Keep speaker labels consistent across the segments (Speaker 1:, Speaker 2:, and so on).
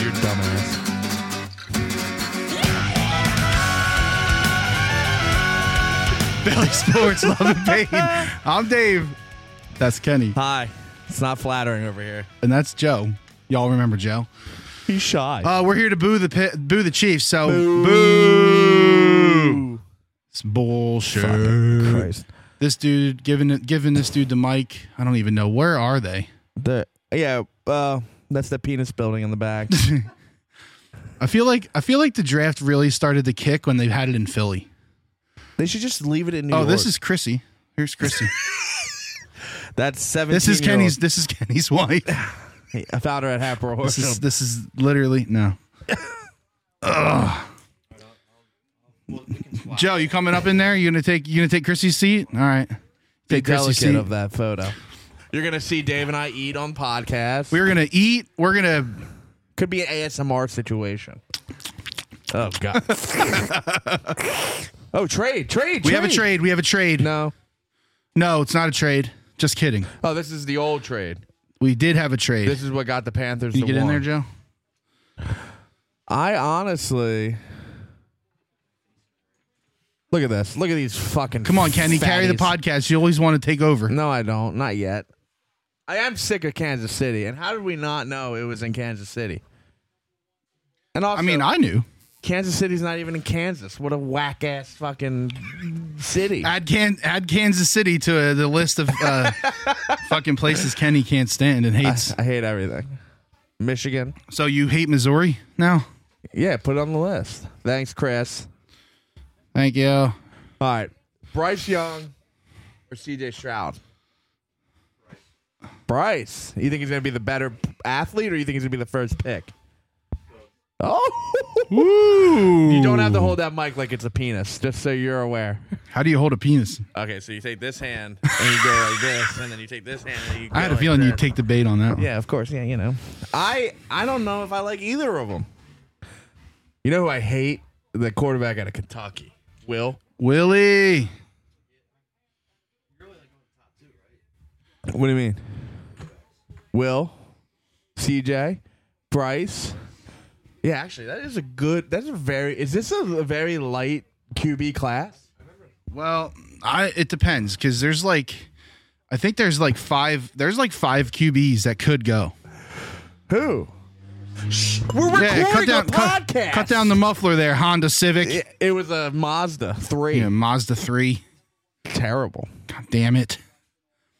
Speaker 1: your dumbass. Belly Sports, Love and Pain. I'm Dave. That's Kenny.
Speaker 2: Hi. It's not flattering over here.
Speaker 1: And that's Joe. Y'all remember Joe?
Speaker 2: He's shy.
Speaker 1: Uh, we're here to boo the pi- boo the Chiefs, so boo. Oh. It's bullshit.
Speaker 2: Christ.
Speaker 1: This dude giving it- giving this dude the mic. I don't even know where are they.
Speaker 2: The, yeah, uh, that's the penis building in the back.
Speaker 1: I feel like I feel like the draft really started to kick when they had it in Philly.
Speaker 2: they should just leave it in New
Speaker 1: Oh,
Speaker 2: York.
Speaker 1: this is Chrissy. Here's Chrissy.
Speaker 2: that's seventeen.
Speaker 1: this is
Speaker 2: year
Speaker 1: Kenny's. This is Kenny's wife.
Speaker 2: old. I found her at Happer
Speaker 1: This is this is literally no. Ugh. Joe, you coming up in there? You gonna take you gonna take Chrissy's seat? All right, take Chrissy's
Speaker 2: delicate
Speaker 1: seat.
Speaker 2: of that photo. You're gonna see Dave and I eat on podcast.
Speaker 1: We're gonna eat. We're gonna.
Speaker 2: Could be an ASMR situation. Oh god. oh trade, trade.
Speaker 1: We have a trade. We have a trade. No,
Speaker 2: No.
Speaker 1: it's not a trade. Just kidding.
Speaker 2: Oh, this is the old trade.
Speaker 1: We did have a trade.
Speaker 2: This is what got the Panthers.
Speaker 1: Can you
Speaker 2: to
Speaker 1: get in
Speaker 2: one.
Speaker 1: there, Joe?
Speaker 2: I honestly look at this. Look at these fucking.
Speaker 1: Come on, Kenny. Carry the
Speaker 2: fatties.
Speaker 1: podcast. You always want to take over.
Speaker 2: No, I don't. Not yet. I am sick of Kansas City, and how did we not know it was in Kansas City? And also,
Speaker 1: I mean, I knew.
Speaker 2: Kansas City's not even in Kansas. What a whack ass fucking city.
Speaker 1: Add can add Kansas City to uh, the list of uh, fucking places Kenny can't stand and hates.
Speaker 2: I hate everything. Michigan.
Speaker 1: So you hate Missouri now?
Speaker 2: Yeah, put it on the list. Thanks, Chris.
Speaker 1: Thank you.
Speaker 2: All right. Bryce Young or CJ Stroud? Bryce. You think he's going to be the better athlete or you think he's going to be the first pick? Oh.
Speaker 1: Ooh.
Speaker 2: you don't have to hold that mic like it's a penis, just so you're aware.
Speaker 1: How do you hold a penis?
Speaker 2: Okay, so you take this hand and you go like this, and then you take this hand and you go
Speaker 1: I had a feeling
Speaker 2: like
Speaker 1: you'd take the bait on that one.
Speaker 2: Yeah, of course. Yeah, you know. I I don't know if I like either of them. You know who I hate? The quarterback out of Kentucky. Will.
Speaker 1: Willie.
Speaker 2: What do you mean? Will, CJ, Bryce. Yeah, actually, that is a good. That's a very. Is this a, a very light QB class?
Speaker 1: Well, I it depends because there's like, I think there's like five. There's like five QBs that could go.
Speaker 2: Who? Shh, we're recording
Speaker 1: cut down,
Speaker 2: a
Speaker 1: cut,
Speaker 2: podcast.
Speaker 1: cut down the muffler there. Honda Civic,
Speaker 2: It, it was a Mazda three.
Speaker 1: yeah, Mazda three.
Speaker 2: Terrible.
Speaker 1: God damn it!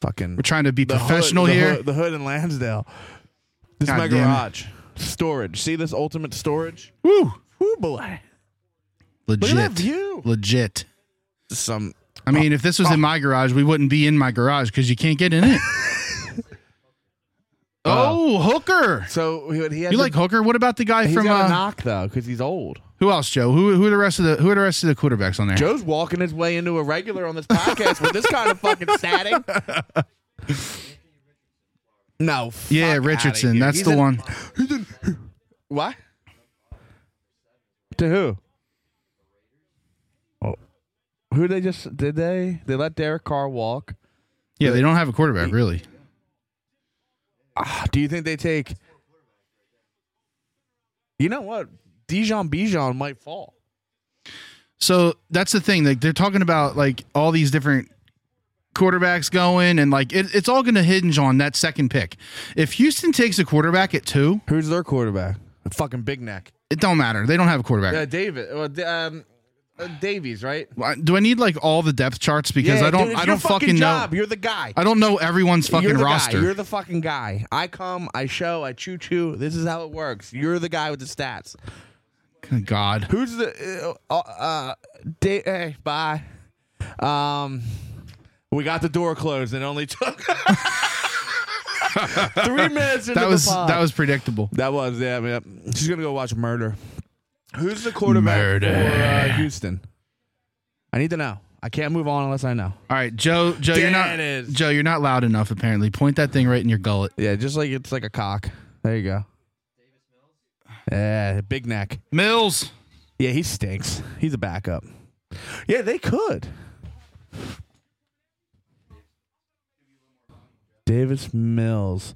Speaker 2: Fucking
Speaker 1: We're trying to be
Speaker 2: the hood-
Speaker 1: professional
Speaker 2: the
Speaker 1: here.
Speaker 2: hood- the hood in Lansdale. This
Speaker 1: God
Speaker 2: is my
Speaker 1: damn it.
Speaker 2: garage. Storage. See this ultimate storage?
Speaker 1: Woo!
Speaker 2: Woo boy. Look at that
Speaker 1: Legit,
Speaker 2: view.
Speaker 1: legit.
Speaker 2: Some
Speaker 1: I mean, if this was in my garage, we wouldn't be in my garage because you can't get in it.
Speaker 2: Uh.
Speaker 1: oh, Hooker!
Speaker 2: so he, he has
Speaker 1: You
Speaker 2: a-
Speaker 1: like Hooker? What about the guy
Speaker 2: he's
Speaker 1: from
Speaker 2: got a
Speaker 1: uh,
Speaker 2: knock though, because he's old.
Speaker 1: who else? Joe? Who who are the rest of the who are the rest of the quarterbacks on there?
Speaker 2: Joe's walking his way into a regular on this podcast with this kind of fucking statting. No. fuck
Speaker 1: yeah,
Speaker 2: outta
Speaker 1: Richardson.
Speaker 2: here.
Speaker 1: That's
Speaker 2: He's
Speaker 1: the
Speaker 2: in-
Speaker 1: one.
Speaker 2: What? To who? Oh. Who they just did they? They let Derek Carr walk.
Speaker 1: Yeah, they don't have a quarterback really.
Speaker 2: Ah, do you think they take? You know what? Dijon Bijan might fall.
Speaker 1: So that's the thing. Like they're talking about like all these different quarterbacks going, and like it, it's all going to hinge on that second pick. If Houston takes a quarterback at two,
Speaker 2: Who's their quarterback? Fucking big neck.
Speaker 1: it don't matter. They don't have a quarterback.
Speaker 2: Uh, David. Uh, D- um, uh, Davies, right?
Speaker 1: Why- Do I need like all the depth charts because I don't
Speaker 2: dude, it's
Speaker 1: I
Speaker 2: your
Speaker 1: don't
Speaker 2: fucking,
Speaker 1: fucking know
Speaker 2: job. You're the guy.
Speaker 1: I don't know everyone's fucking
Speaker 2: You're the
Speaker 1: roster.
Speaker 2: guy. You're the fucking guy. I come. I show. I choo choo. This is how it works. You're the guy with the stats.
Speaker 1: Good God,
Speaker 2: Who's the uh, uh da- hey, bye. Um we got the door closed and it only took 3 minutes into
Speaker 1: that was
Speaker 2: the pod.
Speaker 1: that was predictable.
Speaker 2: That was yeah, yeah. She's going to go watch Murder. Who's the quarterback
Speaker 1: Murder.
Speaker 2: for uh, Houston? I need to know. I can't move on unless I know.
Speaker 1: All right, Joe. Joe, you're
Speaker 2: There
Speaker 1: not
Speaker 2: it is.
Speaker 1: Joe. You're not loud enough. Apparently, point that thing right in your gullet.
Speaker 2: Yeah, just like it's like a cock. There you go. Yeah, big neck.
Speaker 1: Mills.
Speaker 2: Yeah, he stinks. He's a backup. Yeah, they could. Davis Mills.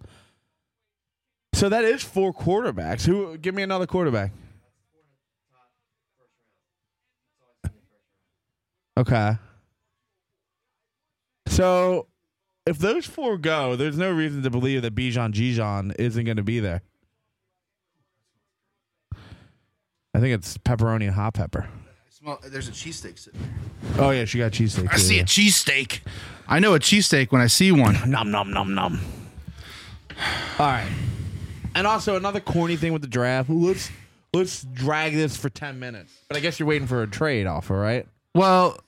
Speaker 2: So that is four quarterbacks. Who give me another quarterback? Okay. So if those four go, there's no reason to believe that Bijan Gijon isn't going to be there. I think it's pepperoni and hot pepper.
Speaker 3: Smell, there's a cheesesteak sitting
Speaker 2: Oh yeah, she got cheesesteak.
Speaker 1: I see a cheesesteak. I know a cheesesteak when I see one.
Speaker 2: Nom nom nom nom. All right. And also another corny thing with the draft. Let's let's drag this for ten minutes. But I guess you're waiting for a trade offer, right?
Speaker 1: Well,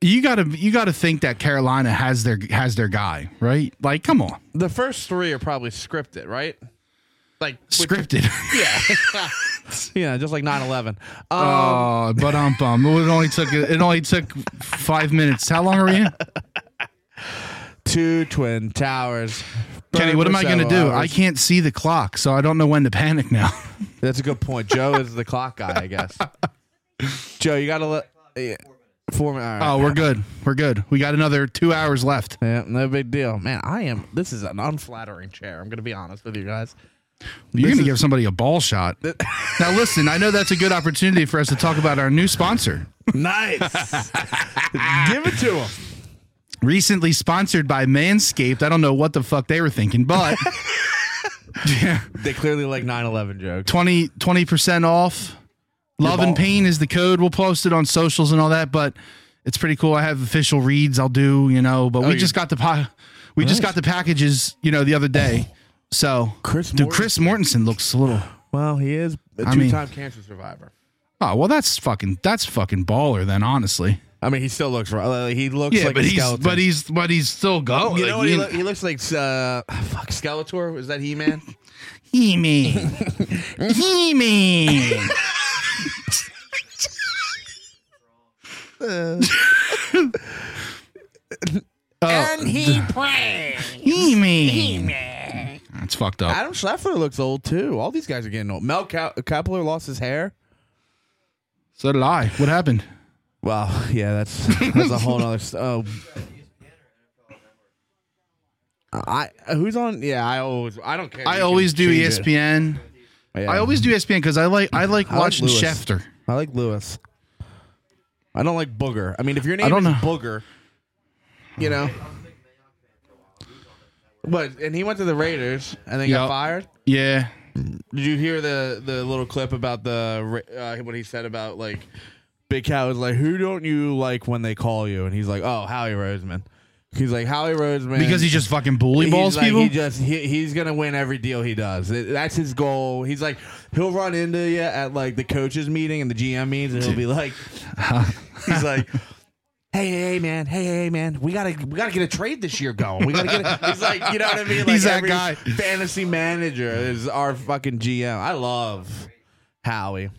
Speaker 1: you gotta you gotta think that Carolina has their has their guy, right? Like, come on,
Speaker 2: The first three are probably scripted, right? Like with-
Speaker 1: scripted.
Speaker 2: yeah, yeah, just like 9-11. Um,
Speaker 1: oh, but um, bum. It only took it only took five minutes. How long are we in,
Speaker 2: two twin towers.
Speaker 1: Kenny? What am I gonna do? I
Speaker 2: Hours.
Speaker 1: can't see the clock, so I don't know when to panic now.
Speaker 2: That's a good point. Joe is the clock guy, I guess. Joe, you gotta let yeah, four minutes.
Speaker 1: Oh, we're good. We're good. We got another two hours left.
Speaker 2: Yeah, no big deal, man. I am. This is an unflattering chair. I'm gonna be honest with you guys.
Speaker 1: You're gonna give somebody a ball shot. Now, listen. I know that's a good opportunity for us to talk about our new sponsor.
Speaker 2: Nice. Give it to him.
Speaker 1: recently sponsored by Manscaped. I don't know what the fuck they were thinking, but yeah,
Speaker 2: They clearly like 9/11 jokes.
Speaker 1: 20 percent off. Love and
Speaker 2: ball.
Speaker 1: pain is the code. We'll post it on socials and all that, but it's pretty cool. I have official reads I'll do, Oh, you know, but we
Speaker 2: you-
Speaker 1: just got the pa- we just got the packages, you know, the other day. So
Speaker 2: Chris
Speaker 1: dude,
Speaker 2: Mortensen.
Speaker 1: Chris Mortensen looks a little.
Speaker 2: Well, he is a
Speaker 1: I mean-
Speaker 2: two-time cancer survivor.
Speaker 1: Oh well, that's fucking that's fucking baller. Then honestly,
Speaker 2: I mean, he still looks right. Like, he looks
Speaker 1: yeah,
Speaker 2: like
Speaker 1: but
Speaker 2: a
Speaker 1: he's
Speaker 2: skeleton.
Speaker 1: but he's but he's still going.
Speaker 2: you
Speaker 1: Like,
Speaker 2: know what? He,
Speaker 1: you-
Speaker 2: loo- he looks like uh, fuck Skeletor. Is that he man?
Speaker 1: He Man. he Man. Oh.
Speaker 2: and he played.
Speaker 1: He Man. That's fucked up.
Speaker 2: Adam Scheffler looks old too. All these guys are getting old. Mel Ka- Kepler lost his hair.
Speaker 1: So did I. What happened?
Speaker 2: Well, yeah, that's that's a whole other. St- oh. I who's on? Yeah, I always I don't care. You
Speaker 1: I
Speaker 2: can
Speaker 1: always do E
Speaker 2: change it.
Speaker 1: ESPN.
Speaker 2: Yeah.
Speaker 1: I always do E ESPN because I like I like
Speaker 2: I like
Speaker 1: watching
Speaker 2: Lewis.
Speaker 1: Schefter.
Speaker 2: I like Lewis. I don't like Booger. I mean, if your name
Speaker 1: don't
Speaker 2: is
Speaker 1: know.
Speaker 2: Booger, you know. But and he went to the Raiders and then got
Speaker 1: Yep.
Speaker 2: fired.
Speaker 1: Yeah.
Speaker 2: Did you hear the the little clip about the Ra- uh, what he said about like Big Cat was like, "Who don't you like when they call you?" And he's like, "Oh, Howie Roseman." He's like Howie Roseman
Speaker 1: Because he just fucking bully
Speaker 2: He's
Speaker 1: balls
Speaker 2: like,
Speaker 1: people.
Speaker 2: He just he, he's gonna win every deal he does. It- That's his goal. He's like he'll run into you at like the coaches meeting and the GM meetings, and he'll be like, he's like. Hey, hey, man! Hey, hey, man! We gotta, we gotta get a trade this year going. We gotta get. A, he's like, you know what I mean? Like
Speaker 1: He's that
Speaker 2: every
Speaker 1: guy.
Speaker 2: Fantasy manager is our fucking GM. I love Howie.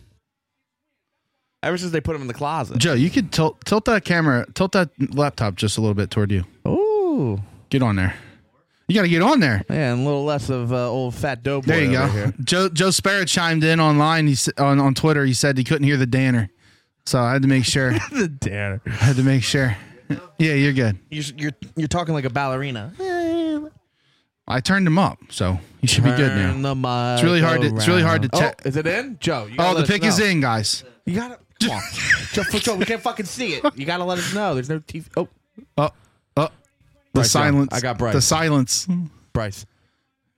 Speaker 2: Ever since they put him in the closet.
Speaker 1: Joe, you could tilt tilt that camera, tilt that laptop just a little bit toward you.
Speaker 2: Ooh,
Speaker 1: Get on there. You got to get on there.
Speaker 2: yeah, and a little less of uh, old fat dope.
Speaker 1: There you go. Joe Joe Sparrow chimed in online. He s- on on Twitter. He said he couldn't hear the Danner, so I had to make sure. I
Speaker 2: the dare.
Speaker 1: had to make sure. Yeah, you're good.
Speaker 2: You're you're, you're talking like a ballerina.
Speaker 1: I turned him up, so he should be good now.
Speaker 2: it's
Speaker 1: really hard to- it's really hard to check.
Speaker 2: Oh, is it in, Joe? you
Speaker 1: Oh,
Speaker 2: gotta
Speaker 1: the
Speaker 2: let us
Speaker 1: pick is
Speaker 2: know.
Speaker 1: in, guys.
Speaker 2: You gotta come on, Joe, for Joe. We can't fucking see it. You gotta let us know. There's no TV. Oh,
Speaker 1: Oh, oh, the
Speaker 2: Bryce Young.
Speaker 1: silence.
Speaker 2: I got Bryce.
Speaker 1: The silence.
Speaker 2: Bryce.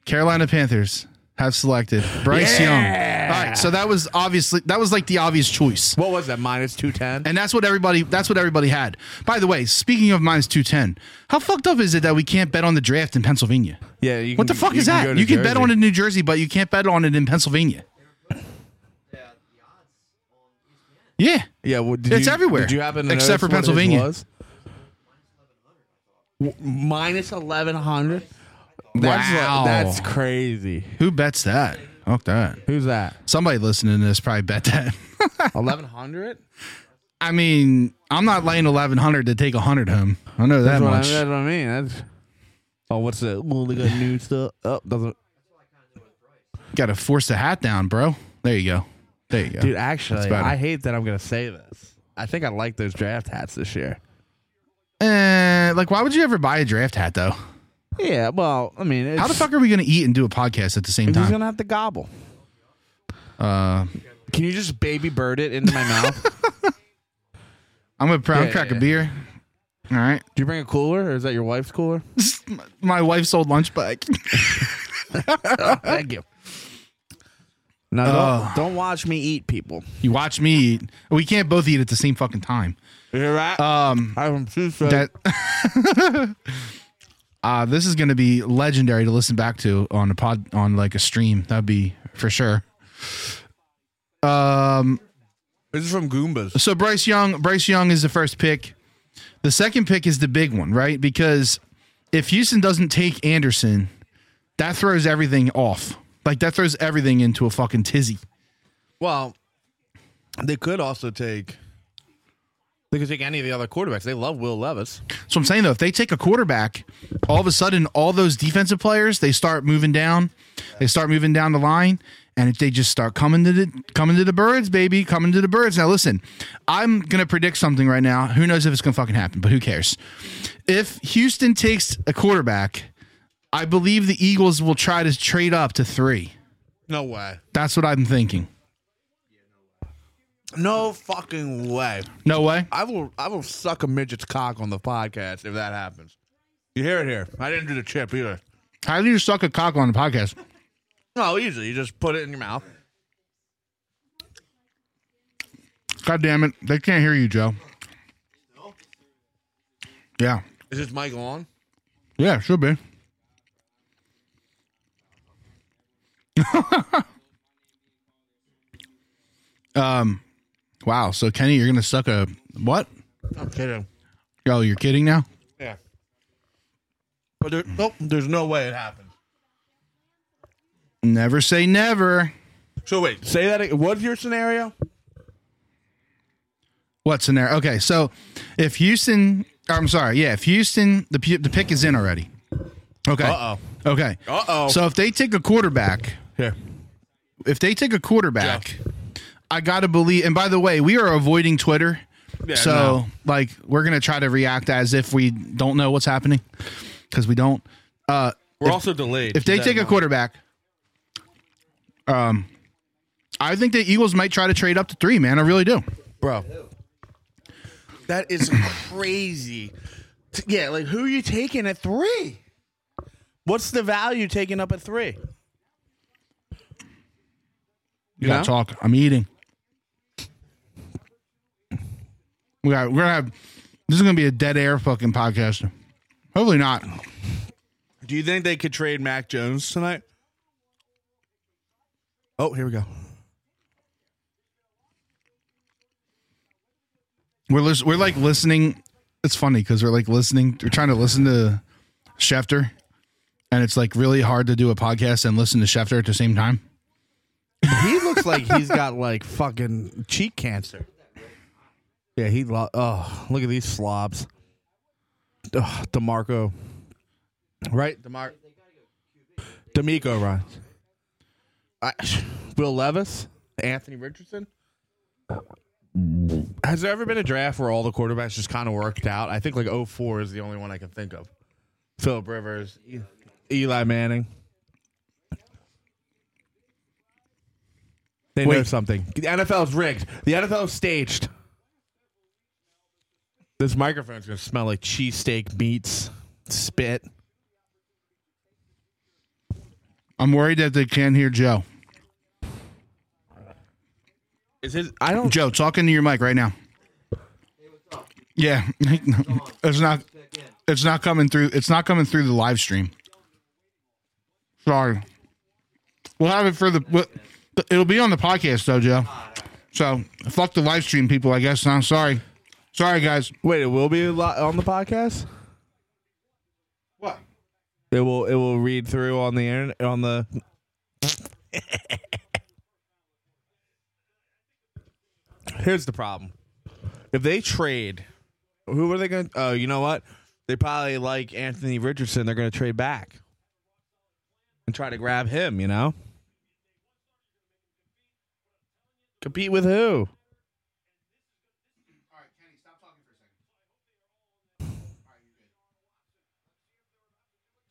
Speaker 1: Carolina Panthers have selected Bryce Young. All right, so that was obviously that was like the obvious choice,
Speaker 2: What was that? Minus two ten.
Speaker 1: and that's what everybody that's what everybody had. By the way, speaking of minus two ten, how fucked up is it that we can't bet on the draft in Pennsylvania?
Speaker 2: Yeah. You
Speaker 1: What the
Speaker 2: can-
Speaker 1: fuck
Speaker 2: you
Speaker 1: is
Speaker 2: can go
Speaker 1: that?
Speaker 2: to
Speaker 1: You can bet
Speaker 2: Jersey.
Speaker 1: on it in New Jersey, but you can't bet on it in Pennsylvania. Yeah,
Speaker 2: Yeah. Well, did
Speaker 1: It's
Speaker 2: you-
Speaker 1: everywhere.
Speaker 2: Did you happen to
Speaker 1: Except
Speaker 2: notice
Speaker 1: for
Speaker 2: what his
Speaker 1: Pennsylvania.
Speaker 2: was? W- Minus eleven hundred. That's
Speaker 1: Wow.
Speaker 2: that's crazy.
Speaker 1: who bets that? Fuck that.
Speaker 2: Who's that?
Speaker 1: Somebody listening to this probably bet that.
Speaker 2: Eleven hundred.
Speaker 1: I mean, I'm not laying 1100 to take 100 home. I know that
Speaker 2: That's what, I,
Speaker 1: much.
Speaker 2: that's what I mean. That's, oh, what's that? Well, they got new stuff. Oh, doesn't.
Speaker 1: Got to force the hat down, bro. There you go. There you go.
Speaker 2: Dude, actually,
Speaker 1: better.
Speaker 2: I hate that I'm gonna say this. I think I like those draft hats this year.
Speaker 1: Eh, like, why would you ever buy a draft hat though?
Speaker 2: Yeah, well, I mean, it's,
Speaker 1: How the fuck are we going to eat and do a podcast at the same
Speaker 2: He's
Speaker 1: time?
Speaker 2: gonna have to gobble.
Speaker 1: uh,
Speaker 2: Can you just baby bird it into my mouth? Do
Speaker 1: I'm going to
Speaker 2: Yeah,
Speaker 1: crack a
Speaker 2: yeah.
Speaker 1: beer. All right.
Speaker 2: you bring a cooler, or is that your wife's cooler?
Speaker 1: My wife's old lunch bag.
Speaker 2: Oh, Thank you. No, don't,
Speaker 1: Oh.
Speaker 2: don't watch me eat people.
Speaker 1: you watch me eat. We can't both eat at the same fucking time.
Speaker 2: You're right.
Speaker 1: Um,
Speaker 2: I'm too
Speaker 1: that uh this is going to be legendary to listen back to on a pod on like a stream that'd be for sure um
Speaker 2: This is from Goombas.
Speaker 1: so Bryce Young Bryce Young is the first pick the second pick is the big one right because if Houston doesn't take Anderson that throws everything off like that throws everything into a fucking tizzy
Speaker 2: Well, they could also take. They could take any of the other quarterbacks. They love Will Levis.
Speaker 1: So I'm saying though, if they take a quarterback, all of a sudden all those defensive players they start moving down, they start moving down the line, and if they just start coming to the coming to the birds, baby, coming to the birds. Now listen, I'm gonna predict something right now. Who knows if it's gonna fucking happen? But who cares? If Houston takes a quarterback, I believe the Eagles will try to trade up to three.
Speaker 2: No way.
Speaker 1: That's what I'm thinking.
Speaker 2: No fucking way.
Speaker 1: No way.
Speaker 2: I will. I will suck a midget's cock on the podcast if that happens. You hear it here. I didn't do the chip either.
Speaker 1: How do you suck a cock on the podcast?
Speaker 2: No, easy. You just put it in your mouth.
Speaker 1: God damn it, they can't hear you, Joe. Yeah.
Speaker 2: Is this mic on?
Speaker 1: Yeah, should be. um, wow. So Kenny, you're gonna suck a what?
Speaker 2: I'm kidding.
Speaker 1: Oh, you're kidding now?
Speaker 2: Yeah. But there, nope, there's no way it happens.
Speaker 1: Never say never.
Speaker 2: So wait, say that. ag- What's your scenario?
Speaker 1: What's in there? Okay, so if Houston, or I'm sorry, yeah, if Houston, the pu- the pick is in already. Okay.
Speaker 2: Uh-oh.
Speaker 1: Okay.
Speaker 2: Uh-oh.
Speaker 1: So if they take a quarterback,
Speaker 2: Here.
Speaker 1: if they take a quarterback, I gotta believe. And by the way, we are avoiding Twitter, so
Speaker 2: no.
Speaker 1: like we're gonna try to react as if we don't know what's happening because we don't. Uh,
Speaker 2: We're also delayed.
Speaker 1: if they take a quarterback, um, I think the Eagles might try to trade up to three. Man, I really do.
Speaker 2: bro, that is crazy. T- Yeah, like who are you taking at three? What's the value taking up at three?
Speaker 1: You
Speaker 2: know?
Speaker 1: gotta talk. I'm eating. We got. We're gonna have. This is gonna be a dead air fucking podcast. Hopefully not.
Speaker 2: Do you think they could trade Mac Jones tonight? Oh, here we go.
Speaker 1: We're lis- we're like listening. It's funny because we're like listening. We're trying to listen to Schefter, and it's like really hard to do a podcast and listen to Schefter at the same time.
Speaker 2: He looks like he's got like fucking cheek cancer. Yeah, he. Lo- oh, look at these slobs. Ugh, Demarco, right? Demar, D'Amico Ryan, I, Will Levis, Anthony Richardson. Has there ever been a draft where all the quarterbacks just kind of worked out? I think like 04 is the only one I can think of. Philip Rivers, E- Eli Manning. They know
Speaker 1: Wait.
Speaker 2: something. The NFL's rigged. The NFL's staged. This microphone's gonna smell like cheesesteak meats, spit.
Speaker 1: I'm worried that they can't hear Joe.
Speaker 2: Is his? I don't.
Speaker 1: Joe, talk into your mic right now. Yeah, it's not. It's not coming through. It's not coming through the live stream. Sorry. We'll have it for the. we'll- It'll be on the podcast though, Joe. So fuck the live stream people. I guess. I'm sorry. Sorry, guys.
Speaker 2: Wait, it will be li- on the podcast.
Speaker 3: What?
Speaker 2: It will. It will read through on the internet. On the. Here's the problem. If they trade, who are they going? to... Oh, you know what? They probably like Anthony Richardson. They're going to trade back and try to grab him. You know, compete with who?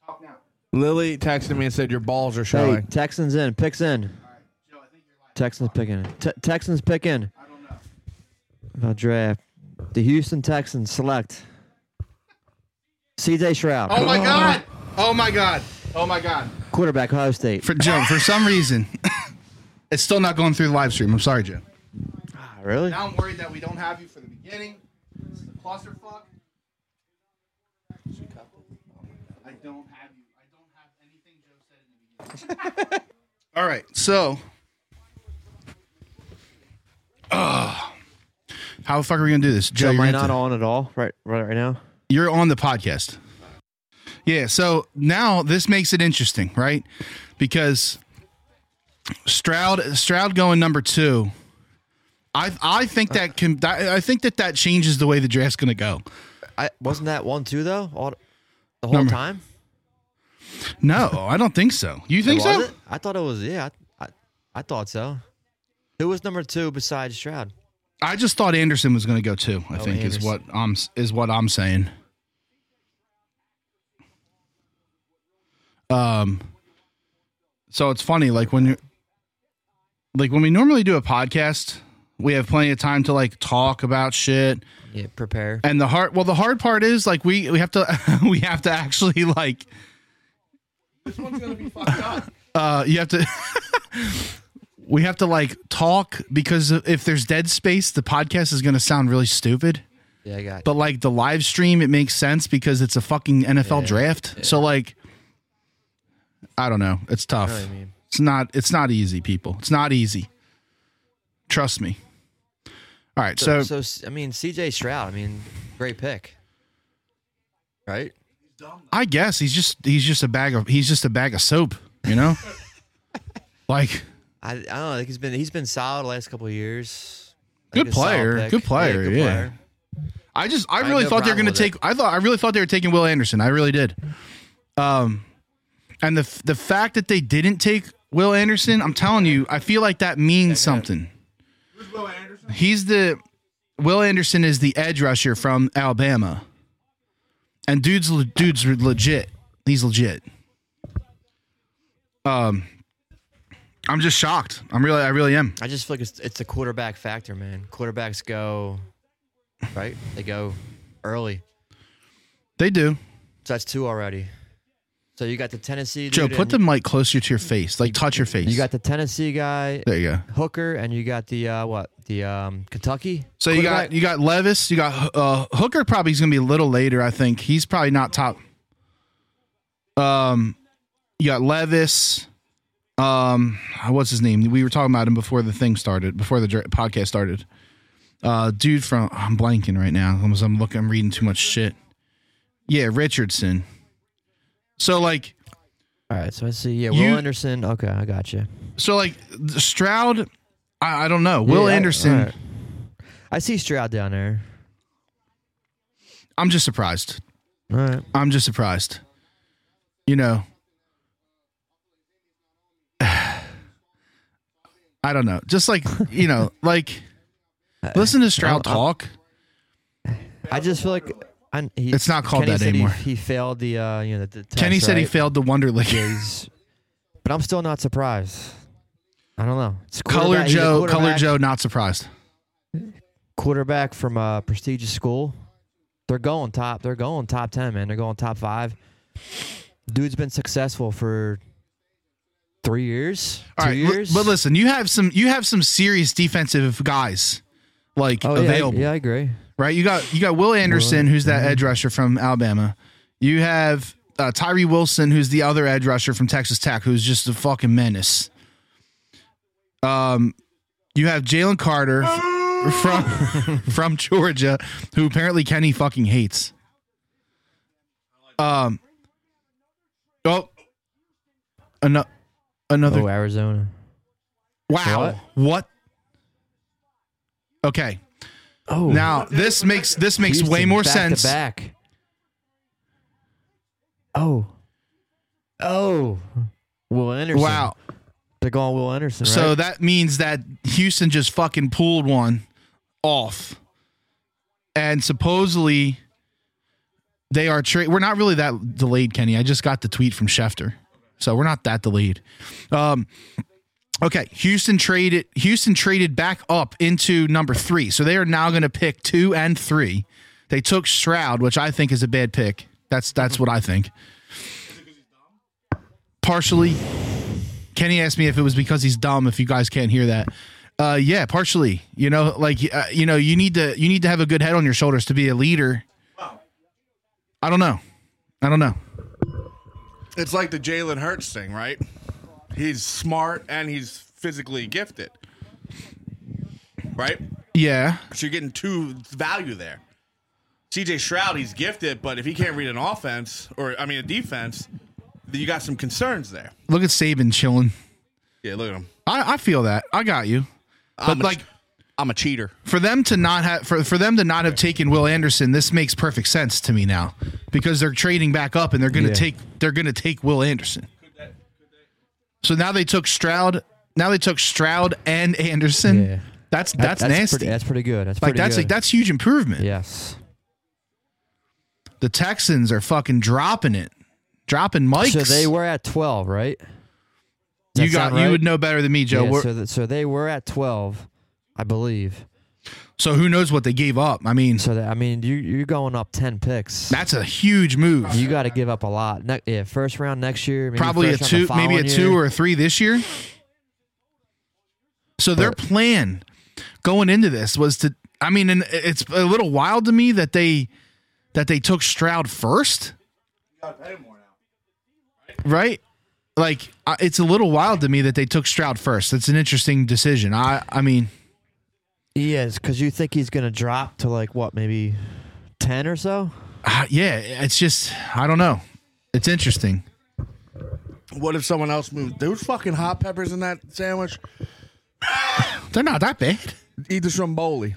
Speaker 3: Talk
Speaker 2: Lily texted me and said your balls are
Speaker 4: Hey,
Speaker 2: showing.
Speaker 4: Texans in. Picks in. Texans picking. T- Texans picking. About draft. The Houston Texans select. CJ Shroud,
Speaker 1: Oh my god! Oh my god! Oh my god!
Speaker 4: quarterback, Ohio State.
Speaker 1: For Jim, for some reason, it's still not going through the live stream. I'm sorry, Jim.
Speaker 4: Ah, really?
Speaker 1: Now I'm worried that we don't have you for the beginning. This is a clusterfuck. I don't have you. I don't have anything Joe said in the beginning. All right, so. Ugh. how the fuck are we gonna do this, Joe?
Speaker 4: Am
Speaker 1: you're
Speaker 4: I
Speaker 1: into-
Speaker 4: not on at all right right, right now?
Speaker 1: you're on the podcast. Yeah, so now this makes it interesting, right? Because Stroud Stroud going number 2. I I think that can that- I think that that changes the way the draft's going to go.
Speaker 4: I wasn't that one two though. All, the whole
Speaker 1: Number-
Speaker 4: time.
Speaker 1: No, I don't think so. You think
Speaker 4: was
Speaker 1: so?
Speaker 4: it? I thought it was. Yeah, I, I, I thought so. Who was number two besides Shroud?
Speaker 1: I just thought Anderson was going to go too. I think is
Speaker 4: Anderson.
Speaker 1: what I'm is what I'm saying. Um, so it's funny, like when you're, like when we normally do a podcast, we have plenty of time to like talk about shit.
Speaker 4: Yeah, prepare.
Speaker 1: And the hard, well, the hard part is like we we have to we have to actually like
Speaker 2: This one's gonna be fucked up.
Speaker 1: uh you have to. We have to like talk because if there's dead space, the podcast is going to sound really stupid.
Speaker 4: Yeah, I got.
Speaker 1: But like the live stream, it makes sense because it's a fucking NFL draft. So like, I don't know. It's tough.
Speaker 4: I mean,
Speaker 1: It's not. It's not easy, people. It's not easy. Trust me. All right. So,
Speaker 4: so, so, I mean, CJ Stroud. I mean, great pick. Right?
Speaker 1: I guess he's just he's just a bag of he's just a bag of soap. You know, like
Speaker 4: I, I don't know. I think he's been he's been solid the last couple of years. I
Speaker 1: Good
Speaker 4: think it's a solid
Speaker 1: player,
Speaker 4: pick.
Speaker 1: good player, yeah. I just I
Speaker 4: have
Speaker 1: really
Speaker 4: no
Speaker 1: thought they were
Speaker 4: problem
Speaker 1: going to
Speaker 4: with
Speaker 1: take. I thought I really thought they were taking Will Anderson. I really did. Um, and the f- the fact that they didn't take Will Anderson, I'm telling you, I feel like that means something.
Speaker 5: Who's Will Anderson?
Speaker 1: He's the Will Anderson is the edge rusher from Alabama, and dude's le- dude's re- legit. He's legit. Um, I'm just shocked. I'm really, I really am.
Speaker 4: I just feel like it's it's the quarterback factor, man. Quarterbacks go right. They go early.
Speaker 1: They do.
Speaker 4: So that's two already. So you got the Tennessee.
Speaker 1: Joe,
Speaker 4: dude,
Speaker 1: put
Speaker 4: and
Speaker 1: the mic closer to your face. Like touch your face.
Speaker 4: You got the Tennessee guy
Speaker 1: there. You go.
Speaker 4: Hooker, and you got the uh, what the um, Kentucky.
Speaker 1: So you got
Speaker 4: quarterback?
Speaker 1: you got Levis, you got uh, Hooker. Probably is going to be a little later. I think he's probably not top. Um, you got Levis. Um, what's his name? We were talking about him before the thing started, before the dra- podcast started. Uh, dude from I'm blanking right now. I'm, I'm looking. I'm reading too much shit. Yeah, Richardson. So like,
Speaker 4: all right. So I see. Yeah,
Speaker 1: You-
Speaker 4: Will Anderson. Okay, I got you.
Speaker 1: so like Stroud. I, I don't know. Will
Speaker 4: Yeah, I-
Speaker 1: Anderson.
Speaker 4: all right. I see Stroud down there.
Speaker 1: I'm just surprised.
Speaker 4: All right.
Speaker 1: I'm just surprised. You know, I don't know. Just like you know, like listen to Stroud
Speaker 4: I'm- I'm-
Speaker 1: talk.
Speaker 4: I just feel like I, he,
Speaker 1: It's not called
Speaker 4: Kenny
Speaker 1: that
Speaker 4: said he-
Speaker 1: anymore.
Speaker 4: He, failed the uh, you know the, the test,
Speaker 1: Kenny said he
Speaker 4: right?
Speaker 1: failed the Wonder League.
Speaker 4: Yeah, he's- but I'm still not surprised. I don't know. It's
Speaker 1: Color
Speaker 4: quarterback- he's a
Speaker 1: Joe, Color
Speaker 4: quarterback-
Speaker 1: Joe, not surprised.
Speaker 4: quarterback from a prestigious school. They're going top. They're going top ten, man. They're going top five. Dude's been successful for three years,
Speaker 1: All
Speaker 4: two
Speaker 1: right, li-
Speaker 4: years.
Speaker 1: but listen, you have some you have some serious defensive guys like
Speaker 4: oh, yeah, I,
Speaker 1: available,
Speaker 4: yeah, I agree.
Speaker 1: right? You got you got Will Anderson, who's that
Speaker 4: Mm-hmm.
Speaker 1: edge rusher from Alabama. You have uh, Tyree Wilson, who's the other edge rusher from Texas Tech, who's just a fucking menace. Um, you have Jalen Carter f- from from Georgia, who apparently Kenny fucking hates. Um. Oh. Ano- another.
Speaker 4: Oh, Arizona.
Speaker 1: wow. What? Okay.
Speaker 4: Oh,
Speaker 1: Now this makes this makes way
Speaker 4: Houston,
Speaker 1: more
Speaker 4: back
Speaker 1: sense.
Speaker 4: To back. Oh, oh, Will Anderson.
Speaker 1: Wow.
Speaker 4: they're going Will Anderson. Right?
Speaker 1: So that means that Houston just fucking pulled one off. And supposedly they are tra- we're not really that delayed, Kenny. I just got the tweet from Schefter. So we're not that delayed. Um Okay, Houston traded Houston traded back up into number 3. So they are now going to pick 2 and 3. They took Stroud, which I think is a bad pick. That's that's what I think. Partially Kenny asked me if it was because he's dumb if you guys can't hear that. Uh yeah, partially. You know, like uh, you know, you need to you need to have a good head on your shoulders to be a leader. I don't know. I don't know.
Speaker 2: It's like the Jalen Hurts thing, right? He's smart and he's physically gifted, right?
Speaker 1: Yeah.
Speaker 2: So you're getting two value there. CJ Shroud, he's gifted, but if he can't read an offense or I mean a defense, then you got some concerns there.
Speaker 1: Look at Saban chilling.
Speaker 2: Yeah, look at him.
Speaker 1: I, I feel that. I got you. But
Speaker 2: I'm a,
Speaker 1: like
Speaker 2: I'm a cheater.
Speaker 1: for them to not have for, for them to not have taken Will Anderson, this makes perfect sense to me now. Because they're trading back up and they're gonna
Speaker 4: Yeah.
Speaker 1: take they're gonna take Will Anderson. So now they took Stroud now they took Stroud and Anderson.
Speaker 4: Yeah.
Speaker 1: That's
Speaker 4: That-
Speaker 1: that's, nasty.
Speaker 4: Pretty, that's pretty good. That's
Speaker 1: like
Speaker 4: pretty
Speaker 1: that's
Speaker 4: good.
Speaker 1: like that's huge improvement.
Speaker 4: yes.
Speaker 1: The Texans are fucking dropping it. Dropping Mike's.
Speaker 4: So they were at twelve, right? Does that
Speaker 1: you got
Speaker 4: sound right?
Speaker 1: you would know better than me, Joe.
Speaker 4: Yeah,
Speaker 1: We're-
Speaker 4: so, that, so they were at twelve, I believe.
Speaker 1: So who knows what they gave up? I mean,
Speaker 4: So that I mean, you you're going up ten picks.
Speaker 1: that's a huge move.
Speaker 4: you got to give up a lot. Ne- yeah, first round next year. Maybe
Speaker 1: Probably a
Speaker 4: first round
Speaker 1: two,
Speaker 4: the
Speaker 1: maybe a
Speaker 4: following
Speaker 1: two
Speaker 4: year.
Speaker 1: or a three this year. So their
Speaker 4: But-
Speaker 1: plan going into this was to. I mean, and it's a little wild to me that they that they took Stroud first, right? Like I- it's a little wild to me that they took Stroud first. It's an interesting decision. I I mean,
Speaker 4: Yes, because you think he's going to drop to like what, maybe ten or so.
Speaker 1: ah, yeah, it's just I don't know. It's interesting.
Speaker 2: What if someone else moved? There was fucking hot peppers in that sandwich.
Speaker 1: They're not that bad.
Speaker 2: Eat the stromboli.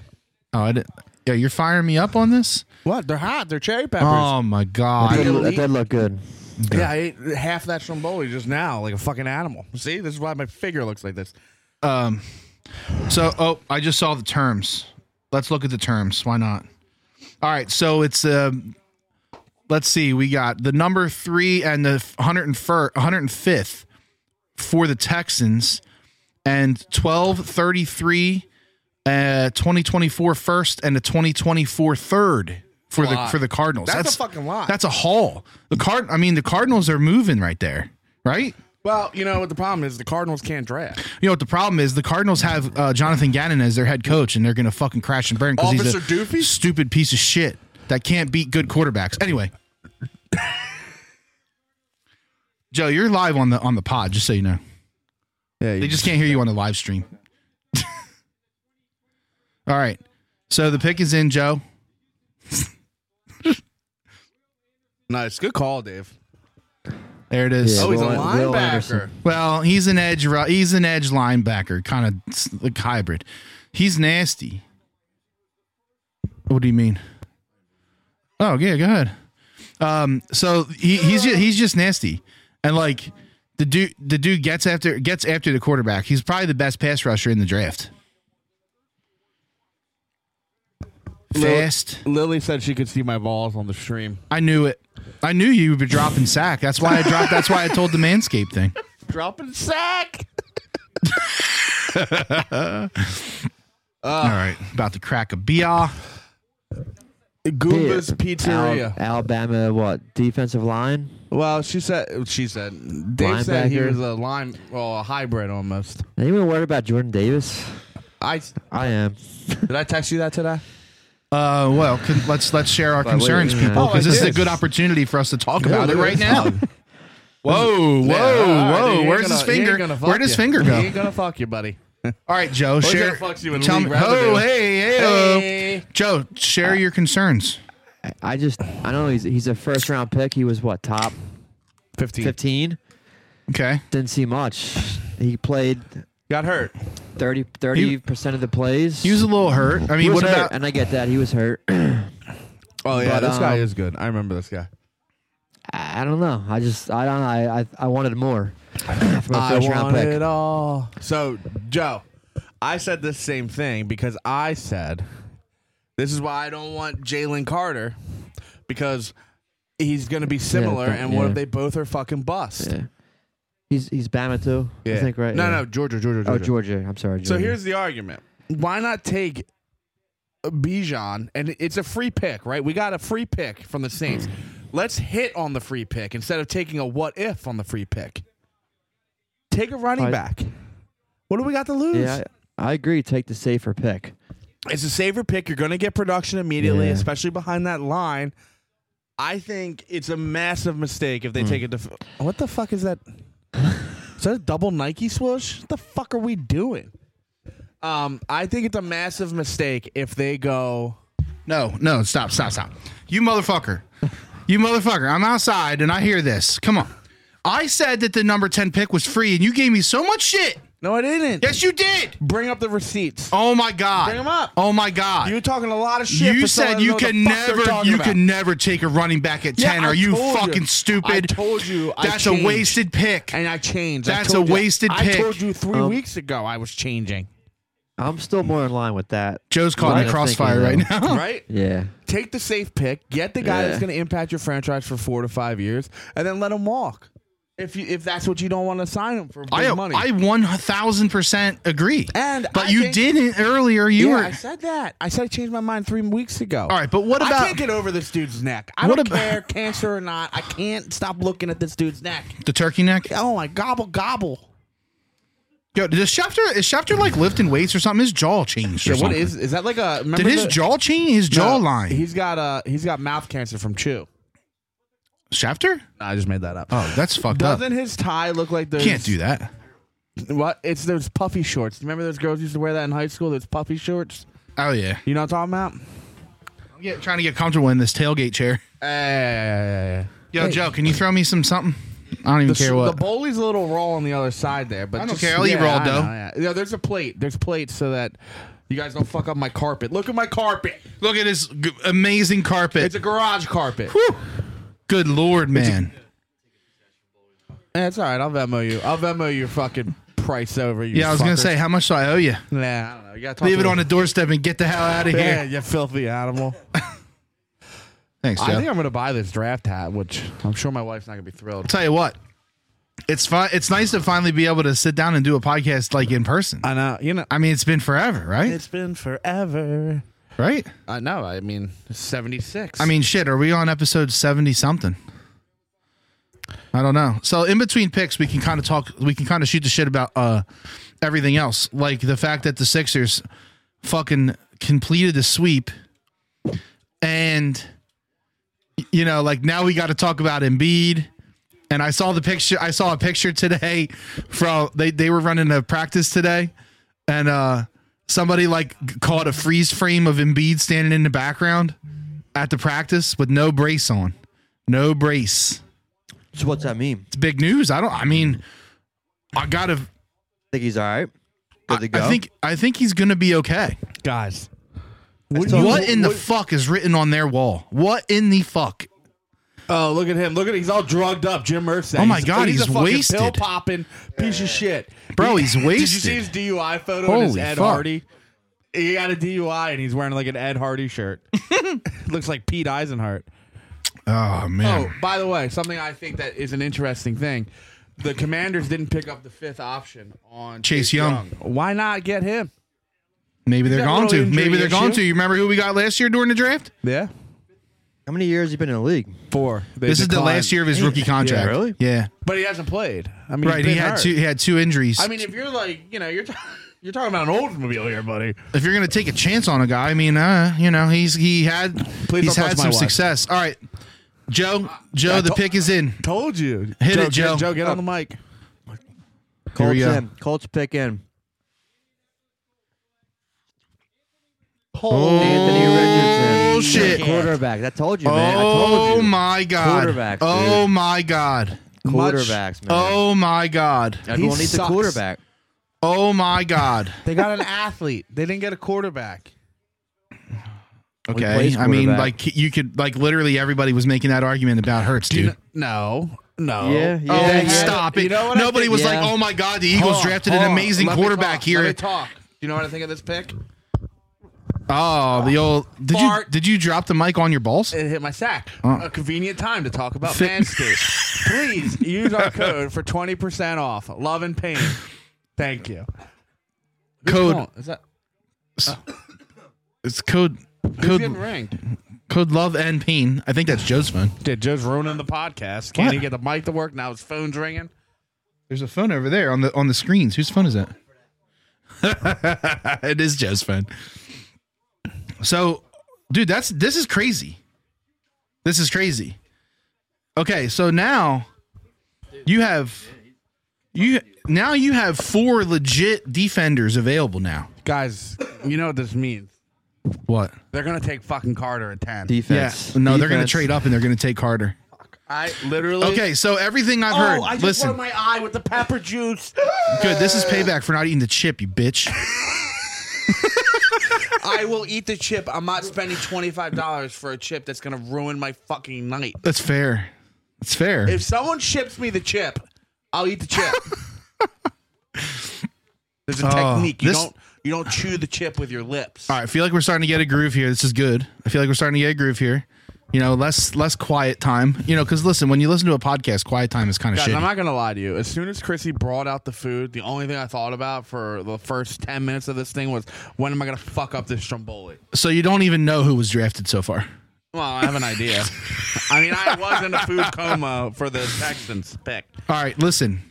Speaker 1: Oh, I didn't, yeah, you're firing me up on this.
Speaker 2: What? They're hot. They're cherry peppers.
Speaker 1: Oh my
Speaker 2: did-
Speaker 1: god!
Speaker 2: Really? that did
Speaker 4: look good.
Speaker 2: Um, yeah, I ate half that stromboli just now, like a fucking animal. See, this is why my figure looks like this.
Speaker 1: Um, so oh, I just saw the terms. Let's look at the terms. Why not? All right, so it's um, let's see. We got the number three and the hundred and hundred and fifth for the Texans, and twelve thirty three, uh, 2024 first and a twenty twenty four third for the
Speaker 2: Lot.
Speaker 1: for the Cardinals.
Speaker 2: That's a fucking lot.
Speaker 1: That's a haul. The card. I mean, the Cardinals are moving right there. Right.
Speaker 2: Well, you know what the problem is? The Cardinals can't draft.
Speaker 1: You know what the problem is? The Cardinals have uh, Jonathan Gannon as their head coach, and they're going to fucking crash and burn because he's a
Speaker 2: Officer Doofy?
Speaker 1: stupid piece of shit that can't beat good quarterbacks. Anyway, Joe, you're live on the on the pod, just so you know.
Speaker 6: Yeah,
Speaker 1: They just can't hear you on the live stream. All right, so the pick is in, Joe.
Speaker 2: Nice. Good call, Dave.
Speaker 1: There it is.
Speaker 4: Yeah.
Speaker 2: Oh, he's a
Speaker 4: Will- Will
Speaker 2: linebacker.
Speaker 4: Anderson.
Speaker 1: Well, he's an edge. ru- He's an edge linebacker, kind of like hybrid. He's nasty. What do you mean? Oh yeah, go ahead. Um, so he, he's just, he's just nasty, and like the dude the dude gets after gets after the quarterback. He's probably the best pass rusher in the draft. Fast.
Speaker 6: Lily said she could see my balls on the stream.
Speaker 1: I knew it. I knew you would be dropping sack. That's why I dropped. That's why I told the manscape thing.
Speaker 6: Dropping sack.
Speaker 1: All right, about to crack a beer.
Speaker 2: Goomba's Pizzeria.
Speaker 4: Alabama, what defensive line?
Speaker 2: Well, she said she said Dave said he
Speaker 4: Linebacker.
Speaker 2: was a line, well, a hybrid almost.
Speaker 4: Anyone worried about Jordan Davis?
Speaker 2: I
Speaker 4: I am.
Speaker 2: did I text you that today?
Speaker 1: Uh, well, con- let's let's share our concerns,
Speaker 4: yeah.
Speaker 1: people,
Speaker 4: Oh,
Speaker 1: because
Speaker 2: I
Speaker 1: this is a
Speaker 2: did.
Speaker 1: good opportunity for us to talk about it
Speaker 2: look at
Speaker 1: right
Speaker 2: this
Speaker 1: now.
Speaker 2: one.
Speaker 1: Whoa, whoa,
Speaker 2: Yeah, all right, dude, he
Speaker 1: whoa!
Speaker 2: ain't
Speaker 1: Where's
Speaker 2: gonna-
Speaker 1: his
Speaker 2: he ain't
Speaker 1: finger?
Speaker 2: gonna fuck
Speaker 1: Where'd his
Speaker 2: you.
Speaker 1: finger
Speaker 2: He
Speaker 1: go?
Speaker 2: ain't gonna fuck you, buddy.
Speaker 1: All right, Joe,
Speaker 2: he's
Speaker 1: share.
Speaker 2: gonna fuck you in
Speaker 1: tell
Speaker 2: league
Speaker 1: me,
Speaker 2: revenue.
Speaker 1: oh, hey, hey, oh.
Speaker 2: Hey.
Speaker 1: Joe, share your concerns.
Speaker 4: I- I just I don't know. He's he's a first round pick. He was what top
Speaker 2: Fifteen
Speaker 4: fifteen.
Speaker 1: Okay,
Speaker 4: Didn't see much. He played
Speaker 2: got hurt.
Speaker 4: 30 percent of the plays.
Speaker 1: he was a little hurt. I
Speaker 4: He
Speaker 1: mean,
Speaker 4: was
Speaker 1: what
Speaker 4: hurt,
Speaker 1: about?
Speaker 4: And I get that he was hurt.
Speaker 2: Oh yeah,
Speaker 4: But,
Speaker 2: this guy
Speaker 4: um,
Speaker 2: is good. I remember this guy.
Speaker 4: I I don't know. I just I don't. I I, I wanted more from a
Speaker 2: I
Speaker 4: first
Speaker 2: want
Speaker 4: round pick.
Speaker 2: it all. So, Joe, I said the same thing because I said this is why I don't want Jalen Carter because he's going to be similar.
Speaker 7: but-
Speaker 2: and what
Speaker 7: yeah.
Speaker 2: if they both are fucking bust?
Speaker 7: Yeah. He's he's Bama too. I think right.
Speaker 2: No,
Speaker 7: Yeah.
Speaker 2: no, Georgia, Georgia, Georgia.
Speaker 7: Oh, Georgia. I'm sorry. Georgia.
Speaker 8: So here's the argument.
Speaker 2: Why not take Bijan? And it's a free pick, right? We got a free pick from the Saints. Let's hit on the free pick instead of taking a what if on the free pick. Take a running
Speaker 7: I-
Speaker 2: back. What do we got to lose?
Speaker 7: Yeah, I, I agree. Take the safer pick.
Speaker 2: It's a safer pick. You're going to get production immediately,
Speaker 7: Yeah.
Speaker 2: especially behind that line. I think it's a massive mistake
Speaker 7: Hmm.
Speaker 2: if they take it to. What the fuck is that? is that a double Nike swoosh? What the fuck are we doing? Um, I think it's a massive mistake if they go.
Speaker 1: No, no, stop, stop, stop. You motherfucker. You motherfucker. I'm outside and I hear this. Come on. I said that the number 10 pick was free and you gave me so much shit.
Speaker 2: No, I didn't.
Speaker 1: Yes, you did.
Speaker 2: Bring up the receipts.
Speaker 1: Oh my God.
Speaker 2: Bring 'em up.
Speaker 1: Oh my God.
Speaker 2: You're talking a lot of shit.
Speaker 1: You
Speaker 2: for someone
Speaker 1: said
Speaker 2: that
Speaker 1: you
Speaker 2: knows the
Speaker 1: can
Speaker 2: fuck they're
Speaker 1: never,
Speaker 2: talking
Speaker 1: you
Speaker 2: about.
Speaker 1: can never take a running back at
Speaker 2: Yeah,
Speaker 1: ten.
Speaker 2: I
Speaker 1: Are you
Speaker 2: told you.
Speaker 1: fucking stupid?
Speaker 2: I told you. I
Speaker 1: That's
Speaker 2: changed.
Speaker 1: a wasted pick.
Speaker 2: And I changed. I
Speaker 1: That's
Speaker 2: told
Speaker 1: a
Speaker 2: you-
Speaker 1: wasted
Speaker 2: I
Speaker 1: pick.
Speaker 2: told you three
Speaker 7: Um,
Speaker 2: weeks ago I was changing.
Speaker 7: I'm still more in line with that.
Speaker 1: Joe's caught in
Speaker 7: Right.
Speaker 1: the crossfire
Speaker 7: Thinking,
Speaker 1: right
Speaker 7: though.
Speaker 1: now.
Speaker 2: Right?
Speaker 7: Yeah.
Speaker 2: take the safe pick, get the guy that's
Speaker 7: Yeah.
Speaker 2: going to impact your franchise for four to five years, and then let him walk. If you if that's what you don't want to sign him for big
Speaker 1: I
Speaker 2: money,
Speaker 1: I one thousand percent agree.
Speaker 2: and
Speaker 1: but
Speaker 2: I
Speaker 1: you
Speaker 2: think-
Speaker 1: didn't earlier. You
Speaker 2: Yeah,
Speaker 1: were
Speaker 2: I said that. I said I changed my mind three weeks ago.
Speaker 1: all right. But what
Speaker 2: I
Speaker 1: about
Speaker 2: can't get over this dude's neck. I
Speaker 1: What
Speaker 2: don't
Speaker 1: ab-
Speaker 2: care, cancer or not. I can't stop looking at this dude's neck.
Speaker 1: the turkey neck?
Speaker 2: Oh my gobble gobble!
Speaker 1: Yo, does Schefter is Schefter like lifting weights or something? His jaw changed. Or
Speaker 2: Yeah, what
Speaker 1: something.
Speaker 2: is is that like a? remember
Speaker 1: Did his
Speaker 2: the-
Speaker 1: jaw change? His
Speaker 2: No,
Speaker 1: jawline.
Speaker 2: He's got uh he's got mouth cancer from chew.
Speaker 1: Schefter?
Speaker 2: I just made that up.
Speaker 1: Oh, that's fucked up.
Speaker 2: Doesn't his tie look like those?
Speaker 1: Can't do that.
Speaker 2: What? It's those puffy shorts. Remember those girls used to wear that in high school? Those puffy shorts.
Speaker 1: Oh yeah.
Speaker 2: You know what I'm talking about?
Speaker 1: I'm get, trying to get comfortable in this tailgate chair. Yo, Joe, can you throw me some something? I don't even
Speaker 2: The,
Speaker 1: care what.
Speaker 2: the bowlie's a little raw on the other side there, but
Speaker 1: I don't
Speaker 2: just-
Speaker 1: care. I'll eat
Speaker 2: yeah,
Speaker 1: raw
Speaker 2: I know,
Speaker 1: dough.
Speaker 2: Yeah. Yeah, there's a plate. There's plates so that you guys don't fuck up my carpet. Look at my carpet.
Speaker 1: Look at this g- amazing carpet.
Speaker 2: It's a garage carpet.
Speaker 1: Good lord, man.
Speaker 2: Eh, it's all right. I'll Venmo you. I'll Venmo your fucking price over you.
Speaker 1: yeah, I was gonna
Speaker 2: fuckers.
Speaker 1: say, how much do I owe you?
Speaker 2: Nah, I don't know. You gotta talk
Speaker 1: Leave
Speaker 2: to
Speaker 1: it on the doorstep and get the hell out of here.
Speaker 2: Yeah, you filthy animal.
Speaker 1: Thanks,
Speaker 2: I
Speaker 1: Joe.
Speaker 2: think I'm gonna buy this draft hat, which I'm sure my wife's not gonna be thrilled.
Speaker 1: Tell you what, it's fun. It's nice to finally be able to sit down and do a podcast like in person.
Speaker 2: I know. You know.
Speaker 1: I mean, it's been forever, right?
Speaker 2: It's been forever.
Speaker 1: right?
Speaker 2: I know. I mean, seventy six.
Speaker 1: I mean, shit. Are we on episode seventy something? I don't know. So in between picks, we can kind of talk. We can kind of shoot the shit about uh everything else, like the fact that the Sixers fucking completed the sweep, and you know, like now we got to talk about Embiid. And I saw the picture. I saw a picture today from they they were running a practice today, and uh somebody like caught a freeze frame of Embiid standing in the background at the practice with no brace on. No brace.
Speaker 7: So what's that mean?
Speaker 1: It's big news. I don't I mean I got to
Speaker 7: Think he's all right. Good to
Speaker 1: I,
Speaker 7: go.
Speaker 1: I think I think he's going to be okay.
Speaker 2: guys,
Speaker 1: What, in the fuck is written on their wall? What in the fuck?
Speaker 2: Oh, look at him! Look at he's all drugged up. Jim Irsay.
Speaker 1: Oh my God, he's wasted.
Speaker 2: Pill popping piece of shit,
Speaker 1: Bro, he's
Speaker 2: Did you see his
Speaker 1: wasted.
Speaker 2: DUI photo? and
Speaker 1: Holy
Speaker 2: his Ed
Speaker 1: fuck.
Speaker 2: Hardy. He got a DUI and he's wearing like an Ed Hardy shirt. Looks like Pete Eisenhart.
Speaker 1: Oh man.
Speaker 2: Oh, by the way, something I think that is an interesting thing: the Commanders didn't pick up the fifth option on
Speaker 1: Chase Young.
Speaker 2: Why not get him?
Speaker 1: Maybe they're
Speaker 2: got a
Speaker 1: gone
Speaker 2: little
Speaker 1: to.
Speaker 2: injury
Speaker 1: Maybe they're gone
Speaker 2: issue.
Speaker 1: to. You remember who we got last year during the draft?
Speaker 2: Yeah,
Speaker 7: How many years you been in the league?
Speaker 2: four. They
Speaker 1: This is the
Speaker 2: declined.
Speaker 1: last year of his rookie contract.
Speaker 7: really?
Speaker 1: Yeah.
Speaker 2: but he hasn't played. I mean, he's
Speaker 1: Right. He
Speaker 2: been
Speaker 1: had
Speaker 2: hurt.
Speaker 1: two. He had two injuries.
Speaker 2: I mean, if you're like, you know, you're t- you're talking about an Oldsmobile here, buddy.
Speaker 1: if you're gonna take a chance on a guy, I mean, uh, you know, he's he had
Speaker 2: Please
Speaker 1: he's
Speaker 2: don't touch
Speaker 1: had
Speaker 2: my
Speaker 1: some
Speaker 2: wife.
Speaker 1: success. All right, Joe, Joe, the
Speaker 2: to-
Speaker 1: pick is in.
Speaker 2: Told you.
Speaker 1: Hit
Speaker 2: Joe,
Speaker 1: it, Joe.
Speaker 2: Get, Joe, get on the mic.
Speaker 1: Here
Speaker 7: Colts
Speaker 1: we go.
Speaker 7: in. Colts pick in.
Speaker 1: Oh,
Speaker 7: Anthony Richardson.
Speaker 1: shit.
Speaker 7: Quarterback. I told you, man. I told
Speaker 1: Oh
Speaker 7: you.
Speaker 1: my god!
Speaker 7: Quarterback, dude.
Speaker 1: Oh my god!
Speaker 7: Quarterbacks, man.
Speaker 1: Oh my god!
Speaker 7: Everyone
Speaker 2: he
Speaker 7: needs
Speaker 2: sucks.
Speaker 7: a quarterback.
Speaker 1: Oh my god!
Speaker 2: They got an athlete. They didn't get a quarterback.
Speaker 1: Okay,
Speaker 7: plays
Speaker 1: I mean,
Speaker 7: quarterback.
Speaker 1: like you could, like literally everybody was making that argument about Hurts, dude.
Speaker 2: No. No.
Speaker 7: Yeah, yeah.
Speaker 1: Oh,
Speaker 7: They had-
Speaker 1: stop it!
Speaker 2: You know what I
Speaker 1: Nobody
Speaker 2: think-
Speaker 1: was
Speaker 7: yeah.
Speaker 1: like, "Oh my God, the Eagles
Speaker 2: Hold on,
Speaker 1: drafted
Speaker 2: hold
Speaker 1: an
Speaker 2: on.
Speaker 1: amazing
Speaker 2: Let me
Speaker 1: quarterback
Speaker 2: talk.
Speaker 1: here."
Speaker 2: Let me talk. Do you know what I think of this pick?
Speaker 1: Oh, the old did you
Speaker 2: Fart.
Speaker 1: did you drop the mic on your balls?
Speaker 2: It hit my sack.
Speaker 1: Oh.
Speaker 2: A convenient time to talk about
Speaker 1: Fit-
Speaker 2: Manscaped. Please use our code for 20% off. Love and pain. Thank you. Who's
Speaker 1: Code.
Speaker 2: calling? Is that
Speaker 1: It's code
Speaker 2: who's getting
Speaker 1: code
Speaker 2: ringed?
Speaker 1: code love and pain. I think that's Joe's phone.
Speaker 2: Did Joe's ruining the podcast? Can't
Speaker 1: What?
Speaker 2: he get the mic to work? Now his phone's ringing.
Speaker 1: There's a phone over there on the on the screens. Whose phone is that? it is Joe's phone. So, dude, that's this is crazy. This is crazy. Okay, so now you have you now you have four legit defenders available now.
Speaker 2: Guys, you know what this means.
Speaker 1: What?
Speaker 2: They're gonna take fucking Carter at ten.
Speaker 7: Defense.
Speaker 1: Yeah. No, they're going to
Speaker 7: Defense.
Speaker 1: trade up and they're going to take Carter.
Speaker 2: I literally
Speaker 1: Okay, so everything I've
Speaker 2: Oh,
Speaker 1: heard.
Speaker 2: I just
Speaker 1: listen,
Speaker 2: rubbed my eye with the pepper juice.
Speaker 1: good. This is payback for not eating the chip, you bitch.
Speaker 2: I will eat the chip. I'm not spending twenty five dollars for a chip that's gonna ruin my fucking night.
Speaker 1: That's fair. That's fair.
Speaker 2: If someone ships me the chip, I'll eat the chip. There's a
Speaker 1: Oh,
Speaker 2: technique. You
Speaker 1: this-
Speaker 2: don't you don't chew the chip with your lips.
Speaker 1: All right, I feel like we're starting to get a groove here. This is good. I feel like we're starting to get a groove here. You know, less less quiet time. You know, because listen, when you listen to a podcast, quiet time is kind of
Speaker 2: Guys,
Speaker 1: shit.
Speaker 2: I'm not gonna lie to you. As soon as Chrissy brought out the food, the only thing I thought about for the first ten minutes of this thing was when am I gonna fuck up this stromboli?
Speaker 1: so you don't even know who was drafted so far.
Speaker 2: Well, I have an idea. I mean, I was in a food coma for the Texans pick.
Speaker 1: All right, listen.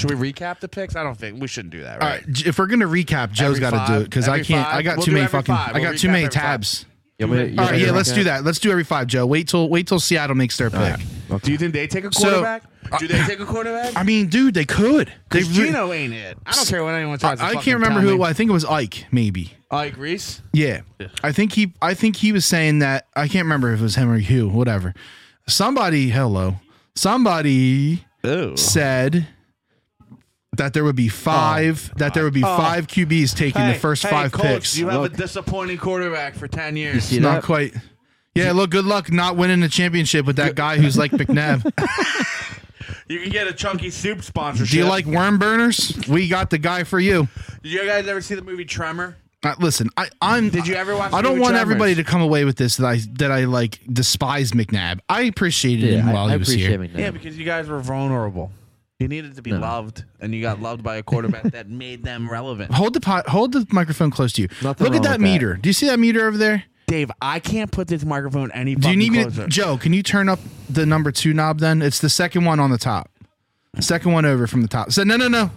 Speaker 2: Should we recap the picks? I don't think we shouldn't do that,
Speaker 1: All
Speaker 2: right?
Speaker 1: right, j- if we're gonna recap, Joe's
Speaker 2: Every
Speaker 1: got to
Speaker 2: five.
Speaker 1: do it because I
Speaker 2: Every
Speaker 1: can't.
Speaker 2: five.
Speaker 1: I got
Speaker 2: We'll
Speaker 1: too
Speaker 2: do
Speaker 1: many
Speaker 2: every
Speaker 1: fucking.
Speaker 2: five.
Speaker 1: I
Speaker 2: We'll
Speaker 1: got too
Speaker 2: recap
Speaker 1: many
Speaker 2: every five.
Speaker 1: tabs.
Speaker 7: You want me to- you
Speaker 1: All
Speaker 7: want
Speaker 1: right,
Speaker 7: me to
Speaker 1: yeah, let's
Speaker 7: recap?
Speaker 1: do that. Let's do every five, Joe. Wait till wait till Seattle makes their pick.
Speaker 2: Do you think they take a
Speaker 1: So- uh,
Speaker 2: quarterback? do they take a quarterback?
Speaker 1: I mean, dude, they could. They
Speaker 2: Because
Speaker 1: re-
Speaker 2: Gino ain't it. I don't care what anyone tries to
Speaker 1: I
Speaker 2: fucking
Speaker 1: can't remember
Speaker 2: tell
Speaker 1: who it
Speaker 2: me.
Speaker 1: was. I think it was Ike, maybe.
Speaker 2: Ike Reese.
Speaker 1: Yeah. I think he I think he was saying that I can't remember if it was him or Hugh, whatever. Somebody hello. Somebody said that there
Speaker 2: Oh.
Speaker 1: would be five that there would be five QBs taking the first five
Speaker 2: Colts,
Speaker 1: picks.
Speaker 2: You have
Speaker 7: Look.
Speaker 2: a disappointing quarterback for ten years.
Speaker 7: See that?
Speaker 1: Not quite. Yeah, look, good luck not winning the championship with that guy who's like McNabb.
Speaker 2: You can get a chunky soup sponsorship.
Speaker 1: Do you like worm burners? We got the guy for you.
Speaker 2: Did you guys ever see the movie Tremor?
Speaker 1: Uh, listen, I, I'm.
Speaker 2: Did you ever watch
Speaker 1: I don't
Speaker 2: New
Speaker 1: want
Speaker 2: Tremors?
Speaker 1: everybody to come away with this that I that I like despise McNabb. I appreciated him
Speaker 7: Yeah,
Speaker 1: while
Speaker 7: I, I
Speaker 1: he was here.
Speaker 7: appreciate me.
Speaker 2: Yeah, because you guys were vulnerable. You needed to be loved, and you got loved by a quarterback that made them relevant.
Speaker 1: Hold the pot. Hold the microphone close to you.
Speaker 7: Nothing
Speaker 1: Look at
Speaker 7: wrong
Speaker 1: that
Speaker 7: with that.
Speaker 1: meter. Do you see that meter over there?
Speaker 2: Dave, I can't put this microphone any.
Speaker 1: Do you need me,
Speaker 2: closer.
Speaker 1: to, Joe? Can you turn up the number two knob? Then it's the second one on the top. Second one over from the top. So no, no, no.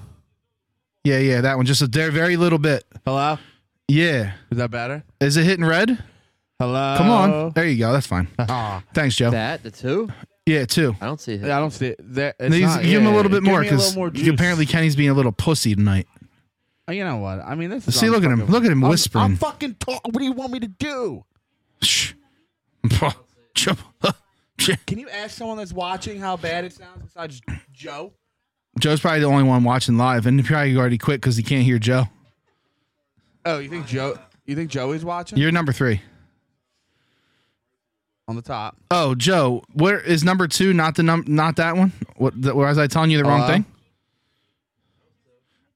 Speaker 1: Yeah, yeah, that one. Just a there, very little bit.
Speaker 2: Hello,
Speaker 1: Yeah.
Speaker 2: is that better?
Speaker 1: Is it hitting red?
Speaker 2: Hello.
Speaker 1: Come on. There you go. That's fine.
Speaker 2: Ah,
Speaker 1: Thanks, Joe.
Speaker 7: That the two?
Speaker 1: yeah, two.
Speaker 7: I don't see him.
Speaker 2: I don't see it. There, it's
Speaker 1: These-
Speaker 2: not-
Speaker 1: give him
Speaker 2: yeah,
Speaker 1: a little bit
Speaker 2: give
Speaker 1: more
Speaker 2: me a little
Speaker 1: because
Speaker 2: more juice.
Speaker 1: apparently Kenny's being a little pussy tonight.
Speaker 2: Oh, you know what? I mean, this is.
Speaker 1: See, look at him.
Speaker 2: unfucking-
Speaker 1: Look at him
Speaker 2: I'm-
Speaker 1: whispering.
Speaker 2: I'm fucking talking. What do you want me to do?
Speaker 1: Shh. Joe.
Speaker 2: Can you ask someone that's watching how bad it sounds besides Joe?
Speaker 1: Joe's probably the only one watching live, and he probably already quit because he can't hear Joe.
Speaker 2: Oh, you think Joe? You think Joey's watching
Speaker 1: You're number three.
Speaker 2: on the top?
Speaker 1: Oh, Joe, where is number two? Not the num, not that one. What the, was I telling you the wrong
Speaker 2: Hello?
Speaker 1: thing?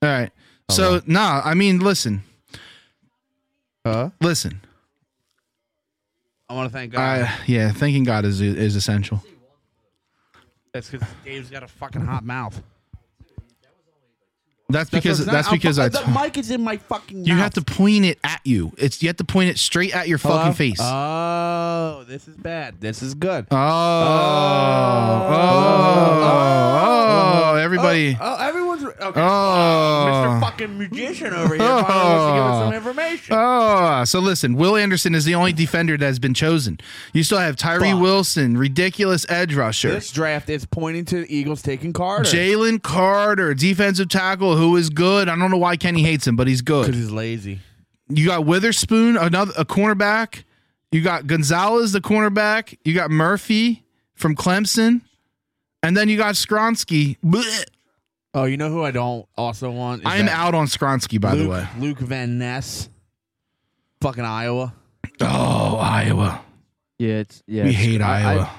Speaker 1: All right.
Speaker 2: Uh-huh.
Speaker 1: So nah, I mean, listen,
Speaker 2: Huh?
Speaker 1: listen.
Speaker 2: I want to thank God.
Speaker 1: I yeah, thanking God is is essential.
Speaker 2: that's because Dave's got a fucking hot mouth.
Speaker 1: That's because
Speaker 2: what I'm
Speaker 1: that's
Speaker 2: saying.
Speaker 1: because I.
Speaker 2: I'm fu- the mic is in my fucking.
Speaker 1: you
Speaker 2: mouth.
Speaker 1: have to point it at you. It's you have to point it straight at your
Speaker 2: Hello? Uh,
Speaker 1: fucking face.
Speaker 2: Oh, this is bad. This is good.
Speaker 1: oh, oh,
Speaker 2: uh,
Speaker 1: oh, everybody.
Speaker 2: Oh, everyone's okay. Mr.
Speaker 1: Oh.
Speaker 2: uh, Fucking musician over here finally wants to give us some information.
Speaker 1: Oh, so listen, Will Anderson is the only defender that has been chosen. You still have Tyree
Speaker 2: Fuck.
Speaker 1: Wilson, ridiculous edge rusher.
Speaker 2: This draft is pointing to the Eagles taking Carter.
Speaker 1: Jalen Carter, defensive tackle, who is good. I don't know why Kenny hates him, but he's
Speaker 2: because
Speaker 1: good.
Speaker 2: he's lazy.
Speaker 1: You got Witherspoon, another a cornerback. You got Gonzalez, the cornerback. You got Murphy from Clemson, and then you got Skronsky. Blech.
Speaker 2: Oh, you know who I don't also want? Is
Speaker 1: I am
Speaker 2: that
Speaker 1: out on Skronsky, by
Speaker 2: Luke,
Speaker 1: the way.
Speaker 2: Luke Van Ness, fucking Iowa.
Speaker 1: Oh, Iowa.
Speaker 7: Yeah, it's yeah.
Speaker 1: We
Speaker 7: it's-
Speaker 1: hate
Speaker 7: I- I-
Speaker 1: Iowa.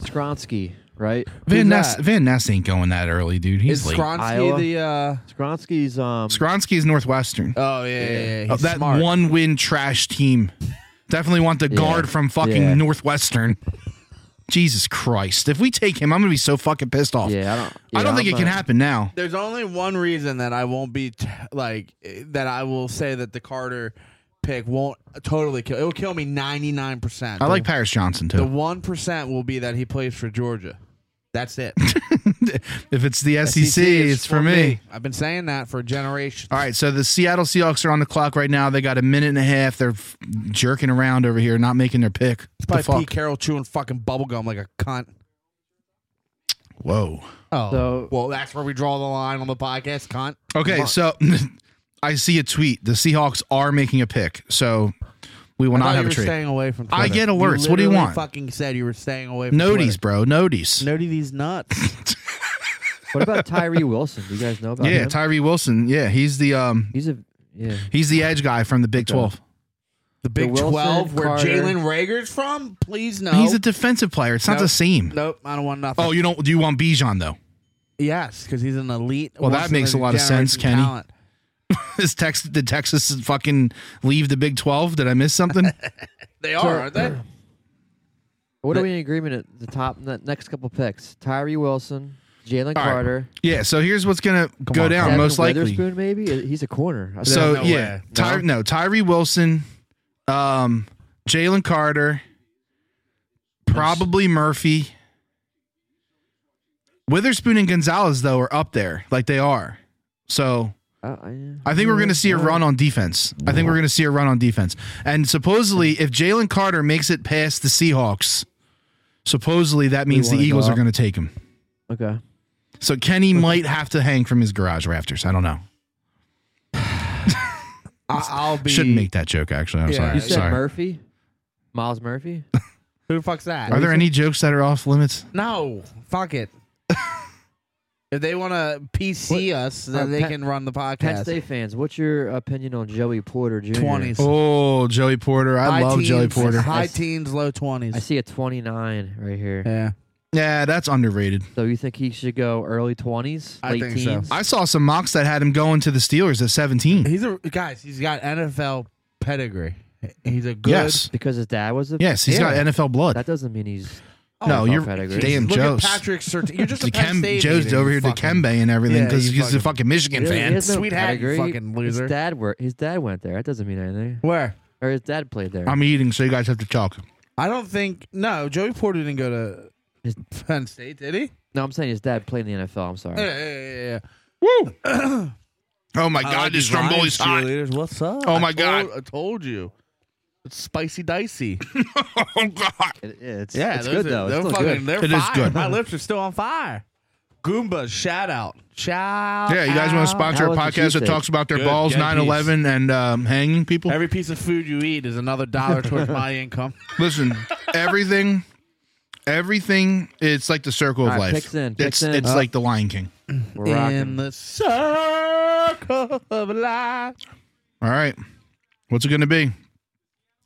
Speaker 7: Skronsky,
Speaker 4: right?
Speaker 1: Van
Speaker 2: Who's
Speaker 1: Ness,
Speaker 2: that?
Speaker 1: Van Ness ain't going that early, dude.
Speaker 2: Is
Speaker 1: He's late.
Speaker 2: Skronsky
Speaker 4: Iowa?
Speaker 2: the? Uh,
Speaker 4: Skronsky's um
Speaker 1: Skronsky's Northwestern.
Speaker 2: oh yeah, yeah, yeah.
Speaker 1: Of
Speaker 2: He's
Speaker 1: that
Speaker 2: smart.
Speaker 1: one win trash team. Definitely want the guard from fucking
Speaker 4: Yeah.
Speaker 1: Northwestern. Jesus Christ. If we take him, I'm going to be so fucking pissed off.
Speaker 4: Yeah, I don't.
Speaker 1: I
Speaker 4: yeah,
Speaker 1: don't think
Speaker 4: I'm
Speaker 1: it can
Speaker 4: a-
Speaker 2: uh,
Speaker 1: happen now.
Speaker 2: There's only one reason that I won't be t- like eh, that. I will say that the Carter pick won't totally kill. It will kill me 99. percent
Speaker 1: I like Paris Johnson
Speaker 2: the
Speaker 1: too.
Speaker 2: one percent will be that he plays for Georgia. That's it.
Speaker 1: if it's the
Speaker 2: E
Speaker 1: SEC,
Speaker 2: is
Speaker 1: it's for me.
Speaker 2: I've been saying that for a generation.
Speaker 1: All right, so the Seattle Seahawks are on the clock right now. They got a minute and a half. They're f- jerking around over here, not making their pick. What the
Speaker 2: It's probably
Speaker 1: fuck?
Speaker 2: Pete Carroll chewing fucking bubblegum like a cunt.
Speaker 1: Whoa.
Speaker 2: Oh,
Speaker 4: So-
Speaker 2: well, that's where we draw the line on the podcast, cunt.
Speaker 1: Okay, so I see a tweet. The Seahawks are making a pick, so we will
Speaker 2: I thought
Speaker 1: not have
Speaker 2: you
Speaker 1: a
Speaker 2: were
Speaker 1: trade.
Speaker 2: staying away from.
Speaker 1: I
Speaker 2: Twitter.
Speaker 1: get
Speaker 2: You
Speaker 1: alerts. What do you
Speaker 2: literally
Speaker 1: want?
Speaker 2: Fucking said you were staying away from.
Speaker 1: Noties,
Speaker 2: Twitter.
Speaker 1: bro. Noties.
Speaker 2: Nody these nuts.
Speaker 4: What about Tyree Wilson? Do you guys know about
Speaker 1: Yeah,
Speaker 4: him?
Speaker 1: Tyree Wilson. Yeah, he's the um
Speaker 4: He's a yeah.
Speaker 1: he's the edge guy from the Big Twelve.
Speaker 2: The Big
Speaker 4: Wilson,
Speaker 2: Twelve, where
Speaker 4: Carter.
Speaker 2: Jalen Rager's from. Please no.
Speaker 1: He's a defensive player. It's not
Speaker 2: Nope.
Speaker 1: the same.
Speaker 2: nope. I don't want nothing.
Speaker 1: Oh, you don't? Do you want Bijan though?
Speaker 2: yes, because he's an elite.
Speaker 1: Well, that
Speaker 2: once in
Speaker 1: makes a lot of
Speaker 2: generation
Speaker 1: sense, Kenny.
Speaker 2: talent.
Speaker 1: Is Texas did Texas fucking leave the Big Twelve? Did I miss something?
Speaker 2: They are, aren't they?
Speaker 4: What are we in agreement at the top the next couple picks? Tyree Wilson,
Speaker 1: right.
Speaker 4: Jalen Carter,
Speaker 1: yeah. So here's what's gonna go
Speaker 2: on,
Speaker 1: down
Speaker 4: Devin
Speaker 1: most likely.
Speaker 4: Witherspoon. Maybe Uh, he's a corner. I
Speaker 1: So
Speaker 2: no
Speaker 1: yeah,
Speaker 2: way.
Speaker 1: Ty- no? Tyree Wilson, um, Jalen Carter, probably Murphy. Witherspoon and Gonzalez though are up there, like they are. So
Speaker 4: uh, yeah.
Speaker 1: I think we're going to see a run on defense. I think we're going to see a run on defense. And supposedly, if Jalen Carter makes it past the Seahawks, supposedly that means the
Speaker 4: wanna go
Speaker 1: Eagles are
Speaker 4: up.
Speaker 1: going to take him.
Speaker 4: Okay.
Speaker 1: So Kenny might have to hang from his garage rafters. I don't know.
Speaker 2: I- I'll be.
Speaker 1: uh, Shouldn't make that joke. Actually, I'm
Speaker 2: Yeah.
Speaker 1: sorry.
Speaker 4: You said
Speaker 1: sorry.
Speaker 4: Murphy, Miles Murphy.
Speaker 2: Who the fuck's that?
Speaker 1: Are there any jokes that are off limits?
Speaker 2: No, fuck it. if they want to PC us, then
Speaker 4: Uh,
Speaker 2: they
Speaker 4: Penn-
Speaker 2: can run the
Speaker 4: Penn
Speaker 2: podcast.
Speaker 4: State fans, what's your opinion on Joey Porter Jr.?
Speaker 2: Twenties.
Speaker 1: Oh, Joey Porter. I
Speaker 2: High
Speaker 1: love Joey
Speaker 2: teens-
Speaker 1: Porter.
Speaker 2: High teens, low twenties.
Speaker 4: I see a 29 right here.
Speaker 2: Yeah.
Speaker 1: Yeah, that's underrated.
Speaker 4: So you think he should go early 20s,
Speaker 2: I
Speaker 4: late
Speaker 2: think so.
Speaker 4: teens?
Speaker 1: I saw some mocks that had him going to the Steelers at 17.
Speaker 2: He's a guys. He's got NFL pedigree. He's a good.
Speaker 1: Yes.
Speaker 4: Because his dad was a.
Speaker 1: Yes, he's
Speaker 2: Yeah.
Speaker 1: got NFL blood.
Speaker 4: That doesn't mean he's.
Speaker 2: Oh,
Speaker 1: no,
Speaker 4: NFL
Speaker 1: you're
Speaker 4: pedigree.
Speaker 1: damn
Speaker 2: Look
Speaker 1: Joe's.
Speaker 2: at Patrick Sertain. You're just a Penn
Speaker 1: Dikembe,
Speaker 2: State
Speaker 1: Joe's
Speaker 2: hater,
Speaker 1: over here,
Speaker 2: you fucking-
Speaker 1: Dikembe and everything
Speaker 2: Yeah,
Speaker 1: because
Speaker 2: you
Speaker 1: he's a
Speaker 2: fucking-
Speaker 1: fucking Michigan
Speaker 4: He doesn't- he
Speaker 1: fan.
Speaker 4: has no
Speaker 2: Sweet hat, you
Speaker 4: pedigree.
Speaker 2: fucking loser.
Speaker 4: His dad, were, his dad went there. That doesn't mean anything.
Speaker 2: Where?
Speaker 4: Or his dad played there.
Speaker 1: I'm eating, so you guys have to talk.
Speaker 2: I don't think. No, Joey Porter didn't go to
Speaker 4: His-
Speaker 2: Penn State, did he?
Speaker 4: no, I'm saying his dad played in the NFL. I'm sorry.
Speaker 2: Yeah, yeah, yeah, yeah.
Speaker 1: Oh my
Speaker 2: I
Speaker 1: god,
Speaker 2: like
Speaker 1: this
Speaker 2: these lines,
Speaker 1: Stromboli's hot.
Speaker 2: cheerleaders. What's up?
Speaker 1: Oh, my
Speaker 2: I
Speaker 1: God.
Speaker 2: told- I told you. It's spicy dicey.
Speaker 1: Oh god.
Speaker 4: It- it's,
Speaker 2: Yeah,
Speaker 4: it's
Speaker 2: those
Speaker 4: good
Speaker 2: are-
Speaker 4: though. It's
Speaker 2: They're
Speaker 4: still
Speaker 2: fucking,
Speaker 4: good.
Speaker 2: They're
Speaker 1: It is
Speaker 2: fire.
Speaker 1: good.
Speaker 2: My lips are still on fire. Goombas, shout out, shout.
Speaker 1: Yeah, you guys want to
Speaker 2: out.
Speaker 1: sponsor a
Speaker 4: How was the
Speaker 1: podcast that
Speaker 4: cheesesteak?
Speaker 1: talks about their
Speaker 8: Good,
Speaker 1: balls,
Speaker 8: good
Speaker 1: 9 11, and um, hanging people?
Speaker 2: Every piece of food you eat is another dollar towards my income.
Speaker 1: Listen, everything, everything, it's like the circle of
Speaker 4: All right,
Speaker 1: life.
Speaker 4: picks in,
Speaker 1: it's
Speaker 4: picks in.
Speaker 1: it's
Speaker 4: Uh,
Speaker 1: like the Lion King.
Speaker 4: We're rocking.
Speaker 2: In the circle of life.
Speaker 1: All right. What's it going to be?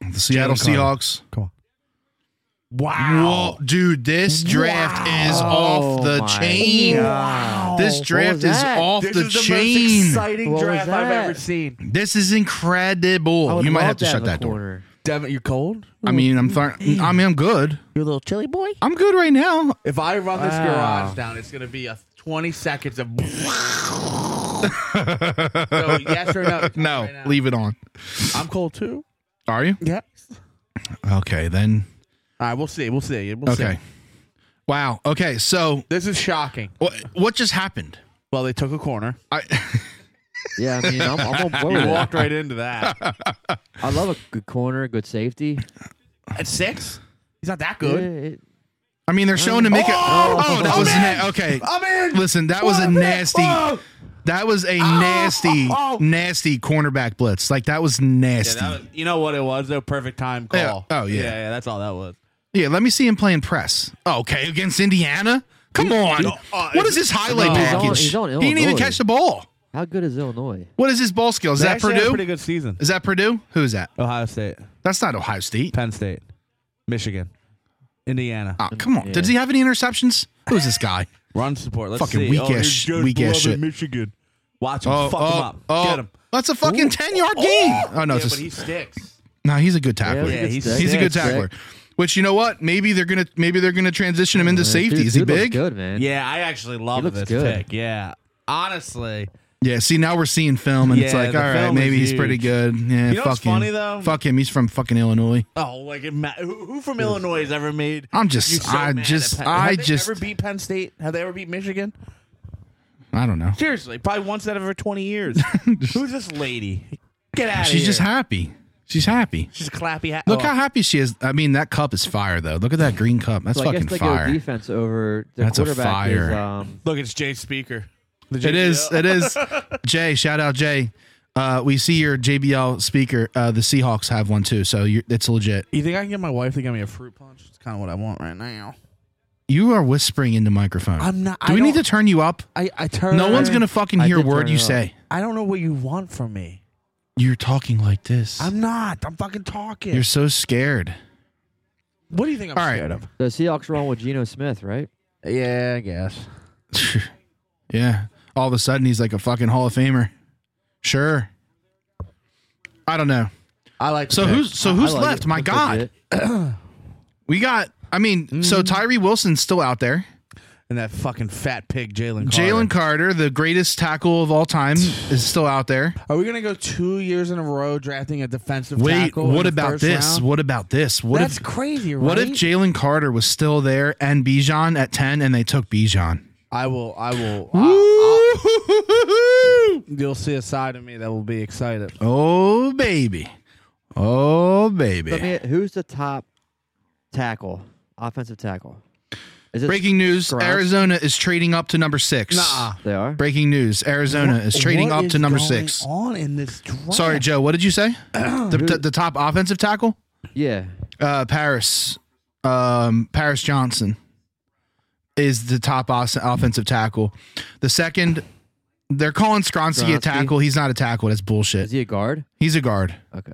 Speaker 1: The Seattle
Speaker 2: Carter.
Speaker 1: Seahawks.
Speaker 2: Wow.
Speaker 1: Whoa, dude, this draft is off the
Speaker 4: Oh my
Speaker 1: chain.
Speaker 4: God.
Speaker 1: This draft is
Speaker 4: that?
Speaker 1: off
Speaker 2: This
Speaker 1: the
Speaker 2: is the
Speaker 1: chain.
Speaker 2: most exciting
Speaker 4: What was
Speaker 2: draft I've
Speaker 4: that?
Speaker 2: ever seen.
Speaker 1: This is
Speaker 4: I
Speaker 1: incredible.
Speaker 4: would
Speaker 1: You might
Speaker 4: love
Speaker 1: have to
Speaker 4: have
Speaker 1: shut
Speaker 4: a
Speaker 1: that door.
Speaker 4: corner.
Speaker 2: Devin, you cold?
Speaker 1: I mean, I'm fine. I mean, I'm good.
Speaker 2: You little chilly boy?
Speaker 1: I'm good right now.
Speaker 2: If I run this
Speaker 4: Wow.
Speaker 2: garage down, it's gonna be a twenty seconds of. so yes or no?
Speaker 1: No,
Speaker 2: Right now.
Speaker 1: leave it on.
Speaker 2: I'm cold too.
Speaker 1: Are you?
Speaker 2: Yeah.
Speaker 1: Okay, then.
Speaker 2: All right, we'll see. We'll see. We'll see.
Speaker 1: Okay. Wow. Okay, so
Speaker 2: This is shocking.
Speaker 1: what what just happened?
Speaker 2: Well, they took a corner.
Speaker 1: I
Speaker 4: Yeah, I mean, I'm, I'm on board with
Speaker 2: You
Speaker 4: it.
Speaker 2: walked right into that.
Speaker 4: I love a good corner, good safety.
Speaker 2: At six, he's not that good.
Speaker 4: Yeah, it-
Speaker 1: I mean, they're showing to make it. Oh, that
Speaker 2: I'm
Speaker 1: was
Speaker 2: in!
Speaker 1: na- okay.
Speaker 2: I'm in.
Speaker 1: Listen, that was a
Speaker 2: I'm in!
Speaker 1: nasty.
Speaker 2: Oh!
Speaker 1: That was a nasty,
Speaker 2: oh, oh.
Speaker 1: nasty cornerback blitz. Like that was
Speaker 2: Yeah,
Speaker 1: nasty. Yeah,
Speaker 2: that was, you know what it was? though? perfect time call.
Speaker 1: Yeah. Oh, yeah.
Speaker 2: yeah, That's all that was.
Speaker 1: let me see him playing press. Okay, against Indiana. Come on.
Speaker 2: uh,
Speaker 1: what is this highlight
Speaker 2: no, he's
Speaker 1: package?
Speaker 4: on- he's on
Speaker 1: he didn't even
Speaker 4: Illinois.
Speaker 1: catch the ball.
Speaker 4: how good is Illinois?
Speaker 1: What is his ball skill? Is
Speaker 2: They
Speaker 1: that
Speaker 2: actually had a
Speaker 1: Purdue?
Speaker 2: Pretty good season.
Speaker 1: Is that Purdue? Who is that?
Speaker 2: Ohio State,
Speaker 1: That's not Ohio State.
Speaker 2: Penn State, Michigan, Indiana.
Speaker 1: Oh, come on.
Speaker 4: Yeah.
Speaker 1: Does he have any interceptions? Who's this guy?
Speaker 2: Run support. Let's
Speaker 1: Fucking
Speaker 2: see. Oh,
Speaker 1: weak
Speaker 2: here's
Speaker 1: ass-
Speaker 2: Joe
Speaker 1: weak ass
Speaker 2: Blub
Speaker 1: shit.
Speaker 2: in Michigan. Watch him. fuck him up. Get him.
Speaker 1: Oh, That's a fucking ten yard game. Oh
Speaker 8: yeah,
Speaker 1: no, it's just,
Speaker 8: but he sticks.
Speaker 1: no, he's a good tackler.
Speaker 2: Yeah, he's
Speaker 1: He's a good
Speaker 4: Dick.
Speaker 1: tackler. Which you know what? Maybe they're gonna maybe they're gonna transition him into
Speaker 2: Uh,
Speaker 1: safety.
Speaker 4: Dude,
Speaker 1: Is he
Speaker 4: dude looks
Speaker 1: big?
Speaker 4: Good man.
Speaker 2: Yeah, I actually love
Speaker 4: looks
Speaker 2: this
Speaker 4: good.
Speaker 2: pick. Yeah. Honestly.
Speaker 1: Yeah. See, now we're seeing film, and it's
Speaker 2: Yeah,
Speaker 1: like,
Speaker 2: the
Speaker 1: all right,
Speaker 2: film is
Speaker 1: maybe he's
Speaker 2: huge.
Speaker 1: pretty good. Yeah.
Speaker 2: You know
Speaker 1: fuck
Speaker 2: what's
Speaker 1: him.
Speaker 2: funny, though?
Speaker 1: Fuck him. He's from fucking Illinois.
Speaker 2: Oh, like it ma- who, who from Illinois has ever made?
Speaker 1: I'm just-
Speaker 2: you so
Speaker 1: I
Speaker 2: mad at
Speaker 1: just-
Speaker 2: Penn-
Speaker 1: I
Speaker 2: have they
Speaker 1: just-
Speaker 2: ever beat Penn State. Have they ever beat Michigan?
Speaker 1: I don't know.
Speaker 2: Seriously, probably once out of her twenty years. Who's this lady? Get out of here.
Speaker 1: She's just happy. She's happy.
Speaker 2: She's a clappy. Ha-
Speaker 1: Look
Speaker 2: oh.
Speaker 1: how happy she is. I mean, that cup is fire, though. Look at that green cup. That's
Speaker 4: So I
Speaker 1: fucking
Speaker 4: guess they
Speaker 1: fire.
Speaker 4: go defense over their
Speaker 1: That's a
Speaker 4: quarterback
Speaker 1: fire.
Speaker 4: is um,
Speaker 2: Look, it's Jay Speaker.
Speaker 1: It is. It is. Jay, shout out Jay. Uh, we see your JBL speaker. Uh, the Seahawks have one too, so you're, it's legit.
Speaker 2: You think I can get my wife to give me a fruit punch? It's kind of what I want right now.
Speaker 1: You are whispering into microphone.
Speaker 2: I'm not.
Speaker 1: Do
Speaker 2: I
Speaker 1: we need to
Speaker 2: don't-
Speaker 1: turn you up?
Speaker 2: I, I turn.
Speaker 1: No one's gonna fucking
Speaker 7: I
Speaker 1: hear a
Speaker 7: did
Speaker 1: word
Speaker 7: turn
Speaker 1: you
Speaker 7: it up.
Speaker 1: say.
Speaker 2: I don't know what you want from me.
Speaker 1: You're talking like this.
Speaker 2: I'm not. I'm fucking talking.
Speaker 1: You're so scared.
Speaker 2: what do you think I'm
Speaker 1: All right.
Speaker 2: scared of?
Speaker 4: the Seahawks wrong with Geno Smith, right?
Speaker 2: Yeah, I guess.
Speaker 1: yeah. All of a sudden, he's like a fucking Hall of Famer. Sure. I don't know.
Speaker 2: I like.
Speaker 1: So who's so who's
Speaker 4: I like
Speaker 1: left?
Speaker 4: it.
Speaker 1: My
Speaker 4: Looks
Speaker 1: God,
Speaker 4: legit.
Speaker 1: we got. I mean, so
Speaker 2: Mm-hmm.
Speaker 1: Tyree Wilson's still out there.
Speaker 2: Oh, and that fucking fat pig, Jalen.
Speaker 1: Jalen Carter, the greatest tackle of all time, is still out there.
Speaker 2: Are we gonna go two years in a row drafting a defensive
Speaker 1: Wait,
Speaker 2: tackle? in
Speaker 1: what
Speaker 2: the
Speaker 1: about
Speaker 2: first
Speaker 1: this?
Speaker 2: round?
Speaker 1: What about this? What
Speaker 2: That's
Speaker 1: if
Speaker 2: crazy, right?
Speaker 1: what if Jalen Carter was still there and Bijan at ten, and they took Bijan? Oh,
Speaker 2: I will. I will. I'll- I'll- you'll see a side of me that will be excited.
Speaker 1: Oh baby, oh
Speaker 4: Let
Speaker 1: baby!
Speaker 4: me- who's the top tackle, offensive tackle? Is it
Speaker 1: Breaking news:
Speaker 4: Scruggs?
Speaker 1: Arizona is trading up to number six.
Speaker 2: Nah.
Speaker 4: They are.
Speaker 1: Breaking news: Arizona is trading
Speaker 2: What
Speaker 1: up
Speaker 2: is
Speaker 1: to number
Speaker 2: going
Speaker 1: six.
Speaker 2: On in this draft?
Speaker 1: Sorry, Joe. What did you say? the, the, the top offensive tackle,
Speaker 4: Yeah.
Speaker 1: uh, Paris, um, Paris Johnson, is the top os- offensive tackle. The second, they're calling Skronsky a
Speaker 4: Skronsky?
Speaker 1: tackle. He's not a tackle. That's
Speaker 4: Is
Speaker 1: bullshit.
Speaker 4: he a guard?
Speaker 1: He's a guard.
Speaker 4: Okay.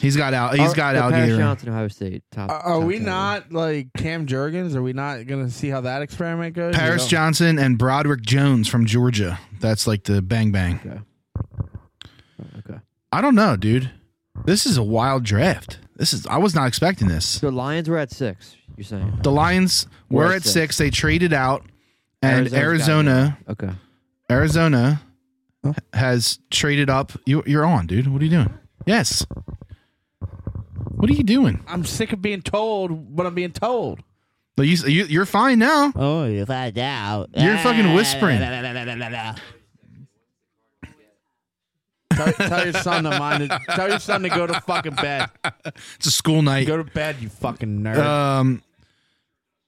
Speaker 1: He's got out. He's
Speaker 4: Or-
Speaker 1: got
Speaker 4: no,
Speaker 1: out.
Speaker 4: Paris
Speaker 1: either.
Speaker 4: Johnson, Ohio State. Top.
Speaker 2: Are, Uh, are we
Speaker 4: top
Speaker 2: not
Speaker 4: tackle.
Speaker 2: like Cam Jurgens? Are we not gonna see how that experiment goes?
Speaker 1: Paris
Speaker 2: You know?
Speaker 1: Johnson and Broderick Jones from Georgia. That's like the bang bang.
Speaker 4: Okay. Okay.
Speaker 1: I don't know, dude. This is a wild draft. This is I was not expecting this.
Speaker 4: So Lions were at six. You're saying?
Speaker 1: The Lions were
Speaker 4: We're at
Speaker 1: at six. They traded out, and
Speaker 4: Arizona's got
Speaker 1: Arizona,
Speaker 4: Okay.
Speaker 1: Arizona has traded up. You, you're on, dude. What are you doing? Yes. What are you doing?
Speaker 2: I'm sick of being told what I'm being told.
Speaker 1: Well, You, you, you're fine now.
Speaker 2: Oh, you find out.
Speaker 1: You're fucking whispering.
Speaker 2: tell, tell your son to mind. it- Tell your son to go to fucking bed.
Speaker 1: It's a school night.
Speaker 2: Go to bed, you fucking nerd.
Speaker 1: Um.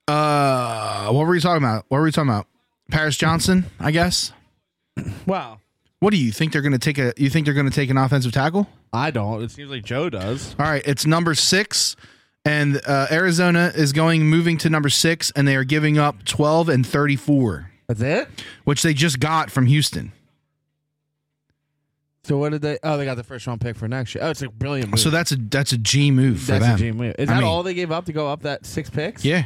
Speaker 1: Uh, what were we talking about? What were we talking about? Paris Johnson, I guess.
Speaker 2: wow.
Speaker 1: What do you think they're going to take a? You think they're going to take an offensive tackle?
Speaker 2: I don't. It seems like Joe does.
Speaker 1: All right, it's number six, and uh, Arizona is going moving to number six, and they are giving up twelve and thirty-four,
Speaker 2: That's it.
Speaker 1: which they just got from Houston.
Speaker 2: So what did they? Oh, they got the first round pick for next year. Oh, it's a brilliant move.
Speaker 1: So that's a that's a G move for
Speaker 2: that's
Speaker 1: them.
Speaker 2: a G move. Is
Speaker 1: I
Speaker 2: that
Speaker 1: mean-
Speaker 2: all they gave up to go up that six picks?
Speaker 1: Yeah,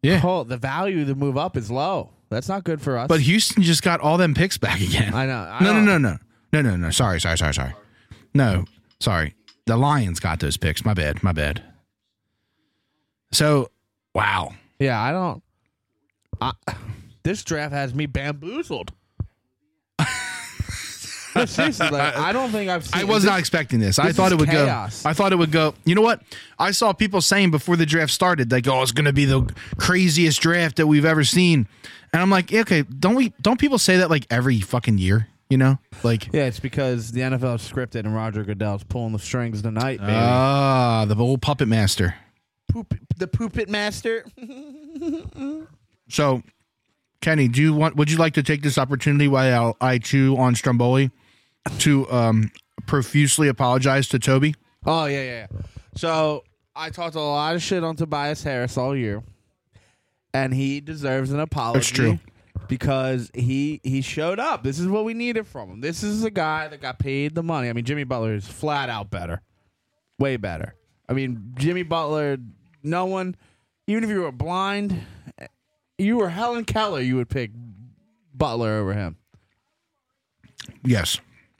Speaker 1: yeah.
Speaker 2: Oh, the value to move up is low. That's not good for us.
Speaker 1: But Houston just got all them picks back again.
Speaker 2: I know. I
Speaker 1: no, no,
Speaker 2: don't-
Speaker 1: no, no, no, no, no. Sorry, sorry, sorry, sorry. No, sorry. The Lions got those picks. My bad. My bad. So, wow.
Speaker 2: Yeah, I don't. I, this draft has me bamboozled. No, seriously, like, I don't think I've. Seen,
Speaker 1: I was
Speaker 2: this-
Speaker 1: not expecting this. I
Speaker 2: this
Speaker 1: thought
Speaker 2: is
Speaker 1: it would
Speaker 2: chaos.
Speaker 1: go. I thought it would go. You know what? I saw people saying before the draft started, like, "Oh, it's going to be the craziest draft that we've ever seen," and I'm like, yeah, "Okay, don't we? Don't people say that like every fucking year? You know, like."
Speaker 2: Yeah, it's because the NFL is scripted and Roger Goodell's pulling the strings tonight,
Speaker 1: Uh.
Speaker 2: baby.
Speaker 1: Ah, the old puppet master.
Speaker 2: Poop, the poopit master.
Speaker 1: So, Kenny, do you want? Would you like to take this opportunity while I chew on Stromboli to um, profusely apologize to Toby?
Speaker 2: Oh yeah, yeah, yeah. So I talked a lot of shit on Tobias Harris all year, and he deserves an apology.
Speaker 1: true.
Speaker 2: Because he he showed up. This is what we needed from him. This is a guy that got paid the money. I mean, Jimmy Butler is flat out better, way better. I mean, Jimmy Butler. No one, even if you were blind, you were Helen Keller, you would pick Butler over him.
Speaker 1: Yes.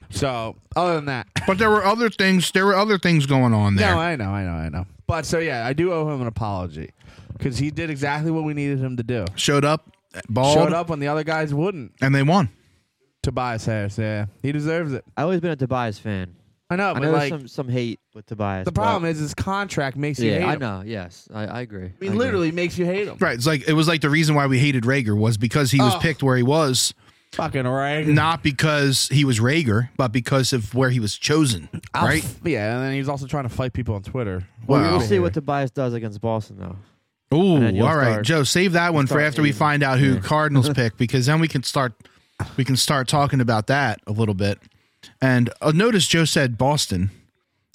Speaker 2: So other than that,
Speaker 1: But there were other things. There were other things going on there.
Speaker 2: no, I know, I know, I know. But so yeah, I do owe him an apology because he did exactly what we needed him to do.
Speaker 1: Showed up, balled,
Speaker 2: Showed up when the other guys wouldn't.
Speaker 1: and they won.
Speaker 2: Tobias Harris, yeah, he deserves it.
Speaker 4: I always been a Tobias fan.
Speaker 2: I know,
Speaker 4: I
Speaker 2: but
Speaker 4: know
Speaker 2: like
Speaker 4: there's some some hate with Tobias.
Speaker 2: the
Speaker 4: but-
Speaker 2: problem is his contract makes you hate
Speaker 4: yeah, I
Speaker 2: him.
Speaker 4: know. Yes, I, I agree.
Speaker 2: I mean, literally makes you hate him.
Speaker 1: Right. It's like it was like the reason why we hated Rager was because he was
Speaker 2: Oh.
Speaker 1: picked where he was,
Speaker 2: Fucking right.
Speaker 1: not because he was Rager, but because of where he was chosen.
Speaker 2: I'll
Speaker 1: right.
Speaker 2: f- yeah, and then he's also trying to fight people on Twitter.
Speaker 4: Well,
Speaker 1: Wow.
Speaker 4: we'll see what Tobias does against Boston, though.
Speaker 1: Ooh, all
Speaker 4: then
Speaker 1: right,
Speaker 4: you'll start-
Speaker 1: Joe. Save that one for
Speaker 4: start
Speaker 1: after we
Speaker 4: hating.
Speaker 1: find out who
Speaker 4: Yeah.
Speaker 1: Cardinals pick, because then we can start we can start talking about that a little bit. And uh, notice Joe said Boston,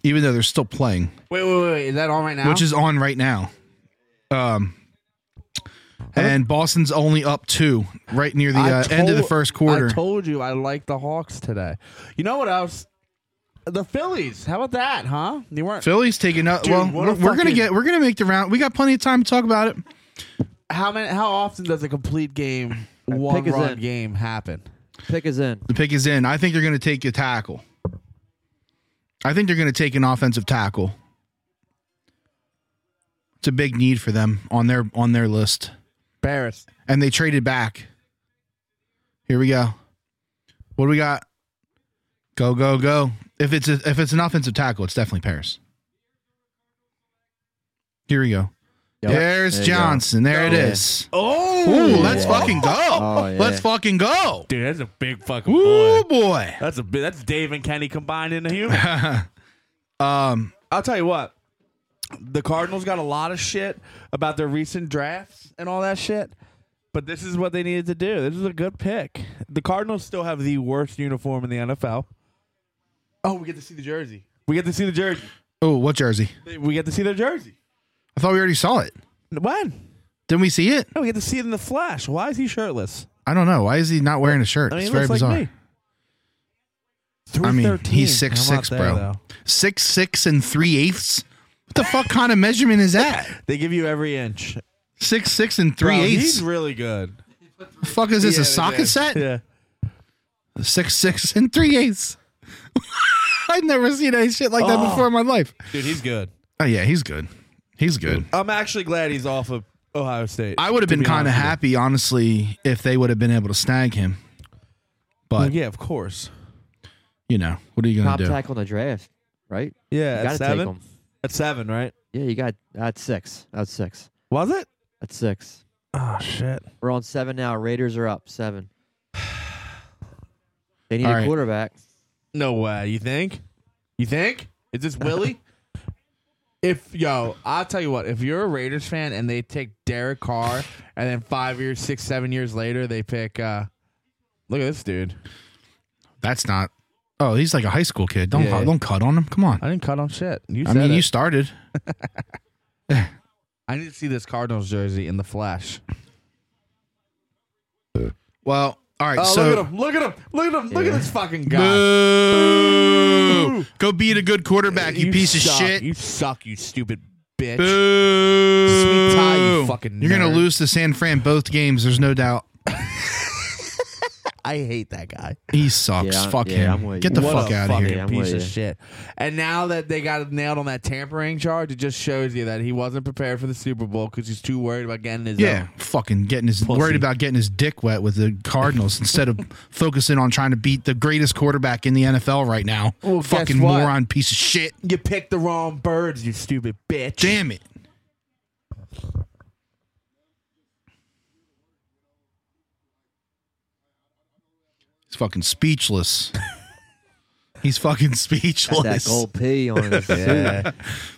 Speaker 1: even though they're still playing,
Speaker 2: Wait, wait, wait, wait. Is that on right now?
Speaker 1: which is on right now. Um, and Boston's only up two, right near the
Speaker 2: I
Speaker 1: uh, end of the
Speaker 2: told-
Speaker 1: first quarter.
Speaker 2: I told you I like the Hawks today. You know what else? The Phillies. How about that, huh? You weren't.
Speaker 1: Philly's taking up.
Speaker 8: Dude,
Speaker 1: well,
Speaker 8: what
Speaker 1: we're,
Speaker 8: a
Speaker 1: we're gonna
Speaker 8: fucking-
Speaker 1: get we're gonna make the round. We got plenty of time to talk about it.
Speaker 2: How many? How often does a complete game, one
Speaker 4: pick is
Speaker 2: run
Speaker 4: in.
Speaker 2: game happen?
Speaker 4: Pick is in.
Speaker 1: The pick is in. I think they're gonna take a tackle. I think they're gonna take an offensive tackle. It's a big need for them on their on their list,
Speaker 2: Barris.
Speaker 1: and they traded back. Here we go. What do we got? Go go go! If it's a, if it's an offensive tackle, it's definitely Paris. Here we go.
Speaker 4: Yep.
Speaker 1: There's
Speaker 4: There you go.
Speaker 1: Johnson. There it
Speaker 4: Yeah.
Speaker 1: is.
Speaker 2: Oh,
Speaker 1: Ooh, let's fucking go.
Speaker 4: Oh, yeah.
Speaker 1: Let's fucking go.
Speaker 2: dude. That's a big fucking
Speaker 1: Ooh, boy.
Speaker 2: That's a big. That's Dave and Kenny combined in a human.
Speaker 1: um,
Speaker 2: I'll tell you what. The Cardinals got a lot of shit about their recent drafts and all that shit, but this is what they needed to do. This is a good pick. The Cardinals still have the worst uniform in the NFL. Oh, we get to see the jersey. We get to see the jersey.
Speaker 1: oh, what jersey?
Speaker 2: We get to see their jersey.
Speaker 1: I thought we already saw it.
Speaker 2: When?
Speaker 1: Didn't we see it?
Speaker 2: No, we get to see it in the flash. Why is he shirtless?
Speaker 1: I don't know. Why is he not wearing a shirt?
Speaker 2: I mean,
Speaker 1: it's
Speaker 2: he
Speaker 1: very
Speaker 2: looks
Speaker 1: bizarre.
Speaker 2: like me.
Speaker 1: I mean,
Speaker 2: 313.
Speaker 1: he's six
Speaker 2: I'm not
Speaker 1: six,
Speaker 2: there,
Speaker 1: bro.
Speaker 2: though.
Speaker 1: Six six and three eighths. What the fuck kind of measurement is that?
Speaker 2: They give you every inch.
Speaker 1: Six six and
Speaker 2: Bro,
Speaker 1: three eighths.
Speaker 2: He's really good.
Speaker 1: The fuck is this
Speaker 8: Yeah,
Speaker 1: a socket
Speaker 8: yeah.
Speaker 1: set?
Speaker 2: Yeah.
Speaker 1: Six six and three eighths. I've never seen any shit like
Speaker 2: Oh.
Speaker 1: that before in my life.
Speaker 2: Dude, he's good.
Speaker 1: Oh yeah, he's good. He's good.
Speaker 2: I'm actually glad he's off of Ohio State.
Speaker 1: I would have
Speaker 2: to
Speaker 1: been
Speaker 2: be
Speaker 1: kind of
Speaker 2: honest with you.
Speaker 1: happy, honestly, if they would have been able to snag him. But
Speaker 2: Well, yeah, of course.
Speaker 1: you know, what are you going
Speaker 4: Top
Speaker 1: to do?
Speaker 4: tackle in the draft, right?
Speaker 2: Yeah,
Speaker 4: You
Speaker 2: at
Speaker 4: gotta take
Speaker 2: seven.
Speaker 4: him.
Speaker 2: At seven, right?
Speaker 4: Yeah, you got that's six. That's six.
Speaker 2: Was it?
Speaker 4: That's six.
Speaker 2: Oh shit.
Speaker 4: We're on seven now. Raiders are up seven. They need
Speaker 1: All
Speaker 4: a
Speaker 1: right.
Speaker 4: quarterback.
Speaker 2: No way. You think? You think? Is this Willie? if yo, I'll tell you what. If you're a Raiders fan and they take Derek Carr, and then five years, six, seven years later, they pick. uh Look at this dude.
Speaker 1: That's not. Oh, he's like a high school kid. Don't
Speaker 2: Yeah.
Speaker 1: don't cut on him. Come on.
Speaker 2: I didn't cut on shit. You
Speaker 1: I
Speaker 2: said
Speaker 1: mean,
Speaker 2: it.
Speaker 1: you started.
Speaker 2: I need to see this Cardinals jersey in the flash.
Speaker 1: Well, all right.
Speaker 2: Oh,
Speaker 1: so
Speaker 2: look at him! Look at him! Look at him! Look at this fucking guy!
Speaker 1: boo! Go beat a good quarterback, you, piece of
Speaker 2: suck.
Speaker 1: shit.
Speaker 2: You suck! You stupid bitch!
Speaker 1: boo!
Speaker 2: Sweet tie, you fucking
Speaker 1: You're gonna
Speaker 2: nerd.
Speaker 1: lose to San Fran both games. There's no doubt.
Speaker 2: I hate that guy.
Speaker 1: He sucks.
Speaker 4: Yeah,
Speaker 1: fuck
Speaker 4: yeah,
Speaker 1: him.
Speaker 4: I'm with
Speaker 1: Get
Speaker 4: you.
Speaker 1: the
Speaker 2: what
Speaker 1: fuck
Speaker 2: a
Speaker 1: out of
Speaker 2: fucking
Speaker 1: here.
Speaker 4: Yeah, I'm
Speaker 2: piece of
Speaker 4: with you.
Speaker 2: shit. And now that they got nailed on that tampering charge, it just shows you that he wasn't prepared for the Super Bowl because he's too worried about getting his uh,
Speaker 1: Yeah,
Speaker 2: own.
Speaker 1: fucking getting his
Speaker 2: Pussy.
Speaker 1: worried about getting his dick wet with the Cardinals instead of focusing on trying to beat the greatest quarterback in the NFL right now.
Speaker 2: Well, guess
Speaker 1: fucking
Speaker 2: what?
Speaker 1: moron piece of shit.
Speaker 2: You picked the wrong birds, you stupid bitch.
Speaker 1: Damn it. He's fucking speechless. He's fucking
Speaker 4: Got that
Speaker 1: speechless.
Speaker 4: gold P on his suit.
Speaker 2: Yeah.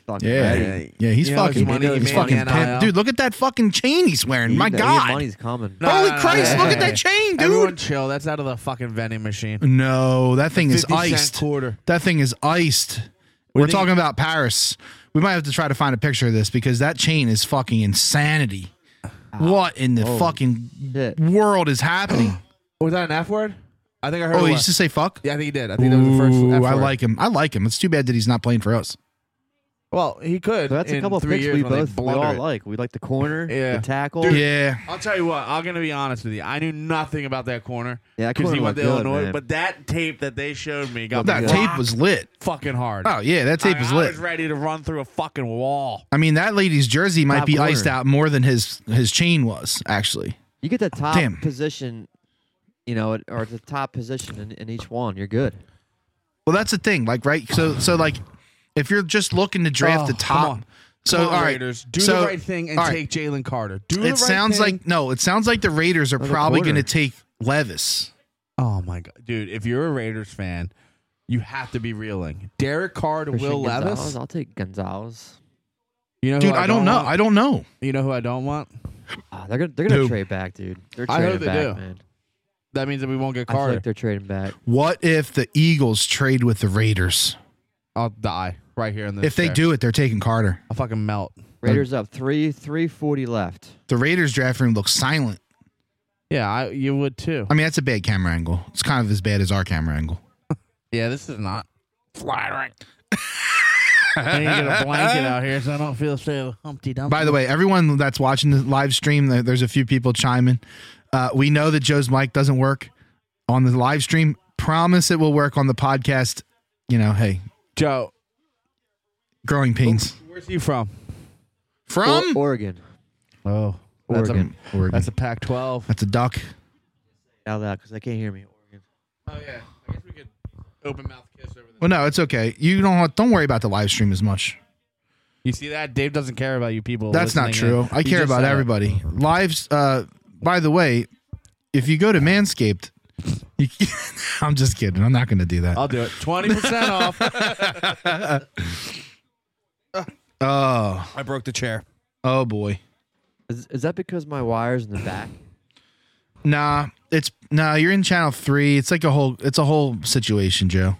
Speaker 4: Fucking
Speaker 1: Yeah.
Speaker 4: ready.
Speaker 2: Hey,
Speaker 1: Yeah, he's
Speaker 2: you know how much
Speaker 1: fucking
Speaker 2: money he
Speaker 1: he's
Speaker 2: made on
Speaker 1: fucking
Speaker 2: the NIL?
Speaker 1: pimped. Dude, look at that fucking chain he's wearing.
Speaker 4: You
Speaker 1: My
Speaker 4: know your
Speaker 1: god.
Speaker 4: money's coming.
Speaker 2: No,
Speaker 1: Holy
Speaker 2: no, no,
Speaker 1: Christ,
Speaker 2: no,
Speaker 1: look
Speaker 2: no,
Speaker 1: at
Speaker 2: no.
Speaker 1: that chain, dude.
Speaker 2: Everyone chill. That's out of the fucking vending machine.
Speaker 1: No, that thing is
Speaker 2: 50 cent
Speaker 1: iced.
Speaker 2: quarter.
Speaker 1: That thing is iced. We're
Speaker 2: think-
Speaker 1: talking about Paris. We might have to try to find a picture of this because that chain is fucking insanity. What in the fucking
Speaker 4: Shit.
Speaker 1: world is happening?
Speaker 2: Was that an F word? I think I heard.
Speaker 1: oh,
Speaker 2: it
Speaker 1: he
Speaker 2: was.
Speaker 1: used to say fuck?
Speaker 2: yeah, I think he did. I think that was the first. F
Speaker 1: Ooh, I
Speaker 2: word.
Speaker 1: like him. I like him. It's too bad that he's not playing for us.
Speaker 2: Well, he could.
Speaker 4: So that's a
Speaker 2: in
Speaker 4: couple of
Speaker 2: three
Speaker 4: picks
Speaker 2: years
Speaker 4: we
Speaker 2: when they
Speaker 4: both we
Speaker 2: blunder
Speaker 4: all
Speaker 2: it.
Speaker 4: like. We like the corner,
Speaker 2: Yeah.
Speaker 4: the tackle.
Speaker 1: Yeah.
Speaker 2: I'll tell you what. I'm gonna be honest with you. I knew nothing about that corner.
Speaker 4: Yeah, that
Speaker 2: because he
Speaker 4: corner
Speaker 2: went to
Speaker 4: looked good,
Speaker 2: Illinois.
Speaker 4: man.
Speaker 2: But that tape that they showed me got
Speaker 1: That
Speaker 2: me
Speaker 1: tape was lit.
Speaker 2: fucking hard.
Speaker 1: Oh yeah, that tape
Speaker 2: I,
Speaker 1: was
Speaker 2: I
Speaker 1: lit.
Speaker 2: was ready to run through a fucking wall.
Speaker 1: I mean, that lady's jersey might
Speaker 4: Top
Speaker 1: be
Speaker 4: corner.
Speaker 1: iced out more than his his chain was actually.
Speaker 4: You get the top
Speaker 1: Damn.
Speaker 4: position, you know, at- or the top position in, in each one. You're good.
Speaker 1: Well, that's the thing. Like, right? So, so like, if you're just looking to draft
Speaker 2: Oh,
Speaker 1: the top,
Speaker 2: come on.
Speaker 1: so
Speaker 2: Come on,
Speaker 1: all right,
Speaker 2: Raiders, do
Speaker 1: so,
Speaker 2: the right thing and
Speaker 1: all right.
Speaker 2: take Jalen Carter. Do
Speaker 1: It
Speaker 2: the right
Speaker 1: sounds
Speaker 2: thing.
Speaker 1: like no. It sounds like the Raiders are
Speaker 4: Another
Speaker 1: probably
Speaker 4: quarter.
Speaker 1: going to take Levis.
Speaker 2: Oh my god, dude! If you're a Raiders fan, you have to be reeling. Derek Carr to
Speaker 4: Christian
Speaker 2: Will
Speaker 4: Gonzalez,
Speaker 2: Levis.
Speaker 4: I'll take Gonzalez.
Speaker 2: You know, who
Speaker 1: Dude, I don't know.
Speaker 2: want?
Speaker 1: I don't know.
Speaker 2: you know who I don't want?
Speaker 4: Ah, they're gonna they're gonna
Speaker 1: Who?
Speaker 4: trade back, dude. They're
Speaker 2: I
Speaker 4: trading
Speaker 2: hope
Speaker 4: back,
Speaker 2: they do.
Speaker 4: man.
Speaker 2: That means that we won't get
Speaker 4: I feel
Speaker 2: Carter.
Speaker 4: like they're trading back.
Speaker 1: What if the Eagles trade with the Raiders?
Speaker 2: I'll die right here in this.
Speaker 1: If they
Speaker 2: chair.
Speaker 1: do it, they're taking Carter.
Speaker 2: I'll fucking melt.
Speaker 4: Raiders up three three forty left.
Speaker 1: The Raiders draft room looks silent.
Speaker 2: Yeah, I, you would too.
Speaker 1: I mean, that's a bad camera angle. It's kind of as bad as our camera angle.
Speaker 2: Yeah, this is not flattering. I need to get a blanket out here so I don't feel so humpty dumpty.
Speaker 1: By the way, everyone that's watching the live stream, there- there's a few people chiming. Uh, we know that Joe's mic doesn't work on the live stream. Promise it will work on the podcast. You know, hey,
Speaker 2: Joe,
Speaker 1: growing pains
Speaker 2: where's he from?
Speaker 4: Or-
Speaker 1: from
Speaker 4: Oregon.
Speaker 2: Oh, that's a
Speaker 4: Oregon.
Speaker 1: Oregon.
Speaker 2: that's a Pac-12.
Speaker 1: That's a duck.
Speaker 4: Out loud because they can't hear me. Oregon.
Speaker 2: Oh yeah, I guess we could open mouth kiss over the.
Speaker 1: Well, no, it's okay. You don't want- don't worry about the live stream as much.
Speaker 2: You see that? Dave doesn't care about you people.
Speaker 1: That's not
Speaker 2: listening
Speaker 1: true.
Speaker 2: in.
Speaker 1: I
Speaker 2: He
Speaker 1: care
Speaker 2: just
Speaker 1: about
Speaker 2: said it.
Speaker 1: everybody. Lives. Uh, by the way, if you go to Manscaped, you, I'm just kidding. I'm not going to do that.
Speaker 2: I'll do it. Twenty percent off.
Speaker 1: Oh,
Speaker 8: I broke the chair.
Speaker 1: oh boy.
Speaker 4: Is, is that because my wires in the back?
Speaker 1: Nah, it's nah. You're in channel three. It's like a whole. It's a whole situation, Joe.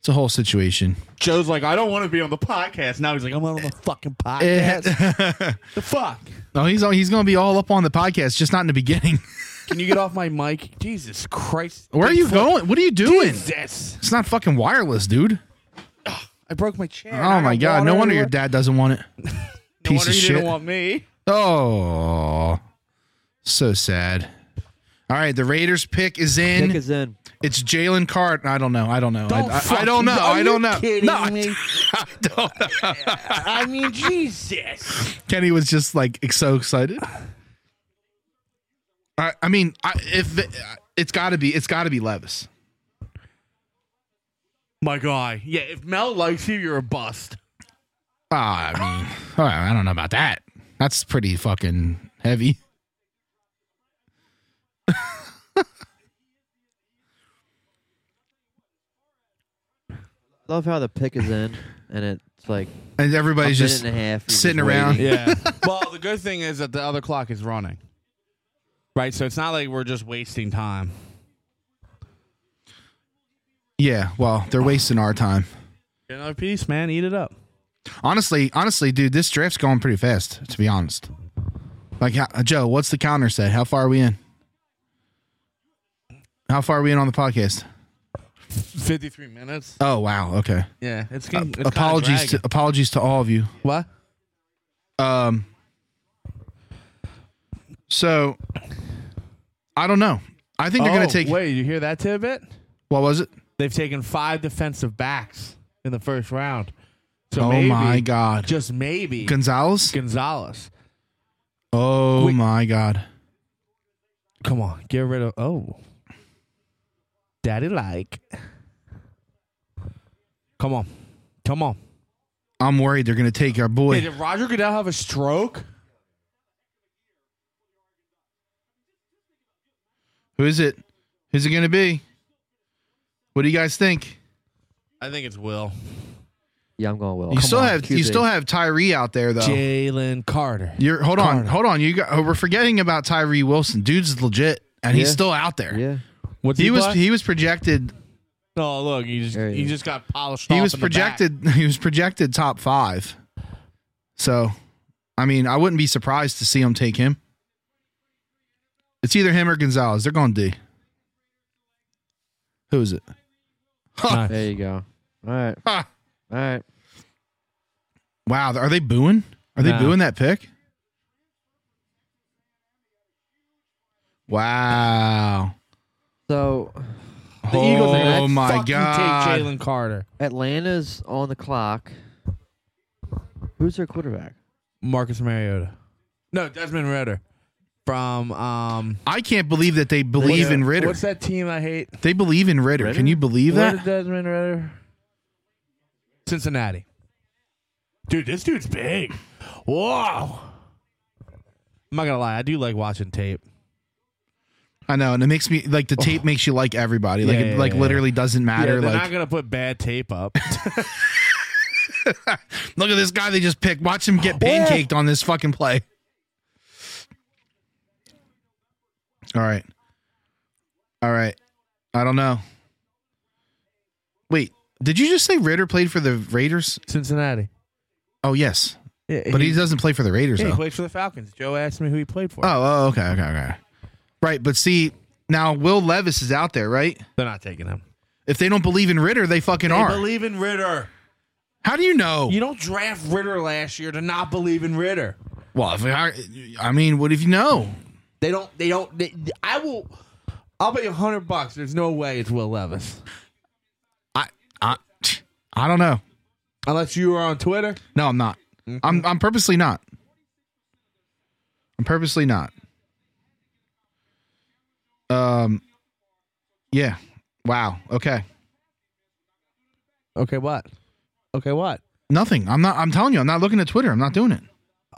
Speaker 1: It's a whole situation.
Speaker 8: Joe's like, I don't want to be on the podcast. Now he's like, I'm on the fucking podcast.
Speaker 2: the fuck?
Speaker 1: no, he's all- he's gonna be all up on the podcast, just not in the beginning.
Speaker 2: Can you get off my mic? Jesus Christ!
Speaker 1: Where are you going? What are you doing?
Speaker 2: Jesus!
Speaker 1: It's not fucking wireless, dude.
Speaker 2: I broke my chair.
Speaker 1: Oh my god! No wonder your dad doesn't want it.
Speaker 2: No
Speaker 1: Piece
Speaker 2: wonder
Speaker 1: of
Speaker 2: you
Speaker 1: shit.
Speaker 2: didn't want me.
Speaker 1: Oh, so sad. All right, the Raiders pick is in.
Speaker 4: Nick is in.
Speaker 1: it's Jalen Cart. I don't know. I don't know. I, I, I don't know. I don't know.
Speaker 2: Kidding
Speaker 1: no, I-
Speaker 2: me? I mean, Jesus.
Speaker 1: Kenny was just like ex- so excited. I, I mean, I, if it, it's got to be, it's got to be Levis.
Speaker 2: My guy. Yeah, if Mel likes you, you're a bust.
Speaker 1: Ah, I mean, all right, I don't know about that. That's pretty fucking heavy.
Speaker 4: Love how the pick is in and it's like
Speaker 1: And
Speaker 4: a
Speaker 1: everybody's
Speaker 4: minute
Speaker 1: just
Speaker 4: and a half. you're
Speaker 1: sitting
Speaker 4: just
Speaker 1: around.
Speaker 4: waiting.
Speaker 2: Yeah. well, the good thing is that the other clock is running. Right? So it's not like we're just wasting time.
Speaker 1: yeah. Well, they're wasting our time.
Speaker 2: Get another piece, man. Eat it up.
Speaker 1: Honestly, honestly, dude, this draft's going pretty fast. To be honest, like how, Joe, what's the counter say? How far are we in? How far are we in on the podcast?
Speaker 2: 53 minutes.
Speaker 1: Oh wow, okay.
Speaker 2: Yeah. It's, getting, it's kinda
Speaker 1: apologies to
Speaker 2: dragging.
Speaker 1: apologies to all of you.
Speaker 2: What?
Speaker 1: Um. So, I don't know. I think they're going
Speaker 2: Oh,
Speaker 1: to take.
Speaker 2: Wait, you hear that tidbit?
Speaker 1: What was it?
Speaker 2: They've taken five defensive backs in the first round. So
Speaker 1: oh
Speaker 2: maybe,
Speaker 1: my God,
Speaker 2: Just maybe.
Speaker 1: Gonzalez.
Speaker 2: Gonzalez.
Speaker 1: oh
Speaker 2: Wait.
Speaker 1: my God.
Speaker 2: Come on, get rid of. Oh, daddy like. Come on, come on.
Speaker 1: I'm worried they're going to take our boy.
Speaker 2: Hey, did Roger Goodell have a stroke?
Speaker 1: Who is it? Who's it going to be? What do you guys think?
Speaker 2: I think it's Will.
Speaker 4: Yeah, I'm going Will.
Speaker 1: you
Speaker 4: Oh, Come
Speaker 1: still
Speaker 4: on,
Speaker 1: have you
Speaker 4: QB.
Speaker 1: still have Tyree out there though.
Speaker 2: Oh. Jalen Carter.
Speaker 1: You're hold on,
Speaker 2: Carter.
Speaker 1: hold on. You got, oh, we're forgetting about Tyree Wilson. Dude's legit, and he's
Speaker 4: Yeah.
Speaker 1: still out there.
Speaker 4: Yeah.
Speaker 2: What's
Speaker 1: He was
Speaker 2: play?
Speaker 1: he was projected
Speaker 2: oh, look, he just
Speaker 4: There he
Speaker 2: he
Speaker 4: is.
Speaker 2: just got polished.
Speaker 1: he
Speaker 2: off
Speaker 1: was
Speaker 2: in the back.
Speaker 1: projected he was projected top five so i mean i wouldn't be surprised to see him take him it's either him or gonzalez they're going d who is it
Speaker 2: Nice.
Speaker 4: There you go. All right.
Speaker 1: Ah,
Speaker 4: All right.
Speaker 1: Wow, are they booing? Are they
Speaker 7: No.
Speaker 1: booing that pick? Wow.
Speaker 4: So
Speaker 2: The Eagles are
Speaker 1: oh
Speaker 4: gonna
Speaker 1: my
Speaker 2: fucking
Speaker 1: god.
Speaker 2: take Jalen Carter.
Speaker 4: Atlanta's on the clock. Who's their quarterback?
Speaker 2: Marcus Mariota. No, Desmond Ritter. From um
Speaker 1: I can't believe that they believe
Speaker 2: what's-
Speaker 1: in Ritter.
Speaker 2: What's that team I hate?
Speaker 1: They believe in Ritter. Can you believe
Speaker 2: Where
Speaker 1: that?
Speaker 2: did Desmond Ritter? Cincinnati. Dude, this dude's big. Whoa. I'm not gonna lie, I do like watching tape.
Speaker 1: I know, and it makes me like the tape makes you like everybody. Like
Speaker 2: Yeah,
Speaker 1: it
Speaker 2: Oh. yeah,
Speaker 1: like
Speaker 2: yeah,
Speaker 1: literally doesn't
Speaker 2: Yeah,
Speaker 1: matter.
Speaker 2: they're
Speaker 1: like
Speaker 2: not gonna put bad tape up.
Speaker 1: look at this guy they just picked. Watch him
Speaker 2: Oh,
Speaker 1: get pancaked on this fucking play. All right. All right. I don't know. Wait, did you just say Ritter played for the Raiders?
Speaker 2: Cincinnati.
Speaker 1: Oh yes.
Speaker 2: Yeah,
Speaker 1: But he doesn't play for the Raiders
Speaker 2: yeah, he
Speaker 1: though.
Speaker 2: plays for the Falcons. Joe asked me who he played for.
Speaker 1: Oh, oh, okay, okay, okay. Right, but see, now Will Levis is out there, right?
Speaker 2: They're not taking him.
Speaker 1: If they don't believe in Ritter, they fucking
Speaker 2: They
Speaker 1: are.
Speaker 2: believe in Ritter.
Speaker 1: How do you know?
Speaker 2: You don't draft Ritter last year to not believe in Ritter.
Speaker 1: well, if I, I mean, what if you know?
Speaker 2: They don't. They don't. They, I will. I'll bet you hundred bucks. There's no way it's Will Levis
Speaker 1: I, I, I don't know.
Speaker 2: unless you are on Twitter.
Speaker 1: No, I'm not. I'm I'm purposely not. I'm purposely not. Um yeah. Wow. Okay.
Speaker 2: Okay, what? Okay, what?
Speaker 1: Nothing. I'm not I'm telling you, I'm not looking at Twitter. I'm not doing it.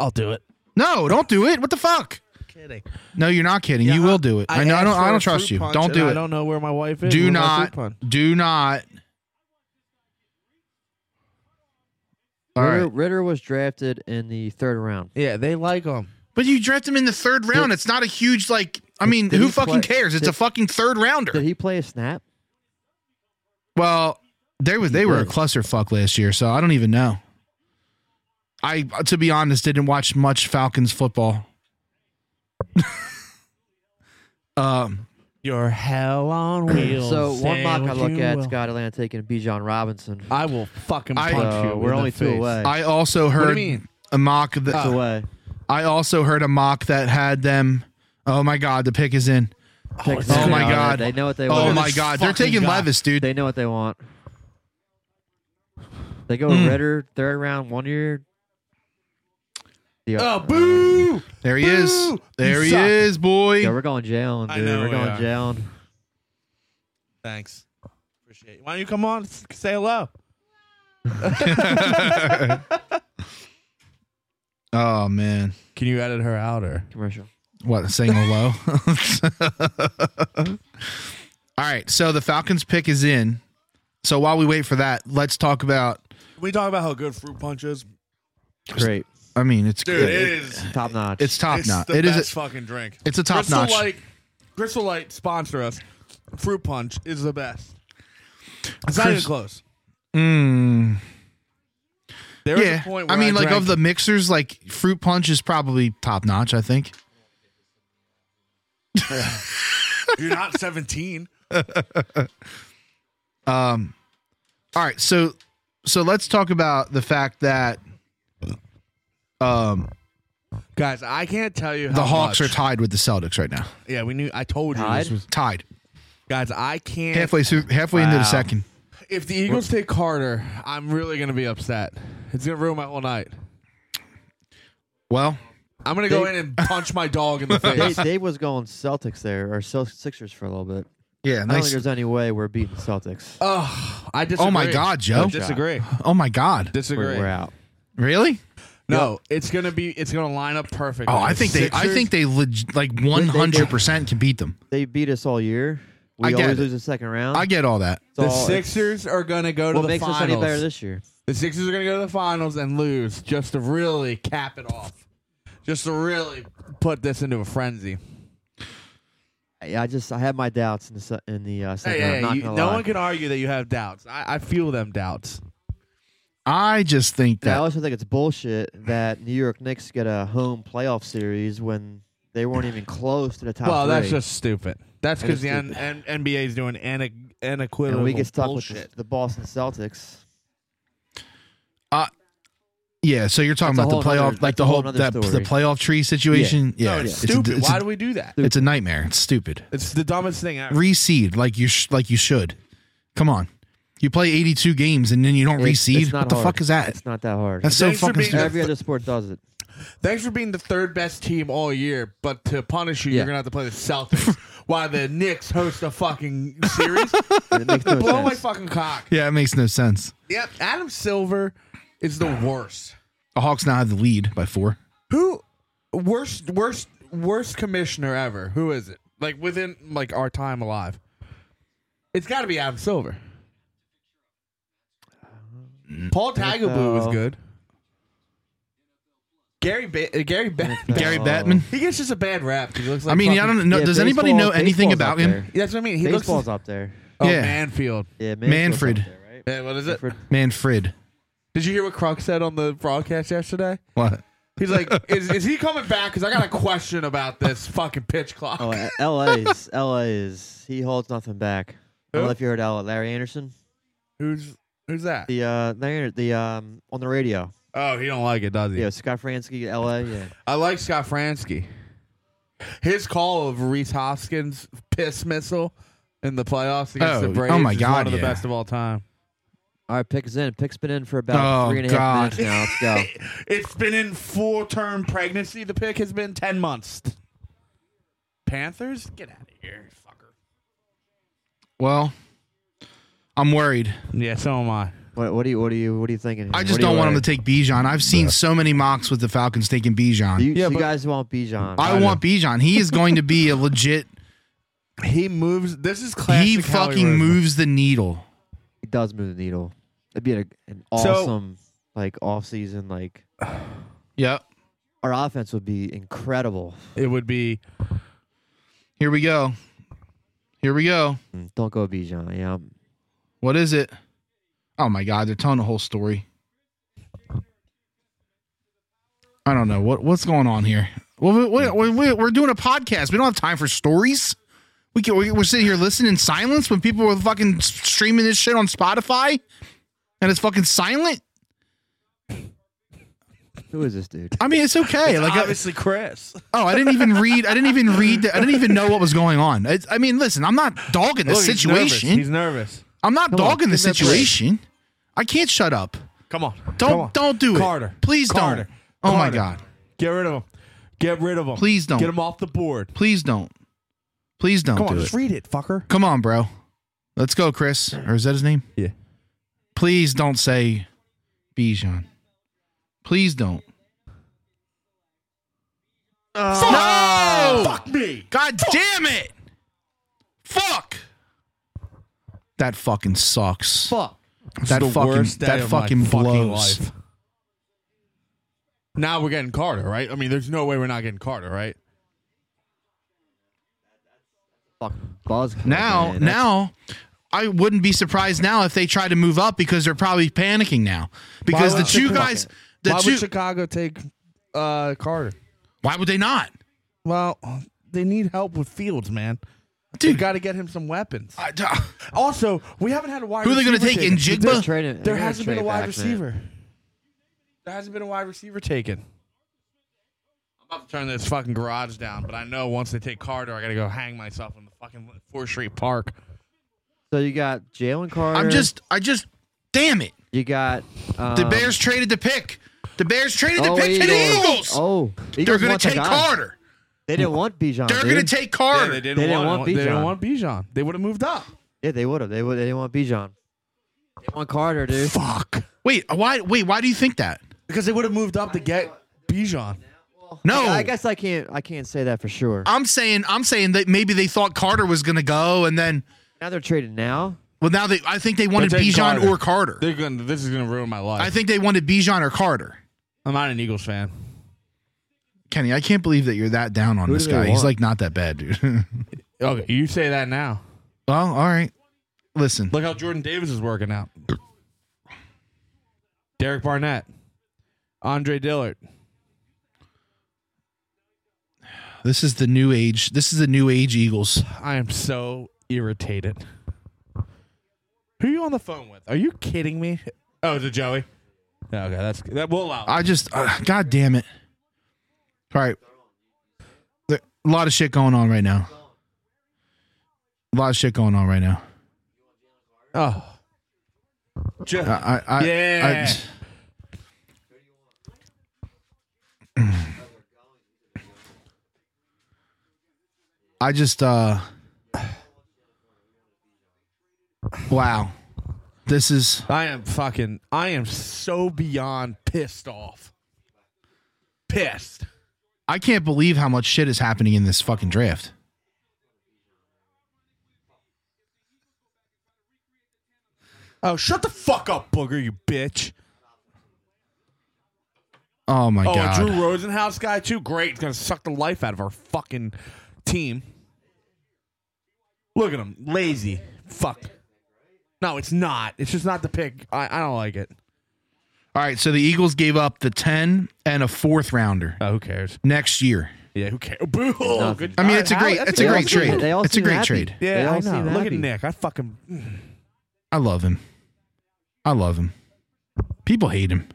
Speaker 2: I'll do it.
Speaker 1: No, don't do it. What the fuck?
Speaker 2: Kidding.
Speaker 1: No, you're not kidding. you will do it. I, know I don't I don't trust you. Don't do
Speaker 2: I
Speaker 1: it.
Speaker 2: don't know where my wife is.
Speaker 1: Do
Speaker 2: with my
Speaker 1: not
Speaker 2: fruit punch.
Speaker 1: do not All
Speaker 4: Ritter,
Speaker 1: right.
Speaker 4: Ritter was drafted in the third round.
Speaker 2: Yeah, they like him.
Speaker 1: But you draft him in the third round. It's not a huge like I mean,
Speaker 4: Did
Speaker 1: who
Speaker 4: he
Speaker 1: fucking
Speaker 4: play-
Speaker 1: cares? It's
Speaker 4: did-
Speaker 1: a fucking third rounder.
Speaker 4: Did he play a snap?
Speaker 1: Well, they was they were a
Speaker 4: did.
Speaker 1: clusterfuck last year, so I don't even know. I to be honest, didn't watch much Falcons football. um,
Speaker 2: You're hell on wheels.
Speaker 4: So one
Speaker 2: say
Speaker 4: mock I
Speaker 2: what
Speaker 4: look
Speaker 2: you
Speaker 4: at's
Speaker 2: will.
Speaker 4: got Atlanta taking Bijan Robinson.
Speaker 2: I will fucking
Speaker 1: I-
Speaker 2: punch you.
Speaker 4: So
Speaker 2: in
Speaker 4: we're
Speaker 2: the
Speaker 4: only two
Speaker 2: face.
Speaker 4: away.
Speaker 1: I also heard
Speaker 2: mean?
Speaker 1: a mock that
Speaker 4: Two away.
Speaker 1: I also heard a mock that had them. Oh my god, the pick is in.
Speaker 4: Texas
Speaker 1: oh my
Speaker 4: Atlanta,
Speaker 1: God.
Speaker 4: They know what they
Speaker 1: Oh
Speaker 4: want.
Speaker 1: my god, they're
Speaker 2: fucking
Speaker 1: taking
Speaker 2: guy.
Speaker 1: Levis, dude.
Speaker 4: They know what they want. They go
Speaker 1: Mm.
Speaker 4: Ritter third round one year. The-
Speaker 2: Oh, boo!
Speaker 1: there he is.
Speaker 2: Boo!
Speaker 1: There
Speaker 2: You
Speaker 1: he
Speaker 2: suck.
Speaker 1: is, boy.
Speaker 4: Yeah, we're going Jalen,
Speaker 2: I
Speaker 4: dude.
Speaker 2: know
Speaker 4: we're
Speaker 2: we
Speaker 4: going
Speaker 2: are.
Speaker 4: Jalen.
Speaker 2: Thanks. Appreciate it. Why don't you come on? s- Say hello.
Speaker 1: oh man,
Speaker 2: Can you edit her out or?
Speaker 4: Commercial.
Speaker 1: what saying hello? All right, so the Falcons pick is in. So while we wait for that, let's talk about.
Speaker 8: Can we talk about how good fruit punch is?
Speaker 4: Great.
Speaker 1: I mean, it's
Speaker 8: Dude,
Speaker 1: good.
Speaker 8: it is.
Speaker 4: Top notch.
Speaker 1: It's top
Speaker 8: it's
Speaker 1: notch.
Speaker 8: The
Speaker 1: It
Speaker 8: best
Speaker 1: is. A,
Speaker 8: fucking drink.
Speaker 1: it's a top
Speaker 8: Crystal
Speaker 1: notch.
Speaker 8: Light, Crystal Light sponsor us. Fruit punch is the best. It's not even
Speaker 1: Crys-
Speaker 8: close.
Speaker 1: Mm,
Speaker 2: There was
Speaker 1: yeah,
Speaker 2: a point
Speaker 1: I
Speaker 2: where
Speaker 1: mean, like
Speaker 2: drank-
Speaker 1: of the mixers, like fruit punch is probably top notch. I think.
Speaker 8: You're not 17.
Speaker 1: Um, all right, so so let's talk about the fact that um
Speaker 2: guys. I can't tell you how
Speaker 1: the Hawks
Speaker 2: much-
Speaker 1: are tied with the Celtics right now.
Speaker 2: yeah, we knew. I told you
Speaker 4: Tied?
Speaker 2: this was
Speaker 1: Tied
Speaker 2: guys. I can't.
Speaker 1: halfway through, halfway into the
Speaker 2: Wow.
Speaker 1: second.
Speaker 2: If the Eagles take Carter, I'm really gonna be upset. It's gonna ruin my whole night.
Speaker 1: Well,
Speaker 2: I'm gonna go in
Speaker 4: They-
Speaker 2: and punch my dog in the
Speaker 4: Dave,
Speaker 2: face.
Speaker 4: Dave was going Celtics there or Cel- Sixers for a little bit.
Speaker 1: yeah,
Speaker 4: I don't think
Speaker 1: nice.
Speaker 4: there's any way we're beating Celtics.
Speaker 2: oh, I disagree.
Speaker 1: Oh my God, Joe.
Speaker 2: I disagree.
Speaker 1: Oh my God,
Speaker 2: Disagree.
Speaker 4: We're, we're out.
Speaker 1: really?
Speaker 2: No, it's gonna be. It's gonna line up perfect.
Speaker 1: Oh, I think they, I think they leg- like one hundred percent can beat them.
Speaker 4: They beat us all year.
Speaker 1: I
Speaker 4: We
Speaker 1: get
Speaker 4: always
Speaker 1: it.
Speaker 4: lose the second round.
Speaker 1: I get all that.
Speaker 4: It's
Speaker 2: the
Speaker 4: all-
Speaker 2: Sixers are gonna go to
Speaker 4: What
Speaker 2: the
Speaker 4: makes
Speaker 2: finals.
Speaker 4: us any better this year?
Speaker 2: The Sixers are going to go to the finals and lose just to really cap it off. Just to really put this into a frenzy.
Speaker 4: I, I just I had my doubts in the se- in the uh,
Speaker 2: Hey,
Speaker 4: second
Speaker 2: hey,
Speaker 4: round. Not
Speaker 2: you-
Speaker 4: gonna
Speaker 2: no
Speaker 4: lie.
Speaker 2: one can argue that you have doubts. I, I feel them doubts.
Speaker 1: I just think
Speaker 4: And I
Speaker 1: that
Speaker 4: also think it's bullshit that New York Knicks get a home playoff series when they weren't even close to the top.
Speaker 2: well, that's
Speaker 4: three.
Speaker 2: just stupid. That's
Speaker 4: That
Speaker 2: because
Speaker 4: is
Speaker 2: the N- N- NBA is doing an
Speaker 4: and
Speaker 2: unequivocal
Speaker 4: we get stuck with
Speaker 2: bullshit.
Speaker 4: the, the Boston Celtics.
Speaker 1: Yeah, so you're talking
Speaker 4: That's a
Speaker 1: about the playoff,
Speaker 4: whole nother-
Speaker 1: like
Speaker 4: that's a
Speaker 1: the
Speaker 4: whole
Speaker 1: whole
Speaker 4: nother
Speaker 1: that the
Speaker 4: story.
Speaker 1: playoff tree situation. Yeah,
Speaker 2: no, it's,
Speaker 1: a-
Speaker 2: stupid.
Speaker 1: it's a-
Speaker 2: Why do we do that?
Speaker 1: it's a nightmare. It's stupid.
Speaker 2: It's the dumbest thing ever.
Speaker 1: Reseed like you sh- like you should. Come on, you play 82 games and then you don't
Speaker 4: It's-
Speaker 1: reseed.
Speaker 4: it's not
Speaker 1: What the
Speaker 4: hard.
Speaker 1: fuck is that?
Speaker 4: It's not that hard.
Speaker 1: That's so
Speaker 8: Thanks for
Speaker 1: fucking.
Speaker 8: being-
Speaker 1: stupid.
Speaker 4: Every other sport does it.
Speaker 2: Thanks for being the third best team all year, but to punish you,
Speaker 4: Yeah.
Speaker 2: you're gonna have to play the Celtics while the Knicks host a fucking series.
Speaker 4: And it makes no
Speaker 2: Blow my
Speaker 4: sense.
Speaker 2: fucking cock.
Speaker 1: Yeah, it makes no sense.
Speaker 2: Yep, Adam Silver is the worst.
Speaker 1: The Hawks now have the lead by four.
Speaker 2: Who worst worst worst commissioner ever? Who is it? Like within like our time alive. It's got to be Adam Silver. Paul Tagovailoa was
Speaker 4: NFL.
Speaker 2: good. Gary ba- uh, Gary ba-
Speaker 1: Gary
Speaker 4: Oh.
Speaker 1: Batman.
Speaker 2: he gets just a bad rap 'cause he looks like
Speaker 1: I mean, I
Speaker 2: fucking-
Speaker 1: don't know.
Speaker 4: Yeah,
Speaker 1: Does anybody know
Speaker 4: baseball-
Speaker 1: anything
Speaker 4: baseball's
Speaker 1: about
Speaker 4: up
Speaker 1: him?
Speaker 4: there.
Speaker 2: Yeah, That's what I mean. He
Speaker 4: Baseball's
Speaker 2: looks
Speaker 4: up there.
Speaker 2: oh
Speaker 1: Yeah.
Speaker 2: Manfield.
Speaker 4: Yeah,
Speaker 1: Manfred.
Speaker 4: Manfred's up there, right?
Speaker 2: Yeah, what is it?
Speaker 4: Manfred.
Speaker 1: Manfred.
Speaker 2: Did you hear what Krug said on the broadcast yesterday?
Speaker 1: What?
Speaker 2: He's like, "Is is he coming back? Because I got a question about this fucking pitch clock."
Speaker 4: Oh, uh, LA is LA is he holds nothing back. I don't know if you heard LA, Larry Anderson.
Speaker 2: Who's who's that?
Speaker 4: The uh, Larry, the um, on the radio.
Speaker 2: Oh, he don't like it, does he?
Speaker 4: Yeah, Scott Fransky, LA. Yeah,
Speaker 2: I like Scott Fransky. His call of Reese Hoskins piss missile in the playoffs against
Speaker 1: Oh,
Speaker 2: the Braves
Speaker 1: oh my
Speaker 2: is
Speaker 1: God,
Speaker 2: one of the
Speaker 1: yeah.
Speaker 2: best of all time.
Speaker 4: All right, pick's in. Pick's been in for about
Speaker 1: Oh,
Speaker 4: three and a half
Speaker 1: God.
Speaker 4: minutes now. Let's go.
Speaker 2: It's been in full term pregnancy. The pick has been ten months. Panthers, get out of here, fucker.
Speaker 1: Well, I'm worried.
Speaker 2: Yeah, so am I.
Speaker 4: What, what do you? What do you? What are you thinking?
Speaker 1: I just don't want him to
Speaker 4: take.
Speaker 1: take Bijan. I've seen so many mocks with the Falcons taking Bijan.
Speaker 4: Do you,
Speaker 2: Yeah,
Speaker 4: so you
Speaker 2: but-
Speaker 4: guys want Bijan?
Speaker 1: I want Bijan. He is going to be a legit.
Speaker 2: He moves. This is classic.
Speaker 1: he
Speaker 2: Howie
Speaker 1: fucking
Speaker 2: Roseman.
Speaker 1: moves the needle.
Speaker 4: It does move the needle. It'd be a, an
Speaker 2: So-
Speaker 4: awesome like off season. Like
Speaker 1: Yep.
Speaker 4: our offense would be incredible.
Speaker 2: It would be
Speaker 1: Here we go. Here we go.
Speaker 4: Mm, Don't go Bijan. Yeah, I'm-
Speaker 1: What is it? Oh my God! They're telling the whole story. I don't know what what's going on here. Well, we, we, we, we're doing a podcast. We don't have time for stories. We can, we, we're sitting here listening in silence when people were fucking s- streaming this shit on Spotify, and it's fucking silent.
Speaker 4: who is this dude?
Speaker 1: I mean, it's okay. like, I-
Speaker 2: obviously Chris.
Speaker 1: oh, I didn't even read. I didn't even read. The, I didn't even know what was going on. It's, I mean, listen, I'm not dogging the
Speaker 2: Look, Oh, he's nervous.
Speaker 1: situation.
Speaker 2: He's nervous.
Speaker 1: I'm not
Speaker 4: Come on,
Speaker 1: dogging the
Speaker 4: give me that break.
Speaker 1: situation. I can't shut up.
Speaker 2: Come on. Come on.
Speaker 1: Don't don't do
Speaker 2: Carter.
Speaker 1: it. Please
Speaker 2: Carter.
Speaker 1: don't. Oh my
Speaker 2: Carter.
Speaker 1: god.
Speaker 2: Get rid of him. Get rid of him.
Speaker 1: Please don't.
Speaker 2: Get him off the board.
Speaker 1: Please don't. Please don't
Speaker 2: Come on,
Speaker 1: do
Speaker 2: just
Speaker 1: it.
Speaker 2: read it, fucker.
Speaker 1: Come on, bro. Let's go, Chris. Or is that his name?
Speaker 2: Yeah.
Speaker 1: Please don't say Bijan. Please don't. no!
Speaker 2: Ah, Fuck me.
Speaker 1: God damn it! Fuck! That fucking sucks.
Speaker 2: Fuck.
Speaker 1: That fucking that fucking blows.
Speaker 2: Now we're getting Carter, right? I mean, there's no way we're not getting Carter, right?
Speaker 4: Fuck, Buzz.
Speaker 1: Now,
Speaker 4: man, that's-
Speaker 1: now, I wouldn't be surprised now if they try to move up because they're probably panicking now because
Speaker 2: Why
Speaker 1: the
Speaker 2: would
Speaker 1: two
Speaker 2: Chicago-
Speaker 1: guys, the
Speaker 2: Why
Speaker 1: two,
Speaker 2: would Chicago take uh, Carter?
Speaker 1: why would they not,
Speaker 2: Well, they need help with Fields, man. You
Speaker 1: dude?
Speaker 2: got to get him some weapons.
Speaker 1: I- uh,
Speaker 2: Also, we haven't had a wide.
Speaker 1: Who are they
Speaker 2: going
Speaker 1: gonna
Speaker 2: to
Speaker 1: take? Njigba?
Speaker 4: They're trading- they're
Speaker 2: There
Speaker 4: gonna
Speaker 2: hasn't been a
Speaker 4: trade
Speaker 2: wide
Speaker 4: back, man.
Speaker 2: receiver. There hasn't been a wide receiver taken. I'm about to turn this fucking garage down, but I know once they take Carter, I gotta go hang myself in the fucking Fourth Street Park.
Speaker 4: So you got Jalen Carter.
Speaker 1: I'm just, I just, damn it!
Speaker 4: You got um,
Speaker 1: The Bears traded the pick. The Bears traded the
Speaker 4: oh,
Speaker 1: pick to the
Speaker 4: Eagles.
Speaker 1: Eagles.
Speaker 4: Oh,
Speaker 1: they're
Speaker 4: Eagles
Speaker 1: going
Speaker 4: want
Speaker 1: to
Speaker 4: the
Speaker 1: take
Speaker 4: guy. Oh,
Speaker 1: Carter.
Speaker 4: They didn't want Bijan.
Speaker 1: They're
Speaker 4: dude.
Speaker 1: going to take Carter.
Speaker 8: didn't,
Speaker 4: They didn't want
Speaker 2: They
Speaker 4: Bijan.
Speaker 2: don't want Bijan. They would have moved up.
Speaker 4: Yeah, they would have. They would. They didn't want Bijan. They want Carter, dude.
Speaker 2: Fuck.
Speaker 1: wait, why? Wait, why do you think that?
Speaker 2: Because they would have moved up to get Bijan.
Speaker 1: No,
Speaker 4: I guess I can't. I can't say that for sure.
Speaker 1: I'm saying, I'm saying that maybe they thought Carter was going to go, and then,
Speaker 4: Now they're trading now.
Speaker 1: well, now they, I think they wanted
Speaker 2: taking
Speaker 1: Bijan
Speaker 2: Carter.
Speaker 1: or Carter.
Speaker 2: They're gonna. This is gonna ruin my life.
Speaker 1: I think they wanted Bijan or Carter.
Speaker 2: I'm not an Eagles fan.
Speaker 1: Kenny, I can't believe that you're that down on
Speaker 4: Who
Speaker 1: this
Speaker 4: do they
Speaker 1: guy. He's
Speaker 4: want?
Speaker 1: like not that bad, dude. well,
Speaker 2: Okay, you say that now.
Speaker 1: all right. Listen,
Speaker 2: Look how Jordan Davis is working out. Derek Barnett, Andre Dillard.
Speaker 1: this is the new age. This is the new age Eagles.
Speaker 2: I am so irritated. Who are you on the phone with? Are you kidding me? Oh, is it Joey? Okay, that's that will allow.
Speaker 1: I just, uh, god damn it. All right. There, a lot of shit going on right now. A lot of shit going on right now.
Speaker 2: Oh, Uh,
Speaker 1: I, I, I,
Speaker 8: Yeah.
Speaker 1: I- I just, uh, wow. This is,
Speaker 2: I am fucking. I am so beyond pissed off. Pissed.
Speaker 1: I can't believe how much shit is happening in this fucking draft.
Speaker 2: Oh, shut the fuck up, booger, you bitch.
Speaker 1: Oh my
Speaker 2: Oh,
Speaker 1: god.
Speaker 2: a Drew Rosenhaus guy too. Great, he's gonna suck the life out of our fucking team. Look at him, lazy. Fuck. No, it's not. It's just not the pick. I, I don't like it.
Speaker 1: All right, so the Eagles gave up the 10 and a fourth rounder
Speaker 2: Oh, who cares?
Speaker 1: next year.
Speaker 2: Yeah, who cares? Boo! Oh, good-
Speaker 1: I mean,
Speaker 2: All
Speaker 1: it's a
Speaker 2: right,
Speaker 1: great
Speaker 2: how-
Speaker 1: it's
Speaker 2: that's
Speaker 1: a
Speaker 4: They all
Speaker 1: great
Speaker 4: seem-
Speaker 1: trade.
Speaker 4: they all
Speaker 1: It's a
Speaker 4: seem
Speaker 1: great
Speaker 4: happy.
Speaker 1: trade.
Speaker 4: They
Speaker 2: Yeah,
Speaker 4: all
Speaker 2: I know.
Speaker 4: seem
Speaker 2: Look at
Speaker 4: happy.
Speaker 2: Nick. I fucking
Speaker 1: I love him. I love him. People hate him.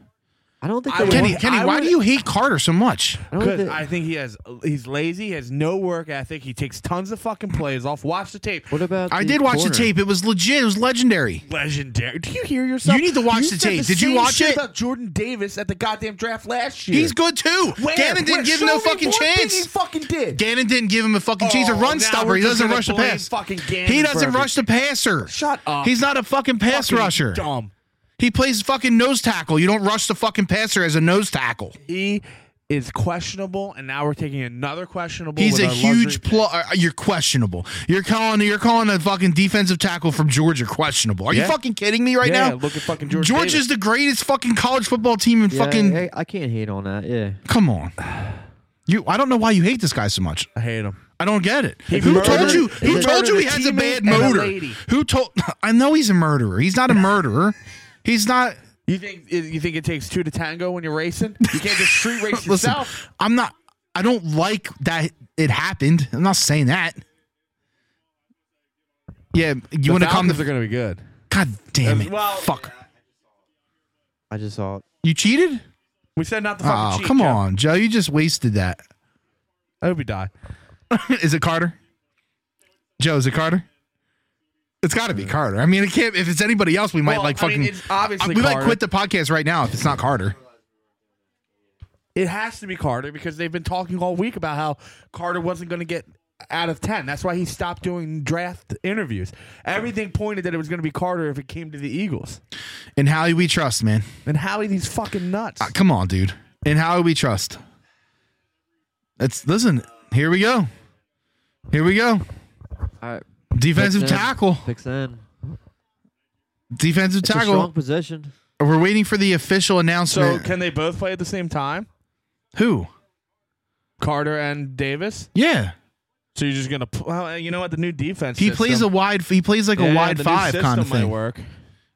Speaker 4: I don't think
Speaker 2: I
Speaker 4: they
Speaker 2: would-
Speaker 1: Kenny,
Speaker 4: want-
Speaker 1: Kenny,
Speaker 2: I
Speaker 1: why
Speaker 2: would-
Speaker 1: do you hate Carter so much?
Speaker 4: I don't think
Speaker 2: because
Speaker 4: they-
Speaker 2: I think he has he's lazy. He has no work ethic. He takes tons of fucking plays off. Watch the tape.
Speaker 4: What about?
Speaker 1: I did watch the
Speaker 4: corner?
Speaker 1: tape. It was legit. It was legendary.
Speaker 2: Legendary. Do you hear yourself?
Speaker 1: You need to watch the
Speaker 2: said
Speaker 1: tape. Did you
Speaker 2: same
Speaker 1: watch
Speaker 2: shit
Speaker 1: it?
Speaker 2: About Jordan Davis at the goddamn draft last year.
Speaker 1: He's good too.
Speaker 2: Where?
Speaker 1: Gannon
Speaker 2: Where?
Speaker 1: didn't give him
Speaker 2: Show
Speaker 1: no
Speaker 2: me
Speaker 1: fucking
Speaker 2: one thing He
Speaker 1: chance.
Speaker 2: fucking did.
Speaker 1: Gannon didn't give him a fucking chance. He's a
Speaker 2: Oh,
Speaker 1: run
Speaker 2: now
Speaker 1: stopper.
Speaker 2: we're
Speaker 1: He
Speaker 2: just
Speaker 1: doesn't
Speaker 2: gonna
Speaker 1: rush the
Speaker 2: blame
Speaker 1: pass.
Speaker 2: fucking Gannon
Speaker 1: He doesn't
Speaker 2: for
Speaker 1: rush the passer.
Speaker 2: Shut up.
Speaker 1: He's not a fucking pass
Speaker 2: Fucking
Speaker 1: rusher.
Speaker 2: Dumb.
Speaker 1: He plays fucking nose tackle. You don't rush the fucking passer as a nose tackle.
Speaker 2: He is questionable, and now we're taking another questionable.
Speaker 1: He's
Speaker 2: with
Speaker 1: a
Speaker 2: our
Speaker 1: huge
Speaker 2: luxury-
Speaker 1: pl- uh, You're questionable. You're calling. You're calling a fucking defensive tackle from Georgia questionable. Are
Speaker 2: Yeah.
Speaker 1: you fucking kidding me right
Speaker 2: Yeah,
Speaker 1: now?
Speaker 2: look at fucking George Davis.
Speaker 1: Georgia's the greatest fucking college football team in
Speaker 4: Yeah,
Speaker 1: fucking.
Speaker 4: I, I can't hate on that. Yeah.
Speaker 1: Come on. You. I don't know why you hate this guy so much.
Speaker 2: I hate him.
Speaker 1: I don't get it. who
Speaker 2: murdered-
Speaker 1: told you?
Speaker 2: he
Speaker 1: Who told you
Speaker 2: murdered
Speaker 1: he
Speaker 2: a
Speaker 1: has a
Speaker 2: teammate
Speaker 1: bad
Speaker 2: and a
Speaker 1: motor?
Speaker 2: lady.
Speaker 1: Who told? I know he's a murderer. He's not a murderer. He's not.
Speaker 2: You think you think it takes two to tango when you're racing? You can't just street race
Speaker 1: Listen,
Speaker 2: yourself.
Speaker 1: I'm not. I don't like that it happened. I'm not saying that. Yeah, you want to come to
Speaker 2: are going to be good.
Speaker 1: God damn it.
Speaker 8: Well-
Speaker 1: Fuck.
Speaker 4: I just saw it.
Speaker 1: You cheated?
Speaker 2: We said not to fucking
Speaker 1: Oh,
Speaker 2: cheat.
Speaker 1: come
Speaker 2: Joe.
Speaker 1: on, Joe. You just wasted that.
Speaker 2: I hope we die.
Speaker 1: is it Carter? Joe, is it Carter? It's got to be Carter. I mean, it can't. If it's anybody else, we might
Speaker 2: Well,
Speaker 1: like
Speaker 2: I
Speaker 1: fucking. uh,
Speaker 2: mean, it's obviously
Speaker 1: we might
Speaker 2: Carter.
Speaker 1: quit the podcast right now if it's not Carter.
Speaker 2: It has to be Carter because they've been talking all week about how Carter wasn't going to get out of 10. That's why he stopped doing draft interviews. Everything pointed that it was going to be Carter if it came to the Eagles.
Speaker 1: And Howie, we trust, man.
Speaker 2: And Howie, these fucking nuts.
Speaker 1: Uh, Come on, dude. And Howie, we trust. It's listen. Here we go. Here we go.
Speaker 4: All right.
Speaker 1: Defensive
Speaker 4: Picks in.
Speaker 1: tackle.
Speaker 4: Picks in.
Speaker 1: Defensive
Speaker 4: It's a strong
Speaker 1: tackle.
Speaker 4: position.
Speaker 1: We're waiting for the official
Speaker 2: So
Speaker 1: announcement.
Speaker 2: can they both play at the same time?
Speaker 1: Who?
Speaker 2: Carter and Davis?
Speaker 1: Yeah.
Speaker 2: So you're just going to, pl- well, you know what? The new defense.
Speaker 1: He plays a wide. He plays like a wide five kind of thing.
Speaker 2: Work.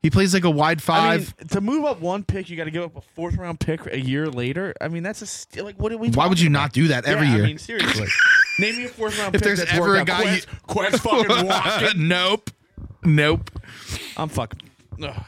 Speaker 1: He plays like a wide
Speaker 2: I
Speaker 1: five.
Speaker 2: mean, to move up one pick, you got to give up a fourth round pick a year later. I mean, that's a st- like what do we?
Speaker 1: Why would
Speaker 2: talking
Speaker 1: you
Speaker 2: about?
Speaker 1: not do that every
Speaker 2: Yeah,
Speaker 1: year?
Speaker 2: I mean, seriously. Name me a fourth round
Speaker 1: If
Speaker 2: pick
Speaker 1: there's
Speaker 2: that's
Speaker 1: ever
Speaker 2: worked
Speaker 1: a guy
Speaker 2: out. Quest, Quest fucking Watkins.
Speaker 1: nope. Nope.
Speaker 2: I'm fucking. ugh.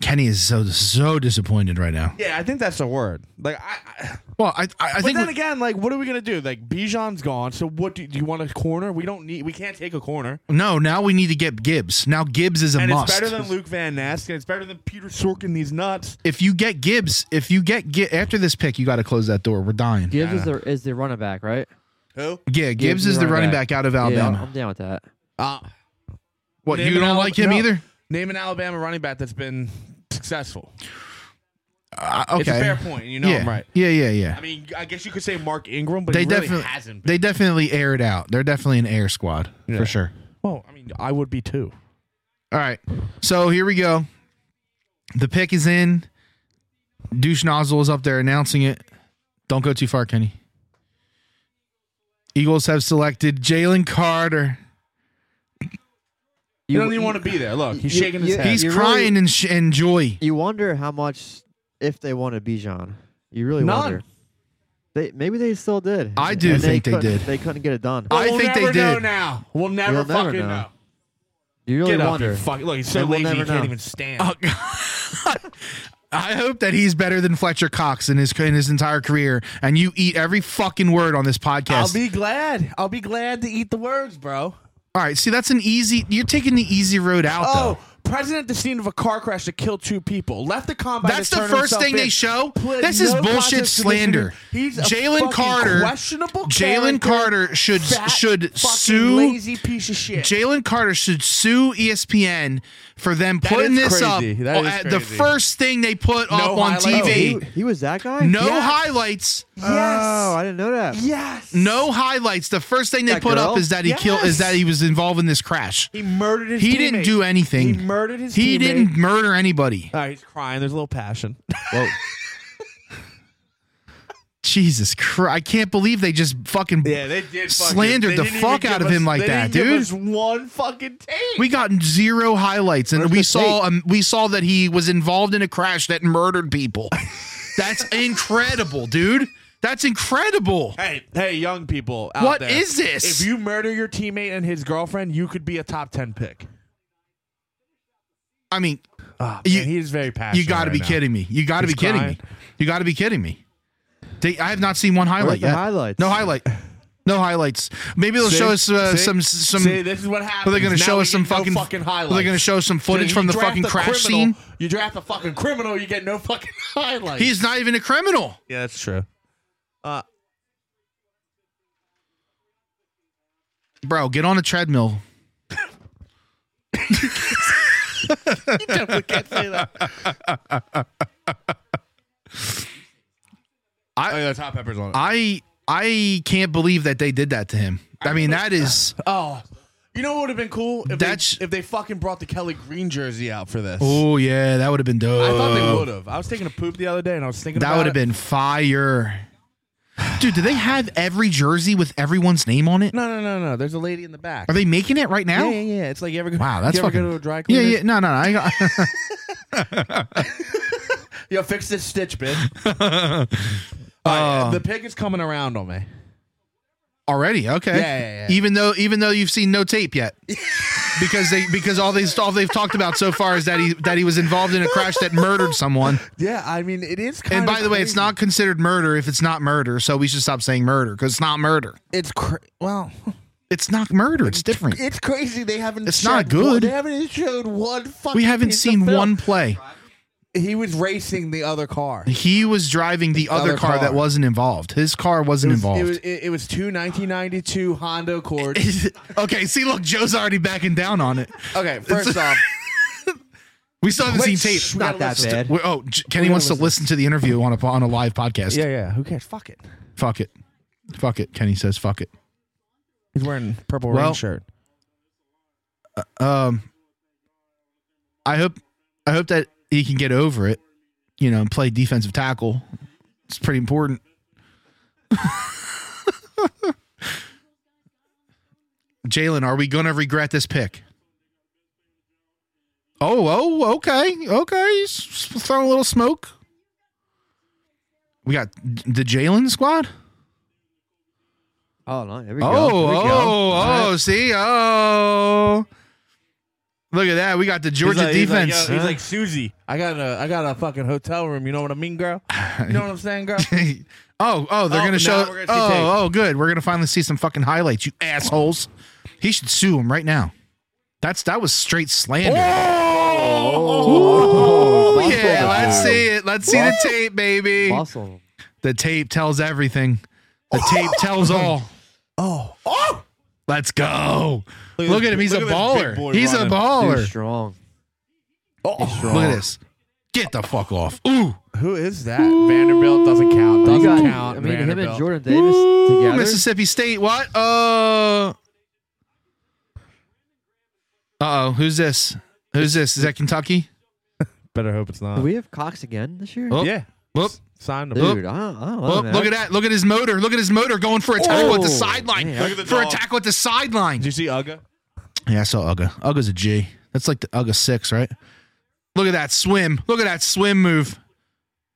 Speaker 1: Kenny is so so disappointed right now.
Speaker 2: Yeah, I think that's the word. Like, I. I
Speaker 1: Well, I I, I
Speaker 2: but
Speaker 1: think
Speaker 2: then
Speaker 1: we-
Speaker 2: again, like, what are we gonna do? Like, Bijan's gone, so what do, do you want a corner? We don't need. We can't take a corner,
Speaker 1: no. Now we need to get Gibbs. Now Gibbs is a
Speaker 2: and
Speaker 1: must.
Speaker 2: it's better than Luke Van Ness, and it's better than Peter Sorkin. These nuts.
Speaker 1: if you get Gibbs, if you get, Gi- after this pick, you got to close that door. We're dying.
Speaker 4: Gibbs is the is the running back, right?
Speaker 2: Who?
Speaker 1: yeah, Gibbs,
Speaker 4: is
Speaker 1: is the
Speaker 4: running
Speaker 1: running
Speaker 4: back.
Speaker 1: back, out of
Speaker 4: Yeah,
Speaker 1: Alabama.
Speaker 4: I'm down with that.
Speaker 2: Uh,
Speaker 1: what
Speaker 2: name
Speaker 1: you
Speaker 2: an
Speaker 1: don't
Speaker 2: Al-
Speaker 1: like him
Speaker 2: no.
Speaker 1: either?
Speaker 2: name an Alabama running back that's been successful.
Speaker 1: Uh, okay,
Speaker 2: It's a fair point, and you know
Speaker 1: yeah.
Speaker 2: I'm right.
Speaker 1: Yeah, yeah, yeah.
Speaker 2: I mean, I guess you could say Mark Ingram, but
Speaker 1: they
Speaker 2: he really
Speaker 1: definitely
Speaker 2: hasn't. Been.
Speaker 1: they definitely air it out. They're definitely an air squad
Speaker 2: Yeah.
Speaker 1: for sure.
Speaker 2: well, I mean, I would be too.
Speaker 1: All right. So here we go. The pick is in. Douche Nozzle is up there announcing it. Don't go too far, Kenny. Eagles have selected Jalen Carter.
Speaker 2: You don't even want to be there. Look, he's
Speaker 4: you-
Speaker 2: shaking his
Speaker 4: you-
Speaker 2: head.
Speaker 1: He's
Speaker 4: you really-
Speaker 1: crying and, sh- and joy.
Speaker 4: You wonder how much if they wanted Bijan. You really
Speaker 2: None.
Speaker 4: wonder. They maybe they still did.
Speaker 1: I do
Speaker 4: And
Speaker 1: think they
Speaker 4: couldn't-
Speaker 1: did.
Speaker 4: They couldn't get it done.
Speaker 1: I
Speaker 2: we'll
Speaker 1: think
Speaker 2: never
Speaker 1: they
Speaker 2: know
Speaker 1: did.
Speaker 2: now. We'll never
Speaker 4: You'll never
Speaker 2: fucking
Speaker 4: know.
Speaker 2: know.
Speaker 4: you really
Speaker 2: Get up,
Speaker 4: wonder.
Speaker 2: you fuck. Look, he's so
Speaker 4: And we'll
Speaker 2: lazy he
Speaker 4: never
Speaker 2: can't
Speaker 4: know.
Speaker 2: even stand.
Speaker 1: Oh, God. I hope that he's better than Fletcher Cox in his in his entire career, and you eat every fucking word on this
Speaker 2: I'll
Speaker 1: podcast.
Speaker 2: be glad. I'll be glad to eat the words, bro.
Speaker 1: All right, see, that's an easy. You're taking the easy road out.
Speaker 2: Oh,
Speaker 1: though.
Speaker 2: president at the scene of a car crash that killed two people. Left the combat.
Speaker 1: That's
Speaker 2: to
Speaker 1: the
Speaker 2: turn
Speaker 1: first
Speaker 2: himself
Speaker 1: thing they
Speaker 2: in.
Speaker 1: show?
Speaker 2: Put
Speaker 1: This is
Speaker 2: no
Speaker 1: bullshit
Speaker 2: contest to
Speaker 1: slander.
Speaker 2: Michigan. He's a
Speaker 1: Jalen
Speaker 2: fucking
Speaker 1: Carter-
Speaker 2: questionable.
Speaker 1: Jalen
Speaker 2: character,
Speaker 1: Carter should-
Speaker 2: fat,
Speaker 1: should
Speaker 2: fucking
Speaker 1: sue
Speaker 2: lazy piece of shit.
Speaker 1: Jalen Carter should sue E ESPN for them putting
Speaker 2: is
Speaker 1: this
Speaker 2: crazy.
Speaker 1: up
Speaker 2: That is
Speaker 1: at the
Speaker 2: crazy.
Speaker 1: first thing they put up on
Speaker 2: highlights.
Speaker 4: Oh, he,
Speaker 1: TV.
Speaker 4: he was that guy?
Speaker 1: no
Speaker 2: Yeah.
Speaker 1: highlights,
Speaker 2: yes.
Speaker 4: Oh, I didn't know that.
Speaker 2: yes.
Speaker 1: no highlights. The first thing they
Speaker 4: That
Speaker 1: put up
Speaker 4: girl?
Speaker 1: is that he killed is
Speaker 2: Yes.
Speaker 1: that he was involved in this crash.
Speaker 2: He murdered his.
Speaker 1: He didn't
Speaker 2: teammate.
Speaker 1: do anything.
Speaker 2: He murdered his.
Speaker 1: He
Speaker 2: teammate.
Speaker 1: didn't murder anybody.
Speaker 2: All right, he's crying. There's a little passion.
Speaker 4: Whoa.
Speaker 1: Jesus Christ! I can't believe they just fucking.
Speaker 8: Yeah, they did. Fucking,
Speaker 1: Slandered
Speaker 8: they
Speaker 1: the
Speaker 8: didn't
Speaker 1: fuck
Speaker 8: even
Speaker 1: out
Speaker 8: give
Speaker 1: of him
Speaker 8: us-
Speaker 1: like
Speaker 8: they
Speaker 1: that,
Speaker 8: didn't give
Speaker 1: dude.
Speaker 8: us one fucking take.
Speaker 1: We got zero highlights, and
Speaker 4: Where's
Speaker 1: we
Speaker 4: the
Speaker 1: saw
Speaker 4: tape?
Speaker 1: um, we saw that he was involved in a crash that murdered people. That's incredible, dude. That's incredible.
Speaker 2: Hey, hey, young people out
Speaker 1: What
Speaker 2: there.
Speaker 1: is this?
Speaker 2: If you murder your teammate and his girlfriend, you could be a top ten pick.
Speaker 1: I mean,
Speaker 2: Oh,
Speaker 1: You-
Speaker 2: man, he is very passionate.
Speaker 1: you got to
Speaker 2: right
Speaker 1: be
Speaker 2: now.
Speaker 1: kidding me. You got to be
Speaker 2: He's
Speaker 1: kidding
Speaker 2: crying.
Speaker 1: me. You got to be kidding me. They, I have not seen one highlight
Speaker 4: Where's the
Speaker 1: yet.
Speaker 4: highlights?
Speaker 1: No highlight. No highlights. Maybe they'll
Speaker 2: See?
Speaker 1: show us uh,
Speaker 2: See?
Speaker 1: some some.
Speaker 2: See, this is what happens.
Speaker 1: are they going to
Speaker 2: Now
Speaker 1: show
Speaker 2: we
Speaker 1: us some
Speaker 2: get no
Speaker 1: fucking?
Speaker 2: fucking
Speaker 1: are
Speaker 2: highlights?
Speaker 1: they going to show us some footage
Speaker 2: So
Speaker 1: from
Speaker 2: you
Speaker 1: the
Speaker 2: draft
Speaker 1: fucking
Speaker 2: a
Speaker 1: crash
Speaker 2: criminal,
Speaker 1: scene?
Speaker 2: You draft a fucking criminal, you get no fucking highlights.
Speaker 1: He's not even a criminal.
Speaker 2: yeah, that's true. Uh,
Speaker 1: Bro, get on a treadmill.
Speaker 8: Oh, yeah, the hot peppers on it.
Speaker 1: I I can't believe that they did that to him. I mean, that is
Speaker 2: oh, you know what would have been cool if
Speaker 1: That's-
Speaker 2: they, if they fucking brought the Kelly Green jersey out for this.
Speaker 1: oh yeah, that would have been dope.
Speaker 2: I thought they would have. I was taking a poop the other day and I was thinking
Speaker 1: Oh. That
Speaker 2: about
Speaker 1: would have
Speaker 2: it.
Speaker 1: been fire. Dude, do they have every jersey with everyone's name on it?
Speaker 2: No, no, no, no. There's a lady in the back.
Speaker 1: Are they making it right now?
Speaker 2: Yeah, yeah, yeah. It's like you ever go.
Speaker 1: Wow, that's
Speaker 2: you ever
Speaker 1: fucking.
Speaker 2: go to a dry
Speaker 1: yeah,
Speaker 2: cleaner.
Speaker 1: yeah. No, no, no. I got,
Speaker 2: Yo, fix this stitch, bitch.
Speaker 1: Uh,
Speaker 2: the pig is coming around on me.
Speaker 1: already okay.
Speaker 2: Yeah, yeah, yeah.
Speaker 1: Even though, even though you've seen no tape yet, because they because all they all they've talked about so far is that he that he was involved in a crash that murdered someone.
Speaker 2: Yeah, I mean it is. Kind
Speaker 1: And by the way, it's not considered murder if it's not murder. So we should stop saying murder because it's not murder.
Speaker 2: It's cra- well,
Speaker 1: It's not murder. It's different.
Speaker 2: it's crazy. They haven't.
Speaker 1: It's
Speaker 2: showed
Speaker 1: not good.
Speaker 2: one- they haven't showed one fucking.
Speaker 1: We haven't
Speaker 2: piece of
Speaker 1: seen
Speaker 2: film.
Speaker 1: one play.
Speaker 2: He was racing the other car.
Speaker 1: He was driving the, other,
Speaker 2: other
Speaker 1: car,
Speaker 2: car.
Speaker 1: that wasn't involved. His car wasn't
Speaker 2: It
Speaker 1: involved.
Speaker 2: was it, it was two 1992 Honda Accord.
Speaker 1: okay, see, look, Joe's already backing down on it.
Speaker 2: Okay, first off,
Speaker 1: We still haven't
Speaker 2: wait,
Speaker 1: seen tape.
Speaker 2: shh, we gotta
Speaker 4: Not that
Speaker 2: listen.
Speaker 4: bad.
Speaker 1: We- oh, J- Kenny wants to listen to the interview on a on a live podcast.
Speaker 2: Yeah, yeah. Who cares? Fuck it.
Speaker 1: Fuck it, fuck it. Kenny says, "Fuck it."
Speaker 2: He's wearing purple
Speaker 1: Well-
Speaker 2: rain shirt.
Speaker 1: Um, I hope I hope that he can get over it. You know, and play defensive tackle. It's pretty important. Jalen, are we gonna regret this pick? Oh, oh, okay, okay. S- s- Throwing a little smoke. We got d- the Jalen squad.
Speaker 4: Oh, no. There we
Speaker 1: Oh,
Speaker 4: go. There we
Speaker 1: oh,
Speaker 4: go.
Speaker 1: oh, see, oh. Look at that. We got the Georgia
Speaker 2: like- he's like,
Speaker 1: defense.
Speaker 2: yo, he's like Susie. I got a I got a fucking hotel room. You know what I mean, girl? You know what I'm saying, girl?
Speaker 1: oh, oh, they're
Speaker 2: Oh,
Speaker 1: gonna
Speaker 2: now
Speaker 1: show.
Speaker 2: we're gonna see
Speaker 1: oh,
Speaker 2: tape.
Speaker 1: oh, good. We're gonna finally see some fucking highlights. You assholes. He should sue him right now. That's that was straight slander. Oh,
Speaker 4: Muscle
Speaker 1: yeah.
Speaker 4: down.
Speaker 1: Let's see it. Let's see the tape, baby.
Speaker 4: Muscle.
Speaker 1: The tape tells everything. The tape tells all.
Speaker 2: Oh, oh!
Speaker 1: Let's go. Look,
Speaker 8: this-
Speaker 1: at him. He's
Speaker 8: look
Speaker 1: a
Speaker 8: at this big
Speaker 1: baller.
Speaker 8: boy
Speaker 1: He's a
Speaker 8: running.
Speaker 1: baller.
Speaker 4: Dude, strong.
Speaker 2: oh.
Speaker 1: Look at this. Get the fuck off. Ooh,
Speaker 2: Who is that? Vanderbilt doesn't count.
Speaker 4: You
Speaker 2: Doesn't
Speaker 4: got-
Speaker 2: count.
Speaker 4: I mean, him
Speaker 2: Vanderbilt.
Speaker 4: and Jordan Davis
Speaker 1: Ooh,
Speaker 4: together.
Speaker 1: Mississippi State. What? Uh. Uh oh. Who's this? Who's this? Is that Kentucky?
Speaker 2: Better hope it's
Speaker 4: Do
Speaker 2: not.
Speaker 4: we have Cox again this year?
Speaker 1: Oh,
Speaker 2: yeah.
Speaker 1: Whoop.
Speaker 2: Signed him.
Speaker 4: Dude, ah, I don't, I don't know.
Speaker 1: Oh,
Speaker 4: man.
Speaker 1: look at that! Look at his motor! Look at his motor going for a tackle at the
Speaker 4: Oh,
Speaker 1: sideline!
Speaker 4: man. Look
Speaker 8: at the
Speaker 1: for a
Speaker 8: dog.
Speaker 1: tackle at the sideline!
Speaker 2: Did you see Uga?
Speaker 1: Yeah, I saw Uga. Uga's a G. That's like the Uga six, right? Look at that swim! Look at that swim move!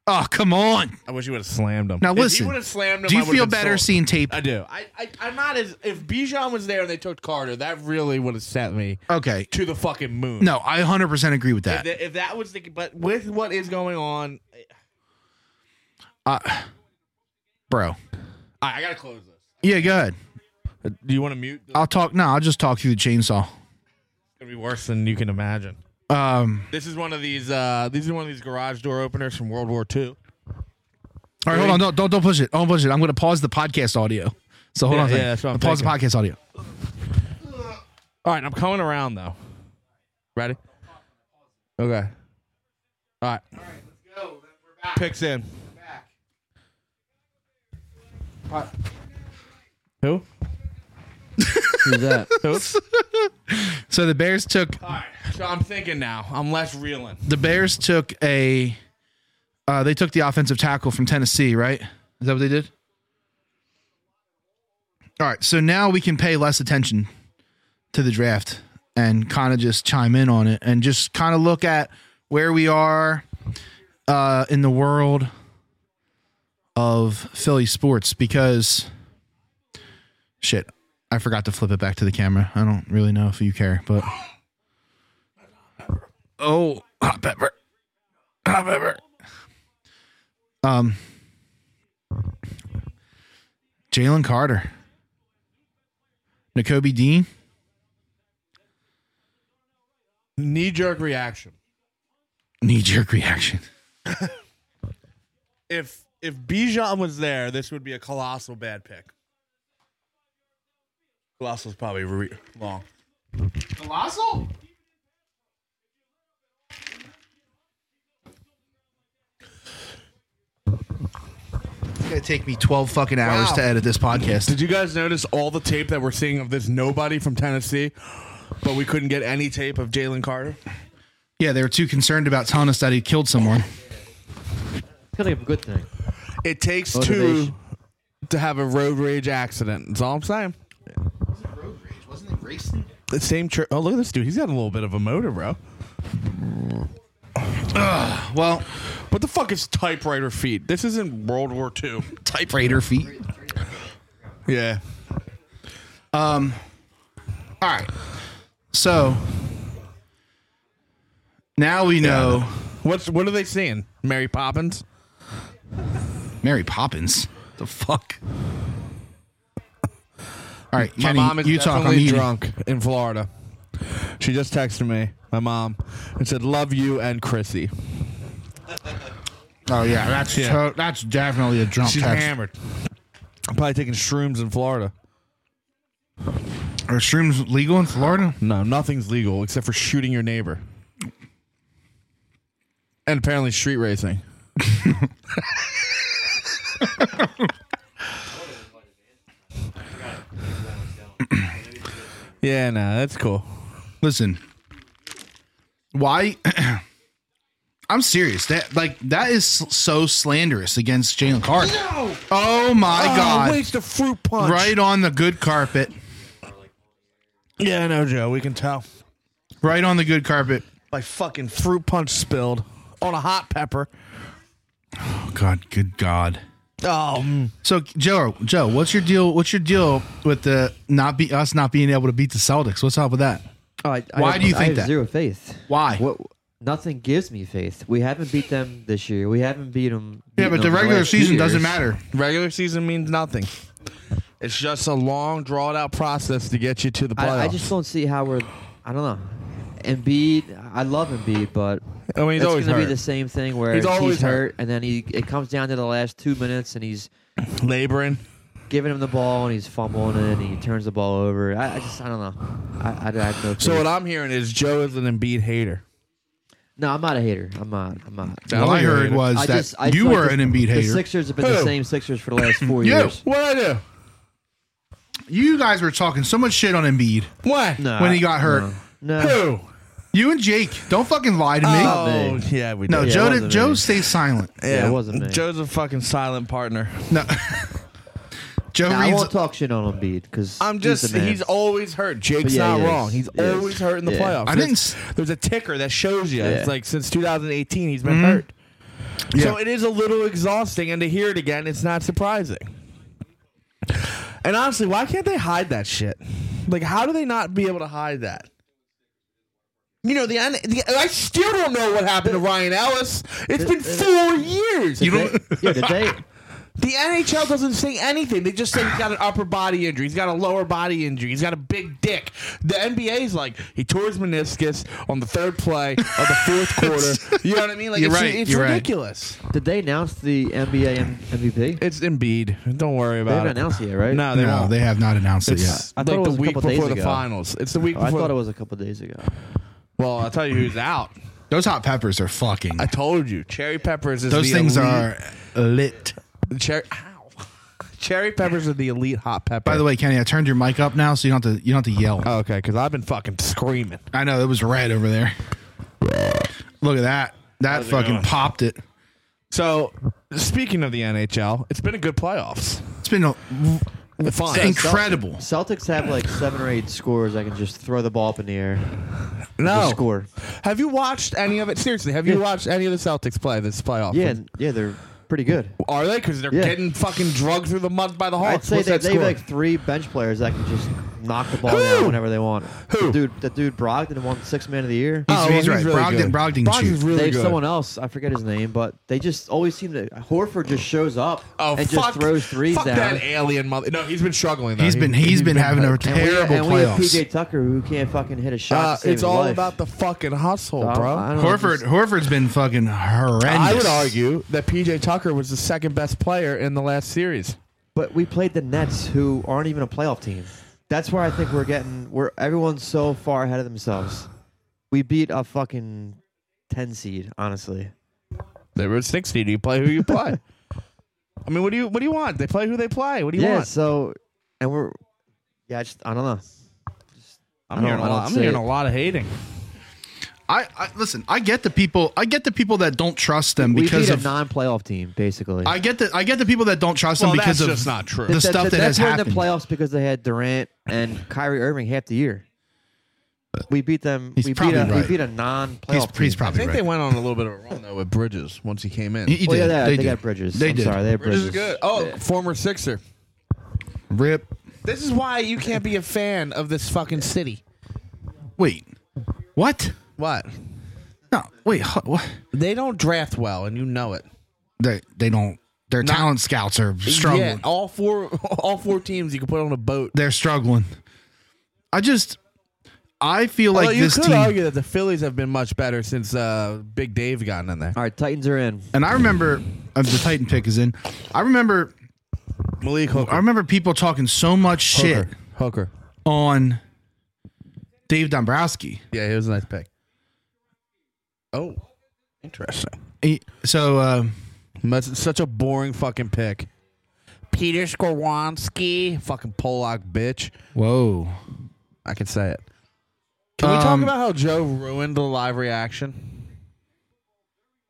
Speaker 1: Oh, come on.
Speaker 2: I wish he would have
Speaker 9: Slammed
Speaker 2: slammed.
Speaker 9: him.
Speaker 1: Now
Speaker 2: If he
Speaker 1: listen.
Speaker 2: would have slammed him.
Speaker 1: Do
Speaker 2: I
Speaker 1: you
Speaker 2: would've
Speaker 1: feel
Speaker 2: been
Speaker 1: better
Speaker 2: sold.
Speaker 1: seeing tape?
Speaker 9: I do. I, I I'm not as if Bijan was there and they took Carter, that really would have sent me
Speaker 1: Okay.
Speaker 9: to the fucking moon.
Speaker 1: No, I 100% agree with
Speaker 9: If
Speaker 1: that.
Speaker 9: that, if that was the but with what is going on,
Speaker 1: Bro.
Speaker 9: I, I gotta close this.
Speaker 1: Yeah, go ahead.
Speaker 9: Do you want to mute? It's
Speaker 1: I'll talk. No, I'll just talk through the chainsaw.
Speaker 9: gonna be worse than you can imagine.
Speaker 1: Um,
Speaker 9: This is one of these. Uh, these are one of these garage door openers from World War II.
Speaker 1: all right, hold on. Don't, don't, don't push it. Don't push it. I'm going to pause the podcast audio. So hold
Speaker 9: Yeah,
Speaker 1: on a second.
Speaker 9: yeah, that's what I'm
Speaker 1: pause the
Speaker 9: thinking.
Speaker 1: podcast audio.
Speaker 9: All right, I'm coming around though. Ready? Okay. All right. All right, let's go. We're back. Picks in. Who?
Speaker 4: Who's that?
Speaker 9: Who?
Speaker 1: So the Bears took
Speaker 9: All right. So I'm thinking now. I'm less reeling.
Speaker 1: the Bears took a uh, they took the offensive tackle from Tennessee, right? Is that what they did? All right, so now we can pay less attention to the draft and kind of just chime in on it and just kind of look at where we are uh, in the world of Philly sports because shit, I forgot to flip it back to the camera. I don't really know if you care, but oh, hot pepper, hot pepper. Um, Jalen Carter, N'Kobe Dean.
Speaker 9: Knee jerk reaction.
Speaker 1: knee jerk reaction.
Speaker 2: If if Bijan was there, this would be a colossal bad pick. Colossal's probably re- long.
Speaker 10: Colossal?
Speaker 1: It's gonna take me twelve fucking hours
Speaker 9: Wow.
Speaker 1: to edit this podcast.
Speaker 2: Did you guys notice all the tape that we're seeing of this nobody from Tennessee, but we couldn't get any tape of Jalen Carter?
Speaker 1: Yeah, they were too concerned about telling us that he killed someone.
Speaker 4: kind of a good thing.
Speaker 2: It takes
Speaker 4: Motivation.
Speaker 2: two to have a road rage accident. That's all I'm saying.
Speaker 1: Wasn't it racing?
Speaker 2: The same trip. Oh, look at this dude. He's got a little bit of a motor, bro.
Speaker 1: Well,
Speaker 2: What the fuck is typewriter feet? This isn't World War II.
Speaker 1: typewriter feet.
Speaker 2: Yeah.
Speaker 1: All right. So now we know
Speaker 2: What's what are they seeing? Mary Poppins?
Speaker 1: Mary Poppins. The fuck. All right,
Speaker 2: My
Speaker 1: Kenny,
Speaker 2: mom is
Speaker 1: you talk. I'm
Speaker 2: definitely
Speaker 1: eating.
Speaker 2: drunk in Florida. She just texted me, my mom, and said, "Love you and Chrissy."
Speaker 1: Oh yeah, that's
Speaker 2: Yeah.
Speaker 1: to- that's definitely a drunk text.
Speaker 2: I'm probably taking shrooms in Florida.
Speaker 1: Are shrooms legal in Florida?
Speaker 2: No, nothing's legal except for shooting your neighbor, and apparently street racing. yeah, no, that's cool.
Speaker 1: Listen, why? I'm serious. That like that is so slanderous against Jalen Carter. Oh my god!
Speaker 2: waste a fruit punch.
Speaker 1: Right on the good carpet.
Speaker 2: Yeah, I know, Joe. We can tell.
Speaker 1: Right on the good carpet.
Speaker 2: My fucking fruit punch spilled on a hot pepper.
Speaker 1: Oh god, good god.
Speaker 2: Oh,
Speaker 1: So Joe, Joe, what's your deal? What's your deal with the not be us not being able to beat the Celtics? What's up with that?
Speaker 4: Oh, I, I
Speaker 1: Why
Speaker 4: have-
Speaker 1: do you
Speaker 4: I
Speaker 1: think
Speaker 4: have
Speaker 1: that?
Speaker 4: Zero faith.
Speaker 1: Why?
Speaker 4: What? Nothing gives me faith. We haven't beat them this year. We haven't beat them.
Speaker 1: yeah, but the regular season doesn't matter.
Speaker 2: regular season means nothing. It's just a long, drawn out process to get you to the playoffs.
Speaker 4: I, I just don't see how we're. I don't know. Embiid, I love Embiid, but
Speaker 2: I mean, he's
Speaker 4: it's
Speaker 2: always
Speaker 4: gonna
Speaker 2: hurt.
Speaker 4: be the same thing where
Speaker 2: He's
Speaker 4: he's,
Speaker 2: always hurt.
Speaker 4: hurt, and then he it comes down to the last two minutes, and he's
Speaker 2: laboring.
Speaker 4: giving him the ball, and he's fumbling it, and he turns the ball over. I, I just I don't know. I, I, I have no.
Speaker 2: So
Speaker 4: faith.
Speaker 2: what I'm hearing is Joe is an Embiid hater.
Speaker 4: no, I'm not a hater. I'm not. I'm not.
Speaker 1: All I heard was
Speaker 4: I
Speaker 1: that
Speaker 4: just, I
Speaker 1: you
Speaker 4: feel like
Speaker 1: were
Speaker 4: the-
Speaker 1: an Embiid
Speaker 4: The
Speaker 1: hater.
Speaker 4: Sixers have been
Speaker 2: Who?
Speaker 4: the same Sixers for the last four
Speaker 1: You.
Speaker 4: years.
Speaker 2: What I do?
Speaker 1: you guys were talking so much shit on Embiid
Speaker 2: What?
Speaker 4: No,
Speaker 1: when he got hurt.
Speaker 4: no,
Speaker 2: Who?
Speaker 1: You and Jake, don't fucking lie to me.
Speaker 2: Oh,
Speaker 4: me.
Speaker 2: yeah, we
Speaker 1: No,
Speaker 2: did.
Speaker 1: Joe.
Speaker 4: it
Speaker 1: Did,
Speaker 4: wasn't
Speaker 1: Joe
Speaker 4: me.
Speaker 1: stays silent.
Speaker 4: Yeah, it wasn't me.
Speaker 2: Joe's a fucking silent partner.
Speaker 1: No, Joe
Speaker 4: Nah, I
Speaker 1: reads.
Speaker 4: won't talk shit on Embiid because
Speaker 2: I'm just,
Speaker 4: he's,
Speaker 2: he's,
Speaker 4: the man.
Speaker 2: always hurt. Jake's
Speaker 4: yeah,
Speaker 2: not
Speaker 4: he is.
Speaker 2: wrong. He's
Speaker 4: He is.
Speaker 2: always hurt in the
Speaker 4: Yeah.
Speaker 2: playoffs.
Speaker 1: I didn't
Speaker 2: There's, there's a ticker that shows you.
Speaker 4: Yeah.
Speaker 1: Mm-hmm.
Speaker 2: It's like since 2018, he's been hurt.
Speaker 1: Yeah.
Speaker 2: So it is a little exhausting, and to hear it again, it's not surprising. And honestly, why can't they hide that shit? Like, how do they not be able to hide that? You know, the, the I still don't know what happened to Ryan Ellis. It's been four years.
Speaker 1: You don't.
Speaker 4: Yeah, did they?
Speaker 2: The NHL doesn't say anything. They just say he's got an upper body injury. He's got a lower body injury. He's got a big dick. The NBA's like he tore his meniscus on the third play of the fourth quarter. You know what I mean? Like
Speaker 1: You're
Speaker 2: it's,
Speaker 1: right,
Speaker 2: it's
Speaker 1: you're right.
Speaker 2: ridiculous.
Speaker 4: Did they announce the NBA M- MVP?
Speaker 2: It's Embiid. Don't worry
Speaker 4: They
Speaker 2: about
Speaker 4: haven't
Speaker 2: it.
Speaker 4: announced it yet, right?
Speaker 2: No, they
Speaker 1: no,
Speaker 2: won't.
Speaker 1: they have not announced it yet.
Speaker 2: it's
Speaker 4: I thought
Speaker 2: like
Speaker 4: it
Speaker 2: the
Speaker 4: was a
Speaker 2: week
Speaker 4: couple days
Speaker 2: before the
Speaker 4: ago.
Speaker 2: finals. It's the week
Speaker 4: Oh, I
Speaker 2: before.
Speaker 4: thought it was a couple days ago.
Speaker 2: well, I'll tell you who's out.
Speaker 1: Those hot peppers are fucking.
Speaker 2: I told you, cherry peppers is
Speaker 1: Those
Speaker 2: the
Speaker 1: things
Speaker 2: elite-
Speaker 1: are lit.
Speaker 2: cherry. Ow. Cherry peppers are the elite hot pepper.
Speaker 1: By the way, Kenny, I turned your mic up now, so you don't have to. You don't have to yell.
Speaker 2: oh, okay, because I've been fucking screaming.
Speaker 1: I know it was red over there. Look at that. That
Speaker 8: it
Speaker 1: fucking
Speaker 8: going?
Speaker 1: popped it.
Speaker 2: So, speaking of the NHL, it's been a good playoffs.
Speaker 1: It's been a,
Speaker 2: Fun.
Speaker 1: incredible.
Speaker 4: Celtics have like seven or eight scores. I can just throw the ball up in the air.
Speaker 2: No. Oh.
Speaker 4: Just score.
Speaker 2: Have you watched any of it? Seriously, have you watched any of the Celtics play this playoff?
Speaker 4: Yeah, and- yeah, they're pretty good.
Speaker 2: Are they? Because they're
Speaker 4: Yeah.
Speaker 2: getting fucking drugged through the mud by the Hawks.
Speaker 4: I'd say
Speaker 2: What's
Speaker 4: they,
Speaker 2: that
Speaker 4: they have
Speaker 2: score?
Speaker 4: like three bench players that can just knock the ball
Speaker 2: Who?
Speaker 4: down whenever they want.
Speaker 2: Who?
Speaker 4: The dude, the dude Brogdon won six man of the
Speaker 1: He's-
Speaker 4: year.
Speaker 2: well,
Speaker 1: he's right. Brogdon-
Speaker 2: Oh, good.
Speaker 1: Brogdon can
Speaker 2: Brogdon's
Speaker 1: shoot.
Speaker 2: really
Speaker 4: they
Speaker 2: good.
Speaker 4: someone else, I forget his name, but they just always seem to. Horford just shows up
Speaker 2: oh,
Speaker 4: and
Speaker 2: fuck,
Speaker 4: just throws threes
Speaker 2: fuck
Speaker 4: down.
Speaker 2: that alien mother. No, he's been struggling. Though.
Speaker 1: He's been
Speaker 2: He-
Speaker 1: he's been having a
Speaker 4: And we-
Speaker 1: terrible
Speaker 4: and we have
Speaker 1: playoffs.
Speaker 4: PJ Tucker who can't fucking hit a shot.
Speaker 2: uh,
Speaker 4: to save
Speaker 2: it's
Speaker 4: his
Speaker 2: all
Speaker 4: life.
Speaker 2: about the fucking hustle,
Speaker 4: So,
Speaker 2: bro.
Speaker 4: I don't know,
Speaker 1: Horford
Speaker 4: just-
Speaker 1: Horford's been fucking horrendous.
Speaker 2: I would argue that PJ Tucker was the second best player in the last series.
Speaker 4: But we played the Nets, who aren't even a playoff team. That's where I think we're getting. We're everyone's so far ahead of themselves. We beat a fucking ten seed, honestly.
Speaker 2: They were 60. Do you play who you play? I mean, what do you what do you want? They play who they play. What do you
Speaker 4: yeah.
Speaker 2: want?
Speaker 4: So, and we're. Yeah, I just I don't know.
Speaker 2: I'm
Speaker 4: I don't-
Speaker 2: hearing a
Speaker 4: I don't
Speaker 2: lot. I'm
Speaker 4: see
Speaker 2: hearing
Speaker 4: it.
Speaker 2: a lot of hating.
Speaker 1: I, I listen. I get the people. I get the people that don't trust them
Speaker 4: We
Speaker 1: because
Speaker 4: beat
Speaker 1: of.
Speaker 4: a non-playoff team, basically.
Speaker 1: I get the I get the people that don't trust
Speaker 8: Well,
Speaker 1: them because
Speaker 8: that's
Speaker 1: of
Speaker 8: just not true.
Speaker 1: the stuff that
Speaker 4: that's
Speaker 1: has
Speaker 4: we're in
Speaker 1: happened.
Speaker 4: the playoffs because they had Durant and Kyrie Irving half the year. We beat them.
Speaker 1: He's
Speaker 4: we beat
Speaker 1: probably
Speaker 4: a
Speaker 1: right.
Speaker 4: we beat a non-playoff
Speaker 1: he's,
Speaker 4: team.
Speaker 1: he's
Speaker 2: I
Speaker 1: probably
Speaker 2: think they
Speaker 1: right.
Speaker 2: went on a little bit of a run though with Bridges once he came in.
Speaker 1: He- he
Speaker 4: Well, Oh, yeah,
Speaker 1: did.
Speaker 4: they,
Speaker 1: They
Speaker 4: they
Speaker 1: did.
Speaker 4: got Bridges.
Speaker 1: They
Speaker 4: I'm
Speaker 1: did.
Speaker 4: sorry, they had
Speaker 2: Bridges
Speaker 4: Bridges.
Speaker 2: is good. Oh, former Sixer.
Speaker 1: Rip.
Speaker 2: This is why you can't be a fan of this fucking city.
Speaker 1: Wait. What?
Speaker 2: What?
Speaker 1: No. Wait. huh, What?
Speaker 2: They don't draft well, and you know it.
Speaker 1: They they don't. Their talent scouts are struggling.
Speaker 2: Yeah, all four, all four teams you can put on a boat.
Speaker 1: They're struggling. I just. I feel like
Speaker 2: Although you
Speaker 1: this
Speaker 2: could
Speaker 1: team.
Speaker 2: argue that the Phillies have been much better since uh, Big Dave gotten in there.
Speaker 4: All right, Titans are in.
Speaker 1: And I remember uh, the Titan pick is in. I remember.
Speaker 2: Malik Hooker,
Speaker 1: I remember people talking so much shit
Speaker 2: Hooker, Hooker.
Speaker 1: on Dave Dombrowski.
Speaker 2: Yeah, he was a nice pick. Oh, interesting.
Speaker 1: He- So. um
Speaker 2: That's such a boring fucking pick. Peter Skorwanski, fucking Polak bitch.
Speaker 1: Whoa.
Speaker 2: I can say it. Can we talk
Speaker 1: Um,
Speaker 2: about how Joe ruined the live reaction?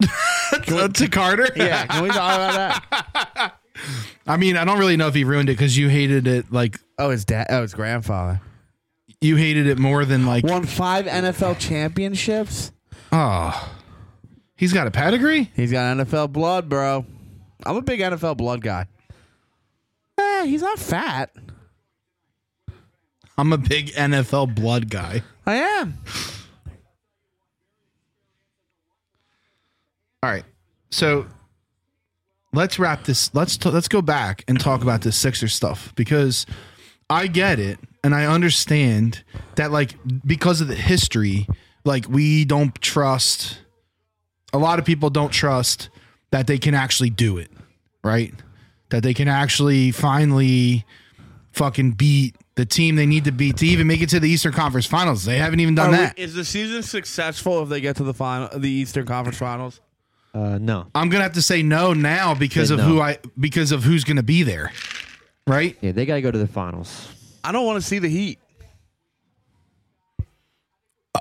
Speaker 1: Uh, to Carter?
Speaker 2: Yeah, can we talk about that?
Speaker 1: I mean, I don't really know if he ruined it because you hated it like
Speaker 2: Oh, his dad. Oh, his grandfather
Speaker 1: you hated it more than like
Speaker 2: won five NFL championships.
Speaker 1: oh he's got a pedigree?
Speaker 2: He's got NFL blood, bro. I'm a big NFL blood guy. Eh, he's not fat.
Speaker 1: I'm a big NFL blood guy.
Speaker 2: I am.
Speaker 1: All right. So let's wrap this let's t- let's go back and talk about this Sixer stuff because I get it and I understand that like because of the history, like we don't trust a lot of people don't trust that they can actually do it, right? That they can actually finally fucking beat the team they need to beat to even make it to the Eastern Conference Finals. They haven't even done
Speaker 2: Are we-
Speaker 1: that.
Speaker 8: Is the season successful?
Speaker 2: Successful if they get to the final, the Eastern Conference Finals.
Speaker 4: Uh, no.
Speaker 1: I'm gonna have to say no now because
Speaker 4: Say
Speaker 1: of
Speaker 4: no.
Speaker 1: who I because of who's gonna be there, right?
Speaker 4: Yeah, they got to go to the finals.
Speaker 2: I don't want to see the Heat.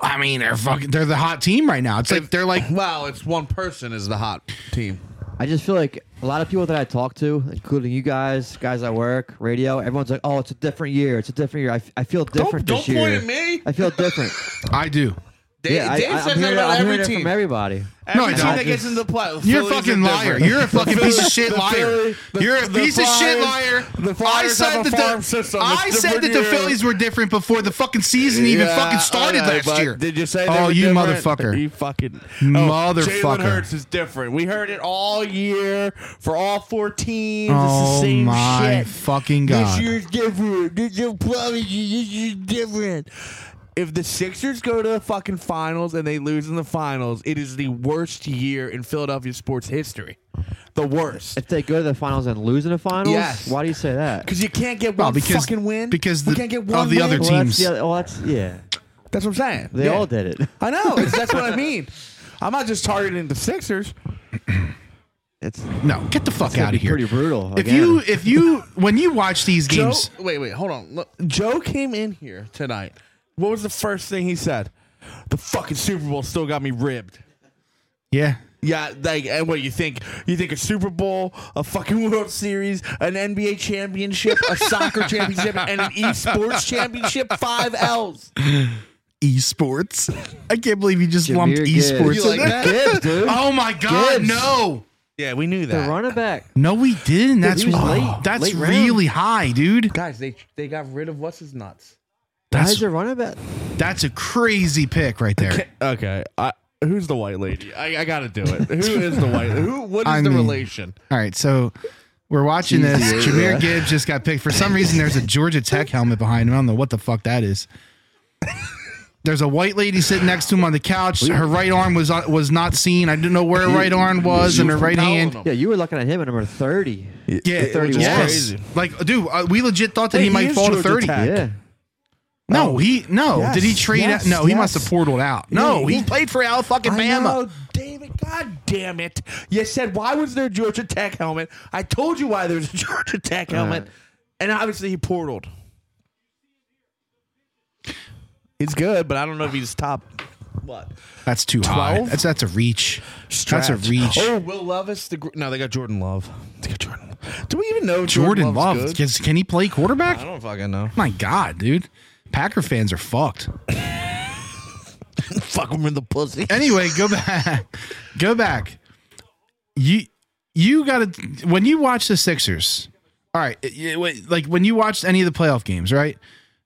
Speaker 1: I mean, they're fucking they're the hot team right now. It's like they're like
Speaker 2: Well, it's one person is the hot team.
Speaker 4: I just feel like a lot of people that I talk to, including you guys, guys at work, radio, everyone's like, "Oh, it's a different year. It's a different year. I, f- I feel different
Speaker 2: don't
Speaker 4: this year.
Speaker 2: point at me.
Speaker 4: I feel different."
Speaker 1: I do.
Speaker 8: Dave,
Speaker 4: yeah, I,
Speaker 8: Dave
Speaker 4: I,
Speaker 8: says
Speaker 4: am
Speaker 8: that
Speaker 4: here,
Speaker 8: about
Speaker 4: I'm
Speaker 8: every
Speaker 4: here
Speaker 8: team.
Speaker 4: from everybody.
Speaker 8: Every
Speaker 1: No, I
Speaker 8: team
Speaker 1: don't.
Speaker 8: that gets into the play. the
Speaker 1: You're a
Speaker 8: Phillies are
Speaker 1: fucking liar.
Speaker 8: different.
Speaker 1: You're a fucking piece of
Speaker 2: Phillies-
Speaker 1: shit
Speaker 2: the
Speaker 1: liar.
Speaker 2: Phillies- the-
Speaker 1: You're a
Speaker 2: the
Speaker 1: piece of shit
Speaker 2: Flyers-
Speaker 1: liar.
Speaker 2: the
Speaker 1: I
Speaker 2: Flyers
Speaker 1: said
Speaker 2: have a
Speaker 1: that
Speaker 2: farm
Speaker 1: the
Speaker 2: system.
Speaker 1: I
Speaker 2: It's
Speaker 1: said that
Speaker 2: different
Speaker 1: the
Speaker 2: here.
Speaker 1: Phillies were different before the fucking season even
Speaker 2: Yeah,
Speaker 1: fucking started
Speaker 2: I know,
Speaker 1: last
Speaker 2: but
Speaker 1: year.
Speaker 2: Did you say they
Speaker 1: Oh,
Speaker 2: were
Speaker 1: you
Speaker 2: different?
Speaker 1: motherfucker.
Speaker 2: You fucking oh,
Speaker 1: Motherfucker.
Speaker 2: Jalen Hurts is different. We heard it all year for all four teams. it's
Speaker 1: Oh
Speaker 2: the same
Speaker 1: my
Speaker 2: shit.
Speaker 1: fucking god.
Speaker 2: This year's different. This year's probably this year's different. If the Sixers go to the fucking finals and they lose in the finals, it is the worst year in Philadelphia sports history. The worst.
Speaker 4: If they go to the finals and lose in the finals,
Speaker 2: Yes.
Speaker 4: why do you say that?
Speaker 2: Because you can't get one
Speaker 1: Well, because-
Speaker 2: fucking win.
Speaker 1: because
Speaker 2: We
Speaker 1: the-
Speaker 2: can't get
Speaker 1: of
Speaker 2: one
Speaker 1: the
Speaker 2: win.
Speaker 1: other
Speaker 4: Well, that's
Speaker 1: teams.
Speaker 4: the other- well, that's yeah.
Speaker 2: That's what I'm saying.
Speaker 4: They
Speaker 2: Yeah.
Speaker 4: all did it.
Speaker 2: I know. It's- that's what I mean. I'm not just targeting the Sixers.
Speaker 4: It's
Speaker 1: No, get the fuck
Speaker 4: gonna
Speaker 1: out
Speaker 4: be
Speaker 1: of here.
Speaker 4: pretty brutal.
Speaker 1: If
Speaker 4: again.
Speaker 1: you if you when you watch these
Speaker 2: Joe,
Speaker 1: games,
Speaker 2: wait, wait, hold on. Look, Joe came in here tonight. What was the first thing he said? The fucking Super Bowl still got me ribbed.
Speaker 1: yeah,
Speaker 2: Yeah, like, and what you think? You think a Super Bowl, a fucking World Series, an NBA championship, a soccer championship, and an esports championship? Five L's.
Speaker 1: esports. I can't believe you just lumped
Speaker 4: Jameer Gibbs.
Speaker 1: esports.
Speaker 4: You
Speaker 1: in
Speaker 2: like
Speaker 1: there.
Speaker 4: Gibbs, dude.
Speaker 1: Oh my god,
Speaker 4: Gibbs.
Speaker 1: no.
Speaker 2: Yeah, we knew
Speaker 4: the
Speaker 2: that.
Speaker 4: running back.
Speaker 1: No, we didn't. That's
Speaker 4: he was late-
Speaker 1: that's
Speaker 4: late round.
Speaker 1: really high, dude.
Speaker 2: Guys, they they got rid of what's his nuts.
Speaker 4: Why
Speaker 1: That's
Speaker 4: is there running back?
Speaker 1: that's a crazy pick right there.
Speaker 2: Okay, I, who's the white lady? I, I got to do it. Who is the white? Who? What is
Speaker 1: I
Speaker 2: the
Speaker 1: mean-
Speaker 2: relation?
Speaker 1: All right, so we're watching this. Jameer Gibbs just got picked. For some reason, there's a Georgia Tech helmet behind him. I don't know what the fuck that is. There's a white lady sitting next to him on the couch. Her right arm was uh, was not seen. I didn't know where her right arm was and her right hand.
Speaker 4: Yeah, you were looking at him at number thirty.
Speaker 1: Yeah,
Speaker 4: which is
Speaker 1: yes.
Speaker 2: crazy.
Speaker 1: Like, dude, uh, we legit thought that
Speaker 2: Wait,
Speaker 1: he
Speaker 2: he
Speaker 1: might
Speaker 2: is
Speaker 1: fall to
Speaker 2: Georgia
Speaker 1: thirty.
Speaker 2: Tech.
Speaker 4: Yeah,
Speaker 1: No, he no.
Speaker 2: Oh, Yes,
Speaker 1: Did he trade?
Speaker 2: yes,
Speaker 1: out? No, he must have
Speaker 2: yes.
Speaker 1: portaled out. No,
Speaker 2: Yeah,
Speaker 1: he
Speaker 2: yeah.
Speaker 1: played for Al fucking Bama.
Speaker 2: know, David. God damn it! You said why was there a Georgia Tech helmet? I told you why there's a Georgia Tech helmet, and obviously he portaled. He's good, but I don't know if he's top. What?
Speaker 1: That's too high.
Speaker 2: 12?
Speaker 1: That's that's a reach.
Speaker 2: Stretch.
Speaker 1: That's a reach.
Speaker 2: Oh, Will Levis. The gr- no, they got Jordan Love. They got Jordan. Love. Do we even know
Speaker 1: Jordan
Speaker 2: Jordan, Love's
Speaker 1: Love.
Speaker 2: Good?
Speaker 1: Can, can he play
Speaker 2: I
Speaker 1: quarterback? Oh
Speaker 2: don't fucking know.
Speaker 1: My God, dude. Packer fans are fucked.
Speaker 2: Fuck him in the pussy.
Speaker 1: Anyway, go back. go back. You you got to when you watch the Sixers. All right, you- wait, like when you watched any of the playoff games, right?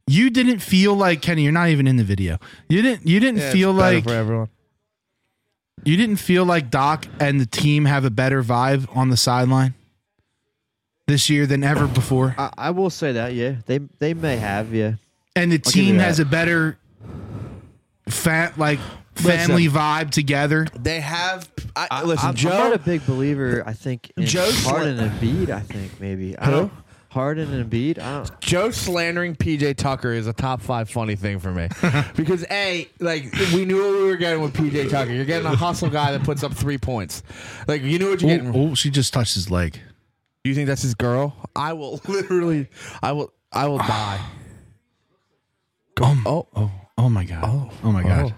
Speaker 1: You didn't feel like Kenny. You're not even in the video. You didn't. You didn't feel like
Speaker 2: everyone.
Speaker 1: you didn't feel like Doc and the team have a better vibe on the sideline this year than ever before.
Speaker 4: I, I will say that. Yeah, they they may have. Yeah,
Speaker 1: and the
Speaker 4: give you
Speaker 1: team
Speaker 4: that.
Speaker 1: has a better fat like family vibe together.
Speaker 2: They have. I,
Speaker 4: I-
Speaker 2: Uh, listen,
Speaker 4: I'm,
Speaker 2: Joe.
Speaker 4: I'm not a big believer. I think in
Speaker 2: Joe Schla-
Speaker 4: Harden and Embiid. I think maybe. I
Speaker 2: Who?
Speaker 4: don't, Harden and Embiid. I don't.
Speaker 2: Joe slandering PJ Tucker is a top five funny thing for me because a like we knew what we were getting with PJ Tucker. You're getting a hustle guy that puts up three points. Like you knew what you're getting.
Speaker 1: Oh, she just touched his leg.
Speaker 2: Do you think that's his girl? I will literally. I will. I will die.
Speaker 1: Oh,
Speaker 2: Oh,
Speaker 1: oh, oh my god. Oh, my god. Oh. my god.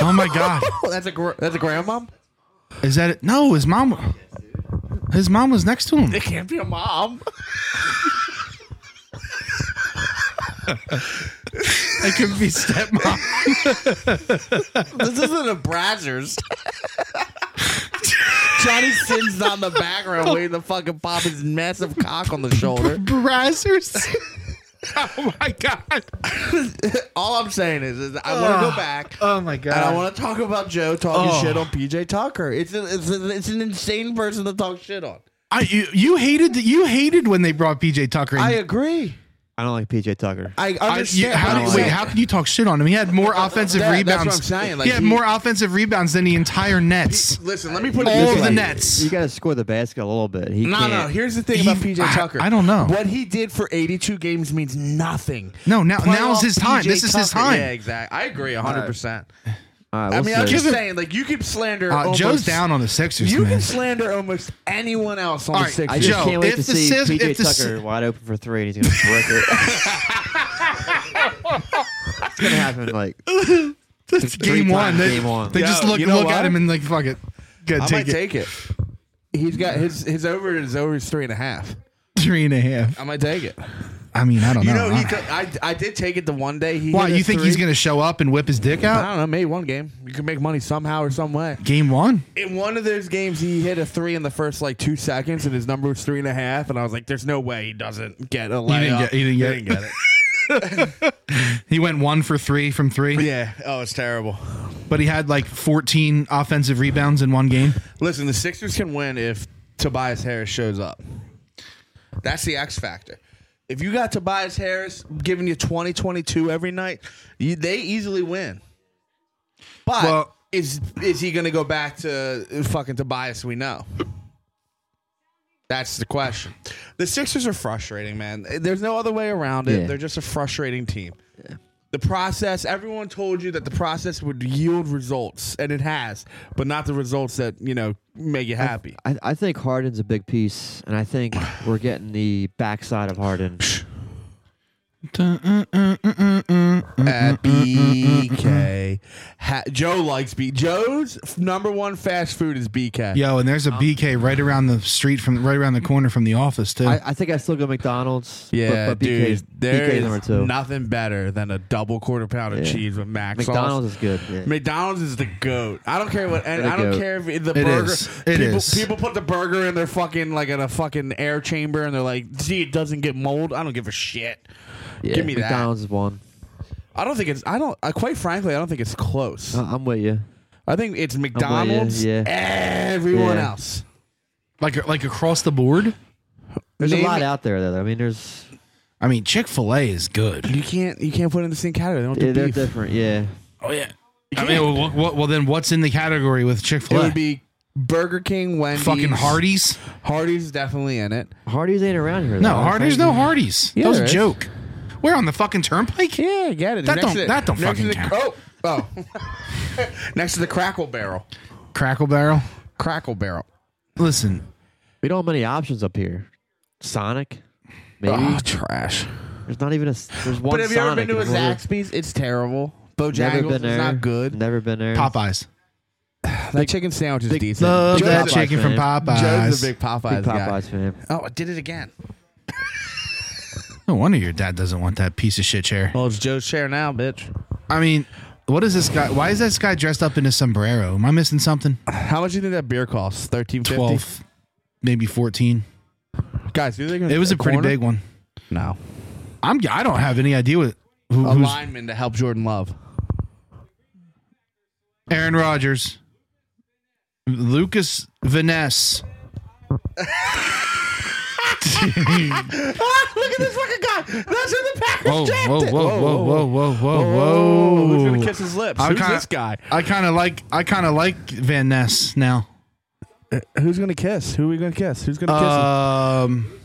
Speaker 1: Oh my god.
Speaker 2: oh that's a gr- that's a grandmom.
Speaker 1: Is that it? No, his mom. His mom was next to him.
Speaker 2: It can't be a mom.
Speaker 1: It could be stepmom.
Speaker 2: this isn't a Brazzers. Johnny Sin's not in the background waiting to fucking pop his massive cock on the shoulder.
Speaker 1: Brazzers. oh my god.
Speaker 2: All I'm saying is, is I want to go back.
Speaker 1: Oh my god.
Speaker 2: And I want to talk about Joe talking
Speaker 1: Oh.
Speaker 2: shit on PJ Tucker. It's, a, it's, a, it's an insane person to talk shit on.
Speaker 1: I you, you hated you hated when they brought PJ Tucker in.
Speaker 2: I agree.
Speaker 4: I don't like PJ Tucker.
Speaker 2: I
Speaker 1: I- you-
Speaker 2: understand.
Speaker 1: how,
Speaker 2: what
Speaker 1: do,
Speaker 2: I'm
Speaker 1: wait,
Speaker 2: saying.
Speaker 1: how can you talk shit on him? He had more offensive
Speaker 2: That- that's what
Speaker 1: rebounds.
Speaker 2: I'm saying, like,
Speaker 1: he had
Speaker 2: he-
Speaker 1: more offensive rebounds than the entire Nets.
Speaker 2: Listen, let me put it
Speaker 1: All
Speaker 2: this
Speaker 1: of
Speaker 2: way.
Speaker 1: the Nets.
Speaker 4: You got to score the basket a little bit. He
Speaker 2: No,
Speaker 4: can't.
Speaker 2: no. Here's the thing
Speaker 1: He-
Speaker 2: about PJ
Speaker 1: I-
Speaker 2: Tucker.
Speaker 1: I don't know.
Speaker 2: What he did for 82 games means nothing.
Speaker 1: No, now- now's
Speaker 2: Playoff
Speaker 1: his time.
Speaker 2: P.J.
Speaker 1: This is his
Speaker 2: Tucker-
Speaker 1: time.
Speaker 2: Yeah, exactly. I agree 100%.
Speaker 4: All right,
Speaker 2: I
Speaker 4: we'll
Speaker 2: mean, I'm
Speaker 4: see.
Speaker 2: just saying, like, you could slander.
Speaker 1: Uh,
Speaker 2: almost,
Speaker 1: Joe's down on the Sixers,
Speaker 2: You
Speaker 1: man.
Speaker 2: can slander almost anyone else on
Speaker 1: All
Speaker 2: the
Speaker 1: right,
Speaker 4: I
Speaker 2: Sixers.
Speaker 4: just
Speaker 1: Joe,
Speaker 4: can't wait
Speaker 1: if
Speaker 4: to
Speaker 1: the
Speaker 4: see
Speaker 1: Sis-
Speaker 4: PJ
Speaker 1: if the
Speaker 4: Tucker
Speaker 1: Si-
Speaker 4: wide open for three, and he's gonna brick it. it's gonna happen like
Speaker 1: It's game
Speaker 4: three
Speaker 1: one.
Speaker 4: times
Speaker 1: They,
Speaker 4: game one.
Speaker 1: they
Speaker 2: Yo,
Speaker 1: just look
Speaker 2: you know
Speaker 1: look
Speaker 2: what?
Speaker 1: at him and like fuck it. Good,
Speaker 2: I
Speaker 1: take
Speaker 2: might
Speaker 1: it.
Speaker 2: take it. He's got his his over is over is three and a half.
Speaker 1: Three and a half.
Speaker 2: I might take it.
Speaker 1: I mean, I don't
Speaker 11: You
Speaker 1: know.
Speaker 11: know, he
Speaker 1: I-
Speaker 11: could, I I did take it to one day. He
Speaker 1: Why
Speaker 11: hit a
Speaker 1: you think he's
Speaker 11: three.
Speaker 1: gonna show up and whip his dick out?
Speaker 11: I don't know. Maybe one game you can make money somehow or some way.
Speaker 1: Game one.
Speaker 11: In one of those games, he hit a three in the first like two seconds, and his number was three and a half. And I was like, "There's no way he doesn't get a layup."
Speaker 1: He didn't get. He didn't get, it. he went one for three from three,
Speaker 2: Yeah. Oh, it's terrible.
Speaker 1: but he had like 14 offensive rebounds in one game.
Speaker 2: Listen, the Sixers can win if Tobias Harris shows up. That's the X factor. If you got Tobias Harris giving you 20 22 every night, you, they easily win. But
Speaker 1: Well-
Speaker 2: is is he going to go back to fucking Tobias we know? That's the question. The Sixers are frustrating, man. There's no other way around it.
Speaker 4: Yeah.
Speaker 2: They're just a frustrating team. The process, everyone told you that the process would yield results, and it has, but not the results that, you know, make you happy.
Speaker 4: I, I think Harden's a big piece, and I think we're getting the backside of Harden. Mm-hmm.
Speaker 2: at BK. Ha- Joe likes B. Joe's f- number one fast food is BK.
Speaker 1: Yo, and there's a BK right around the street from right around the corner from the office too.
Speaker 4: I, I think I still go McDonald's.
Speaker 2: Yeah,
Speaker 4: but, but BK,
Speaker 2: dude. There
Speaker 4: BK
Speaker 2: is
Speaker 4: number two.
Speaker 2: nothing better than a double quarter pound of
Speaker 4: Yeah.
Speaker 2: cheese with mac
Speaker 4: McDonald's
Speaker 2: sauce.
Speaker 4: is good. yeah.
Speaker 2: McDonald's is the goat. I don't care what, and
Speaker 4: The
Speaker 2: I don't
Speaker 4: goat.
Speaker 2: care if the
Speaker 1: It
Speaker 2: burger.
Speaker 1: is. It
Speaker 2: people,
Speaker 1: is.
Speaker 2: people put the burger in their fucking like in a fucking air chamber, and they're like, "See, it doesn't get mold." I don't give a shit.
Speaker 4: Yeah,
Speaker 2: Give me that.
Speaker 4: McDonald's is one.
Speaker 2: I don't think it's. I don't. I, quite frankly, I don't think it's close.
Speaker 4: I- I'm with you.
Speaker 2: I think it's McDonald's.
Speaker 4: yeah.
Speaker 2: Everyone
Speaker 4: Yeah.
Speaker 2: else.
Speaker 1: like like across the board.
Speaker 4: There's
Speaker 2: Name
Speaker 4: a lot
Speaker 2: it.
Speaker 4: out there, though. I mean, there's
Speaker 1: I mean, Chick Fil A is good.
Speaker 2: You can't you can't put it in the same category. They don't do
Speaker 4: yeah, they're
Speaker 2: beef.
Speaker 4: different. Yeah,
Speaker 1: Oh yeah. I mean, well, what, well then what's in the category with Chick
Speaker 2: It
Speaker 1: Fil A?
Speaker 2: would be Burger King, Wendy's,
Speaker 1: Fucking Hardee's.
Speaker 2: Hardee's is definitely in it.
Speaker 4: Hardee's ain't around here.
Speaker 1: No,
Speaker 4: though.
Speaker 1: hard, there's no Hardee's.
Speaker 2: Yeah,
Speaker 1: that was a
Speaker 2: there is.
Speaker 1: joke. We're on the fucking turnpike.
Speaker 2: Yeah, I get it.
Speaker 1: That
Speaker 2: Next
Speaker 1: don't-
Speaker 2: to the-
Speaker 1: that don't
Speaker 2: next to
Speaker 1: fucking
Speaker 2: the- Oh, oh. next to the Crackle Barrel,
Speaker 1: Crackle Barrel.
Speaker 2: Crackle Barrel.
Speaker 1: Listen,
Speaker 4: We don't have many options up here. Sonic, maybe.
Speaker 2: Oh, trash.
Speaker 4: There's not even a. s- There's one.
Speaker 2: But have you ever
Speaker 4: Sonic
Speaker 2: been to a
Speaker 4: in Florida.
Speaker 2: Zaxby's? It's terrible.
Speaker 4: Never
Speaker 2: Bojangles
Speaker 4: been
Speaker 2: is
Speaker 4: there.
Speaker 2: not good.
Speaker 4: Never been there.
Speaker 1: Popeyes.
Speaker 2: That chicken sandwich is decent.
Speaker 1: Love
Speaker 2: Joe's
Speaker 1: that
Speaker 2: a-
Speaker 4: Popeyes
Speaker 1: chicken from
Speaker 4: fan.
Speaker 1: Popeyes.
Speaker 2: Joe's a big Popeyes,
Speaker 4: Big
Speaker 2: guy.
Speaker 4: Popeyes fan.
Speaker 2: Oh, I did it again.
Speaker 1: No wonder your dad doesn't want that piece of shit chair.
Speaker 2: Well, it's Joe's chair now, bitch.
Speaker 1: I mean, what is this guy? Why is this guy dressed up in a sombrero? Am I missing something?
Speaker 2: How much do you think that beer costs? Thirteen fifty.
Speaker 1: Twelve, maybe fourteen.
Speaker 2: Guys, do you think
Speaker 1: It was a pretty
Speaker 2: corner?
Speaker 1: big one.
Speaker 2: No.
Speaker 1: I'm. I don't have any idea what who,
Speaker 2: A
Speaker 1: who's
Speaker 2: lineman to help Jordan Love.
Speaker 1: Aaron Rodgers, Lucas Vaness.
Speaker 2: Ah, look at this fucking guy. That's who the Packers
Speaker 1: Whoa,
Speaker 2: drafted.
Speaker 1: whoa, whoa, whoa, whoa, whoa, whoa,
Speaker 2: Whoa,
Speaker 1: whoa!
Speaker 2: Who's gonna kiss his lips?
Speaker 1: I
Speaker 2: Who's
Speaker 1: kinda-
Speaker 2: this guy?
Speaker 1: I kind of like. I kind of like Van Ness now.
Speaker 2: Who's gonna kiss? Who are we gonna kiss? Who's gonna
Speaker 1: Um.
Speaker 2: kiss him?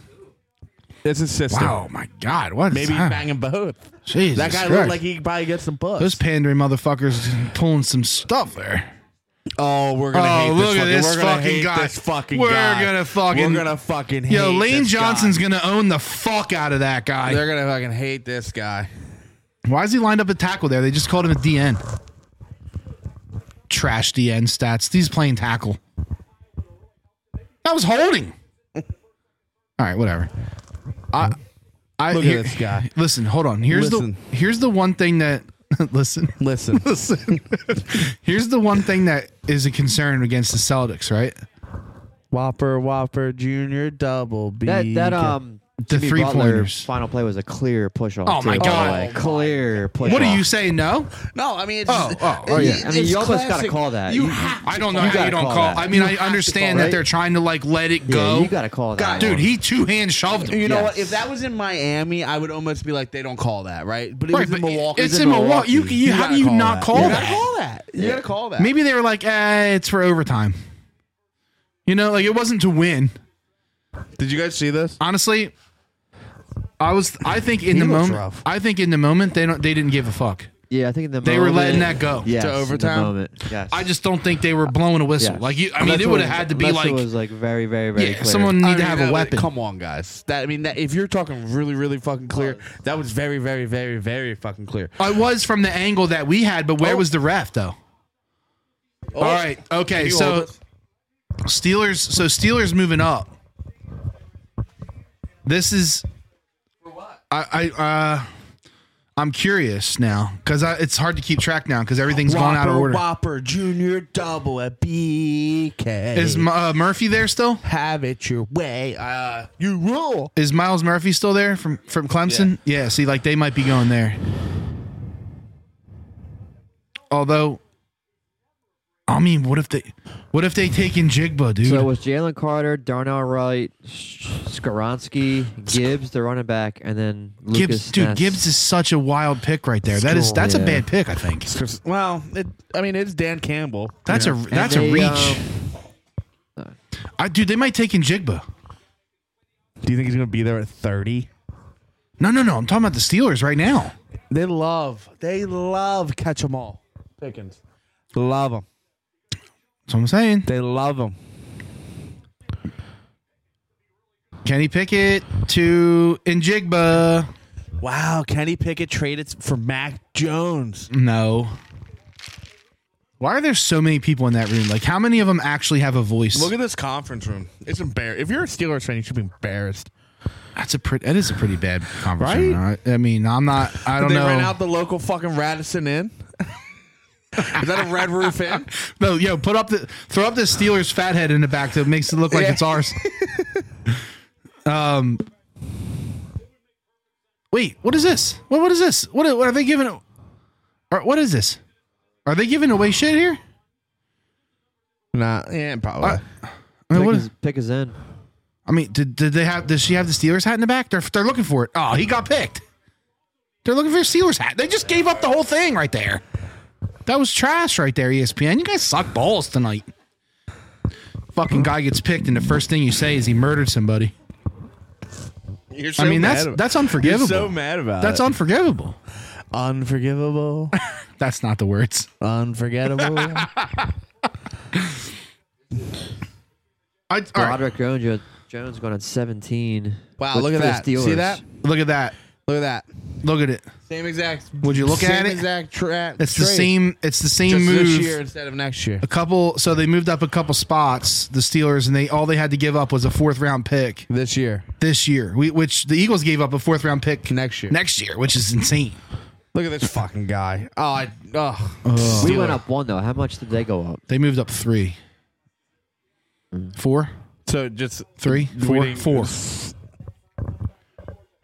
Speaker 2: It's his sister.
Speaker 1: Wow. My God. What? is
Speaker 2: Maybe he's
Speaker 1: that?
Speaker 2: banging both.
Speaker 1: Jesus
Speaker 2: That guy
Speaker 1: Christ.
Speaker 2: looked like he probably gets some buzz.
Speaker 1: Those pandering motherfuckers pulling some stuff there.
Speaker 2: oh, we're
Speaker 1: Oh,
Speaker 2: gonna hate
Speaker 1: look at
Speaker 2: this
Speaker 1: this
Speaker 2: fucking, we're gonna
Speaker 1: fucking
Speaker 2: hate
Speaker 1: guy.
Speaker 2: This fucking
Speaker 1: We're
Speaker 2: guy.
Speaker 1: gonna fucking-
Speaker 2: We're gonna fucking hate
Speaker 1: Yo, Lane
Speaker 2: this guy.
Speaker 1: Johnson's gonna own the fuck out of that guy.
Speaker 2: They're gonna fucking hate this guy.
Speaker 1: Why is he lined up at tackle there? They just called him a DN. Trash DN stats. He's playing tackle. That was holding. All right, whatever. I, I
Speaker 2: Look at
Speaker 1: here-
Speaker 2: this guy.
Speaker 1: Listen, hold on. Here's
Speaker 2: Listen.
Speaker 1: the here's the one thing that listen.
Speaker 2: Listen,
Speaker 1: Listen. here's the one thing that is a concern against the Celtics, right?
Speaker 2: Whopper, Whopper, Junior, Double B.
Speaker 4: That that um.
Speaker 1: The
Speaker 4: Jimmy
Speaker 1: three
Speaker 4: Butler
Speaker 1: pointers.
Speaker 4: Final play was a clear push off.
Speaker 1: Oh, my God.
Speaker 4: Clear push.
Speaker 1: What
Speaker 4: off.
Speaker 1: do you say? No,
Speaker 2: No, I mean, it's
Speaker 1: Oh, oh, oh,
Speaker 4: yeah. I mean,
Speaker 2: it's
Speaker 4: you almost gotta
Speaker 2: classic.
Speaker 4: call that.
Speaker 2: You
Speaker 4: You-
Speaker 2: have
Speaker 1: I don't know
Speaker 4: You
Speaker 1: how you
Speaker 4: gotta
Speaker 1: don't
Speaker 4: call
Speaker 1: call.
Speaker 4: that.
Speaker 1: I mean,
Speaker 4: You
Speaker 1: I
Speaker 4: have to
Speaker 1: understand
Speaker 4: call,
Speaker 1: that
Speaker 4: right?
Speaker 1: they're trying to like let it
Speaker 4: Yeah,
Speaker 1: go.
Speaker 4: you gotta call that.
Speaker 2: God,
Speaker 4: one.
Speaker 1: Dude, he two hand shoved him.
Speaker 2: You know
Speaker 4: Yes.
Speaker 2: what? If that was in Miami, I would almost be like, they don't call that, right? But it
Speaker 1: Right,
Speaker 2: was in
Speaker 1: but
Speaker 2: Milwaukee.
Speaker 1: it's in Milwaukee. You, you, how
Speaker 2: gotta
Speaker 1: do you not
Speaker 2: that.
Speaker 1: call
Speaker 2: you
Speaker 1: that?
Speaker 2: gotta call that. You gotta call that.
Speaker 1: Maybe they were like, eh, it's for overtime. You know, like it wasn't to win.
Speaker 11: Did you guys see this?
Speaker 1: Honestly, I was. I think in
Speaker 2: He
Speaker 1: the
Speaker 2: looks
Speaker 1: moment,
Speaker 2: rough.
Speaker 1: I think in the moment they don't. They didn't give a fuck.
Speaker 4: Yeah, I think in the
Speaker 1: They were
Speaker 4: moment,
Speaker 1: letting that go.
Speaker 4: yes,
Speaker 2: to
Speaker 4: in the
Speaker 2: overtime?
Speaker 4: moment, yes.
Speaker 1: I just don't think they were blowing a whistle.
Speaker 4: Yes.
Speaker 1: Like you, I mean,
Speaker 4: Unless
Speaker 1: it would have
Speaker 4: was-
Speaker 1: had to be
Speaker 4: unless
Speaker 1: like,
Speaker 4: it was like very, very, very
Speaker 1: yeah,
Speaker 4: clear.
Speaker 1: someone need
Speaker 2: I
Speaker 1: to
Speaker 2: mean,
Speaker 1: have
Speaker 2: that
Speaker 1: a
Speaker 2: was-
Speaker 1: weapon.
Speaker 2: Come on, guys. That I mean, that, if you're talking really, really fucking clear,
Speaker 1: Uh,
Speaker 2: that was very, very, very, very fucking clear.
Speaker 1: I was from the angle that we had, but where
Speaker 2: Oh.
Speaker 1: was the ref though?
Speaker 2: Oh,
Speaker 1: All right.
Speaker 2: can
Speaker 1: Okay.
Speaker 2: you
Speaker 1: So
Speaker 2: hold this?
Speaker 1: Steelers. So Steelers moving up. This is
Speaker 2: For what?
Speaker 1: I, I uh, I'm curious now because it's hard to keep track now because everything's gone out of
Speaker 2: Whopper,
Speaker 1: order.
Speaker 2: Whopper Junior Double at BK.
Speaker 1: Is uh, Murphy there still?
Speaker 2: have it your way. Uh, you rule.
Speaker 1: Is Miles Murphy still there from from Clemson? Yeah. See, like they might be going there. Although, I mean, what if they, what if they take in Jigba, dude?
Speaker 4: So it was Jalen Carter, Darnell Wright, Skaronski, Gibbs, the running back, and then Lucas
Speaker 1: Gibbs, dude,
Speaker 4: Ness.
Speaker 1: Gibbs is such a wild pick right there. That is that's a
Speaker 4: Yeah.
Speaker 1: bad pick, I think.
Speaker 2: Well, it, I mean, it's Dan Campbell.
Speaker 1: That's a
Speaker 4: And
Speaker 1: that's
Speaker 4: they,
Speaker 1: a reach.
Speaker 4: um,
Speaker 1: I dude, they might take in Jigba.
Speaker 12: Do you think he's gonna be there at thirty?
Speaker 1: No, no, no. I'm talking about the Steelers right now.
Speaker 2: They love, they love catch 'em all. Pickens, love them.
Speaker 1: That's what I'm saying.
Speaker 2: They love them.
Speaker 1: Kenny Pickett to Njigba.
Speaker 2: Wow, Kenny Pickett traded for Mac Jones.
Speaker 1: No. Why are there so many people in that room? Like, how many of them actually have a voice?
Speaker 2: Look at this conference room. It's embarrassing. If you're a Steelers fan, you should be embarrassed.
Speaker 1: That's a pretty. That is a pretty bad conversation. I, I mean, I'm not. I don't
Speaker 2: they
Speaker 1: know.
Speaker 2: ran out the local fucking Radisson Inn. Is that a Red Roof Inn?
Speaker 1: no, yo, put up the throw up the Steelers fathead in the back that makes it look like
Speaker 2: Yeah.
Speaker 1: it's ours. um. Wait, what is this? What what is this? What are, what are they giving? Or what is this? Are they giving away shit here?
Speaker 2: Nah, yeah, probably.
Speaker 1: Uh, I mean,
Speaker 4: pick,
Speaker 1: what
Speaker 4: is,
Speaker 1: is,
Speaker 4: pick is in.
Speaker 1: I mean, did, did they have? Does she have the Steelers hat in the back? They're they're looking for it. Oh, he got picked. They're looking for a Steelers hat. They just gave up the whole thing right there. That was trash right there, E ESPN. You guys suck balls tonight. Fucking guy gets picked, and the first thing you say is he murdered somebody.
Speaker 2: You're so
Speaker 1: I mean,
Speaker 2: mad
Speaker 1: that's
Speaker 2: about-
Speaker 1: that's
Speaker 2: you're
Speaker 1: unforgivable.
Speaker 2: so mad about
Speaker 1: that's
Speaker 2: it.
Speaker 1: unforgivable.
Speaker 2: unforgivable,
Speaker 1: That's not the words.
Speaker 2: unforgettable.
Speaker 1: I, all right,
Speaker 4: Broderick Jones, Jones going at 17.
Speaker 2: Wow,
Speaker 4: with-
Speaker 2: look at
Speaker 4: for the
Speaker 2: that. See
Speaker 4: Steelers.
Speaker 2: that?
Speaker 1: look at that.
Speaker 2: Look at that.
Speaker 1: Look at it.
Speaker 2: Same exact.
Speaker 1: Would you look
Speaker 2: same
Speaker 1: at it?
Speaker 2: Exact tra-
Speaker 1: It's the
Speaker 2: trade.
Speaker 1: same. It's the same
Speaker 2: Just
Speaker 1: move.
Speaker 2: this year instead of next year.
Speaker 1: a couple so they moved up a couple spots the steelers and they all they had to give up was a fourth round pick
Speaker 2: This year,
Speaker 1: this year we, which the eagles gave up a fourth round pick
Speaker 2: next year.
Speaker 1: next year which is insane
Speaker 2: Look at this fucking guy. Oh, I, oh.
Speaker 4: We went up one, though. How much did they go up?
Speaker 1: they moved up three four
Speaker 2: So just
Speaker 1: three four
Speaker 2: didn't-
Speaker 1: four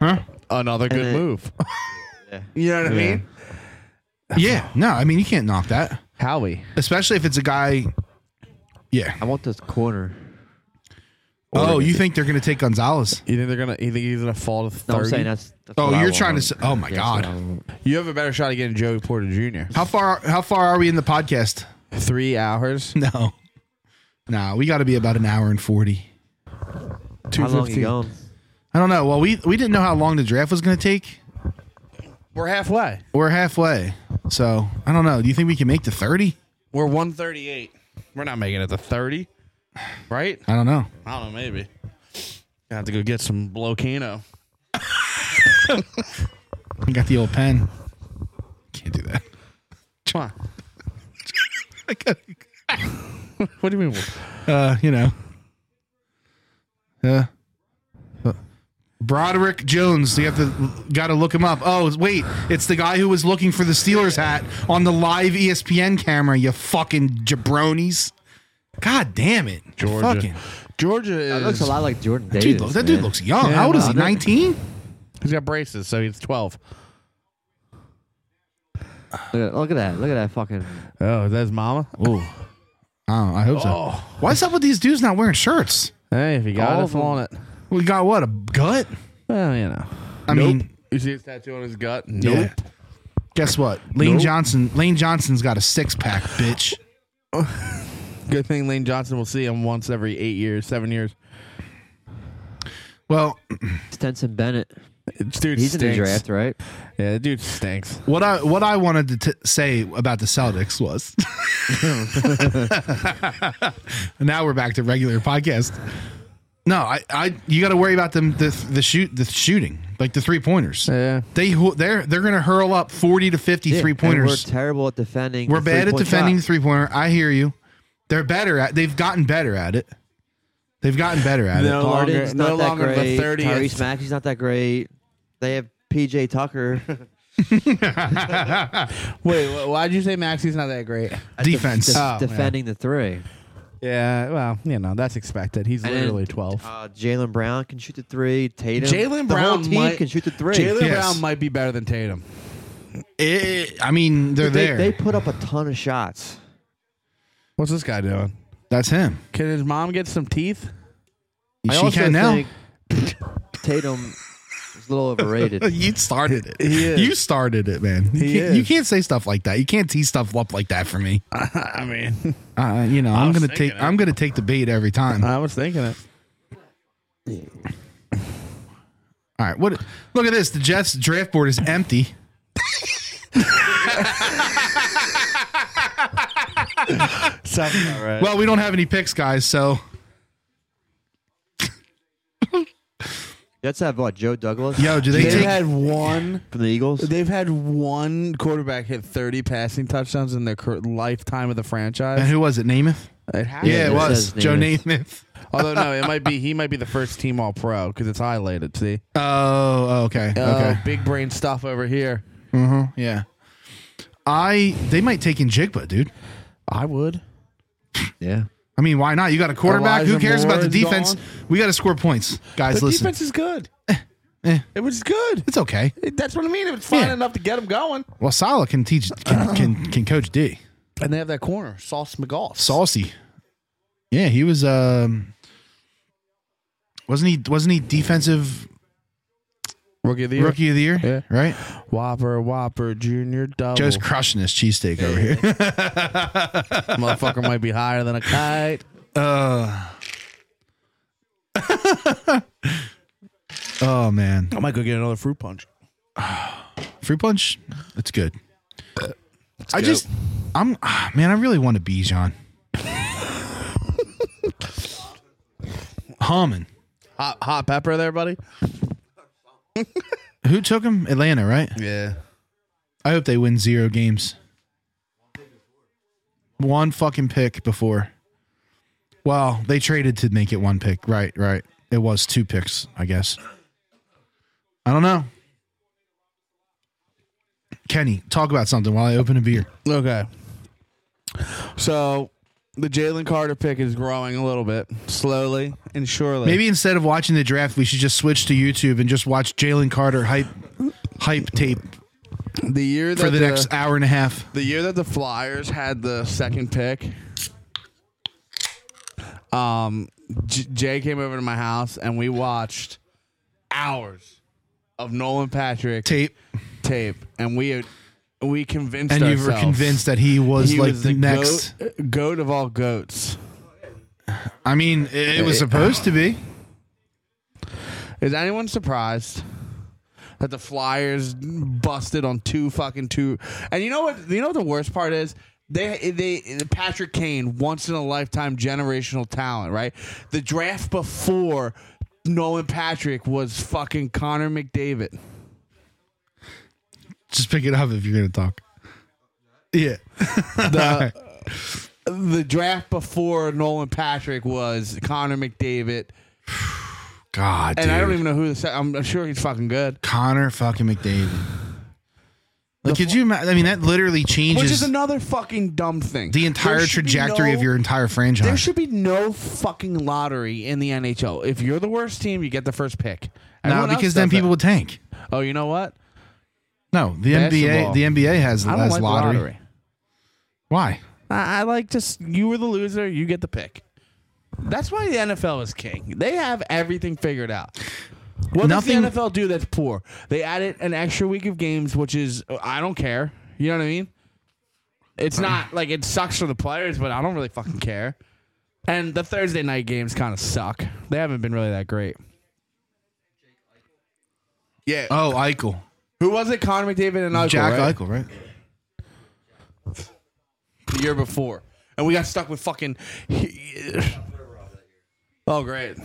Speaker 1: huh
Speaker 2: another good
Speaker 4: it-
Speaker 2: move. You know what I mean?
Speaker 1: yeah no i mean you can't knock that
Speaker 2: Howie.
Speaker 1: especially if it's a guy yeah
Speaker 4: I want this corner.
Speaker 1: oh you think they're gonna take gonzalez
Speaker 2: You think they're gonna? You think he's gonna fall to
Speaker 4: No,
Speaker 2: thirty?
Speaker 4: I'm saying that's. that's
Speaker 1: oh
Speaker 4: what I
Speaker 1: you're
Speaker 4: want.
Speaker 1: trying to say, oh my
Speaker 4: That's what I
Speaker 1: god
Speaker 4: want.
Speaker 2: you have a better shot at getting Joey Porter Jr.
Speaker 1: how far how far are we in the podcast
Speaker 2: Three hours.
Speaker 1: no nah we gotta be about an hour and 40
Speaker 4: How long you going?
Speaker 1: I don't know. Well, we we didn't know how long the draft was going to take.
Speaker 2: We're halfway.
Speaker 1: We're halfway, so I don't know. Do you think we can make the thirty?
Speaker 2: We're one thirty-eight. We're not making it to thirty, right?
Speaker 1: I don't know.
Speaker 2: I don't know. Maybe. Gonna have to go get some Blocano.
Speaker 1: I got the old pen. Can't do that.
Speaker 2: Come on.
Speaker 1: I got-
Speaker 2: What do you mean?
Speaker 1: uh, you know. Uh, Broderick Jones. You have to got to look him up. Oh wait, it's the guy who was looking for the Steelers hat on the live E ESPN camera. You fucking jabronis. God damn it,
Speaker 2: Georgia.
Speaker 1: Fucking,
Speaker 2: Georgia
Speaker 4: That
Speaker 2: is.
Speaker 4: looks a lot like Jordan Davis.
Speaker 1: dude, look- that dude
Speaker 4: man.
Speaker 1: looks young.
Speaker 2: Yeah,
Speaker 1: how old is he?
Speaker 2: well,
Speaker 1: Nineteen.
Speaker 2: He's got braces, so he's twelve.
Speaker 4: Look at, look at that. Look at that fucking.
Speaker 2: Oh, that's mama. Ooh.
Speaker 1: Oh, I hope so. What's up with these dudes not wearing shirts?
Speaker 2: Hey, if you got
Speaker 4: All
Speaker 2: it,
Speaker 4: of 'em.
Speaker 2: flaunt it.
Speaker 1: We got what a gut.
Speaker 2: Well, you know.
Speaker 1: I mean,
Speaker 2: You see his tattoo on his gut?
Speaker 1: yeah. Guess what? Lane
Speaker 2: Nope.
Speaker 1: Johnson. Lane Johnson's got a six pack, bitch.
Speaker 2: Good thing Lane Johnson will see him once every eight years, seven years.
Speaker 1: Well,
Speaker 4: Stenson Bennett.
Speaker 2: This Dude
Speaker 4: He's in
Speaker 2: stinks.
Speaker 4: the draft, right?
Speaker 2: Yeah, that dude stinks.
Speaker 1: what I what I wanted to t- say about the Celtics was. now we're back to regular podcast. No, I, I you got to worry about them the the shoot the shooting like the three pointers.
Speaker 2: Yeah.
Speaker 1: They ho- they're they're gonna hurl up forty to fifty three
Speaker 4: And We're
Speaker 1: pointers.
Speaker 4: terrible at defending.
Speaker 1: We're
Speaker 4: the
Speaker 1: bad at
Speaker 4: three-point
Speaker 1: defending the
Speaker 4: shot.
Speaker 1: three pointer. I hear you. They're better at. They've gotten better at it. They've gotten better at it.
Speaker 2: No longer-
Speaker 4: Harden's not
Speaker 2: no
Speaker 4: that
Speaker 2: longer the
Speaker 4: great.
Speaker 2: 30th.
Speaker 4: Tyrese Maxey's not that great. They have PJ Tucker.
Speaker 2: Wait, wh- why'd you say Maxi's not that great?
Speaker 1: Defense.
Speaker 4: def-
Speaker 2: Oh, yeah.
Speaker 4: defending the three.
Speaker 2: Yeah, well, you know that's expected. He's
Speaker 4: And-
Speaker 2: literally twelve.
Speaker 4: Uh, Jalen Brown can shoot the three. Tatum.
Speaker 2: Jalen
Speaker 4: the whole
Speaker 2: Brown
Speaker 4: team
Speaker 2: might-
Speaker 4: can shoot the three.
Speaker 2: Jalen
Speaker 1: Yes.
Speaker 2: Brown might be better than Tatum.
Speaker 1: Eh, I mean, they're
Speaker 4: they,
Speaker 1: there.
Speaker 4: They put up a ton of shots.
Speaker 2: What's this guy doing?
Speaker 1: That's him.
Speaker 2: Can his mom get some teeth?
Speaker 4: I
Speaker 1: She
Speaker 4: also
Speaker 1: can now.
Speaker 4: think Tatum is a little overrated.
Speaker 1: You started it.
Speaker 2: He is.
Speaker 1: You started it, man. You,
Speaker 2: He
Speaker 1: can't,
Speaker 2: is.
Speaker 1: you can't say stuff like that. You can't tee stuff up like that for me.
Speaker 2: I mean,
Speaker 1: Uh, you know, I'm
Speaker 2: was
Speaker 1: gonna
Speaker 2: thinking
Speaker 1: take. I'm gonna take the bait every time.
Speaker 2: I was thinking it.
Speaker 1: All right. What? Look at this. The Jets draft board is empty. Well, we don't have any picks, guys. So
Speaker 4: That's have what Joe Douglas
Speaker 1: yo, do they
Speaker 2: They've
Speaker 1: take?
Speaker 2: had one.
Speaker 4: from the Eagles.
Speaker 2: They've had one quarterback hit thirty passing touchdowns in their cur- lifetime of the
Speaker 1: and
Speaker 2: franchise.
Speaker 1: who was it? Namath.
Speaker 2: It has-
Speaker 1: Yeah, it
Speaker 4: it
Speaker 1: was
Speaker 4: says
Speaker 1: Joe
Speaker 4: Namath.
Speaker 1: Namath.
Speaker 2: Although no, it might be he might be the first team All Pro because it's highlighted. See,
Speaker 1: Oh, okay,
Speaker 2: okay,
Speaker 1: okay.
Speaker 2: big brain stuff over here.
Speaker 1: Mhm, Yeah. I they might take in Jigba, dude.
Speaker 2: I would.
Speaker 4: yeah.
Speaker 1: I mean, why not? You got a quarterback.
Speaker 2: Elijah
Speaker 1: Who cares about the
Speaker 2: Moore's
Speaker 1: defense?
Speaker 2: gone.
Speaker 1: We got to score points, guys.
Speaker 2: The
Speaker 1: listen,
Speaker 2: defense is good.
Speaker 1: eh.
Speaker 2: It was good.
Speaker 1: it's okay.
Speaker 2: It- that's what I mean. It was fine
Speaker 1: Yeah.
Speaker 2: enough to get them going.
Speaker 1: Well, Salah can teach can can, can coach D.
Speaker 2: And they have that corner, Sauce McGough.
Speaker 1: Saucy. Yeah, he was. Um, wasn't he? Wasn't he defensive
Speaker 2: rookie of the year.
Speaker 1: rookie of the year?
Speaker 2: Yeah.
Speaker 1: Right.
Speaker 2: Whopper, Whopper, Junior Double.
Speaker 1: Joe's crushing his cheesesteak over here.
Speaker 2: motherfucker might be higher than a kite.
Speaker 1: Uh, oh man,
Speaker 2: I might go get another fruit punch.
Speaker 1: fruit punch. It's good. I just, I'm ah, man. I really want a Bijan. Harmon,
Speaker 2: Hot, hot pepper there, buddy.
Speaker 1: who took him? Atlanta, right?
Speaker 2: Yeah.
Speaker 1: I hope they win zero games. One fucking pick before. Well, they traded to make it one pick. Right, right. It was two picks, I guess. I don't know. Kenny, talk about something while I open a beer.
Speaker 2: Okay. So the Jalen Carter pick is growing a little bit, slowly and surely.
Speaker 1: Maybe instead of watching the draft, we should just switch to YouTube and just watch Jalen Carter hype hype tape
Speaker 2: the year that uh,
Speaker 1: for the next hour and a half.
Speaker 2: the year that the Flyers had the second pick, um, J- Jay came over to my house and we watched hours of Nolan Patrick
Speaker 1: Tape.
Speaker 2: tape, and we we convinced
Speaker 1: And you
Speaker 2: ourselves
Speaker 1: were convinced that he was
Speaker 2: he
Speaker 1: like
Speaker 2: was
Speaker 1: the, next
Speaker 2: goat, uh, goat of all goats.
Speaker 1: I mean, it, it was supposed to be.
Speaker 2: Is anyone surprised that the Flyers busted on two fucking two? And you know what? You know what the worst part is. They they Patrick Kane, once in a lifetime generational talent, right? The draft before Nolan Patrick was fucking Connor McDavid.
Speaker 1: Just pick it up if you're gonna talk. Yeah.
Speaker 2: The the draft before Nolan Patrick was Connor McDavid,
Speaker 1: God,
Speaker 2: and
Speaker 1: dude.
Speaker 2: I don't even know who the. sec- I'm, I'm sure he's fucking good.
Speaker 1: Connor fucking McDavid. Like, could you? ima- I mean, that literally
Speaker 2: Which
Speaker 1: changes
Speaker 2: is another fucking dumb thing.
Speaker 1: the entire
Speaker 2: There should be
Speaker 1: trajectory of
Speaker 2: no-
Speaker 1: your entire
Speaker 2: There
Speaker 1: franchise.
Speaker 2: should be no fucking lottery in the NHL. If you're the worst team, you get the first pick.
Speaker 1: no,
Speaker 2: Everyone else
Speaker 1: because then
Speaker 2: does that.
Speaker 1: people would tank.
Speaker 2: Oh, you know what?
Speaker 1: No, the NBA.
Speaker 2: Basketball.
Speaker 1: The NBA has,
Speaker 2: I don't
Speaker 1: has
Speaker 2: like
Speaker 1: lottery.
Speaker 2: lottery.
Speaker 1: Why?
Speaker 2: I, I like just you were the loser, you get the pick. That's why the NFL is king. They have everything figured out. What
Speaker 1: Nothing-
Speaker 2: does the NFL do that's poor? They added an extra week of games, which is I don't care. You know what I mean? It's not like it sucks for the players, but I don't really fucking care. And the Thursday night games kind of suck. They haven't been really that great. Yeah.
Speaker 1: Oh, Eichel,
Speaker 2: Who was it? Connor McDavid and Eichel,
Speaker 1: Jack
Speaker 2: right?
Speaker 1: Eichel, right?
Speaker 2: the year before, and we got stuck with fucking. Oh great,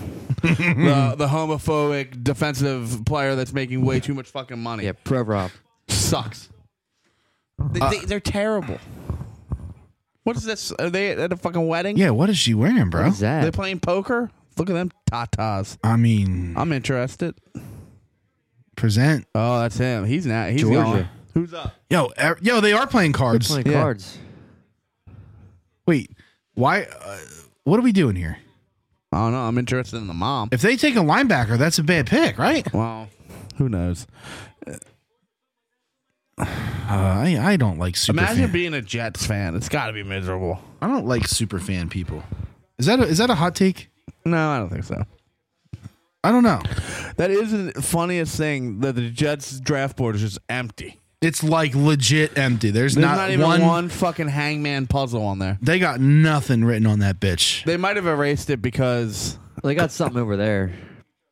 Speaker 2: the the homophobic defensive player that's making way too much fucking money
Speaker 4: Yeah, Provorov.
Speaker 2: sucks. They, they, they're terrible. What is this? Are they at a fucking wedding?
Speaker 1: Yeah. What is she wearing, bro?
Speaker 4: Who's that?
Speaker 2: They're playing poker. Look at them tatas.
Speaker 1: I mean,
Speaker 2: I'm interested.
Speaker 1: present.
Speaker 2: Oh, that's him. He's not. He's
Speaker 4: Georgia.
Speaker 2: going. Who's up?
Speaker 1: Yo, er, yo, they are playing cards.
Speaker 4: Playing
Speaker 2: Yeah.
Speaker 4: cards.
Speaker 1: Wait, why? Uh, what are we doing here?
Speaker 2: I don't know. I'm interested in the mom.
Speaker 1: If they take a linebacker, that's a bad pick, right?
Speaker 2: Well, who knows?
Speaker 1: Uh, I I don't like super.
Speaker 2: Imagine
Speaker 1: fan.
Speaker 2: being a Jets fan. It's got to be miserable.
Speaker 1: I don't like super fan people. Is that a, is that a hot take?
Speaker 2: No, I don't think so.
Speaker 1: I don't know.
Speaker 2: That is the funniest thing that the Jets draft board is just empty.
Speaker 1: It's like legit empty. There's,
Speaker 2: There's
Speaker 1: not,
Speaker 2: not, even
Speaker 1: one,
Speaker 2: one, fucking hangman puzzle on there.
Speaker 1: They got nothing written on that bitch.
Speaker 2: They might have erased it because
Speaker 4: They got something over there.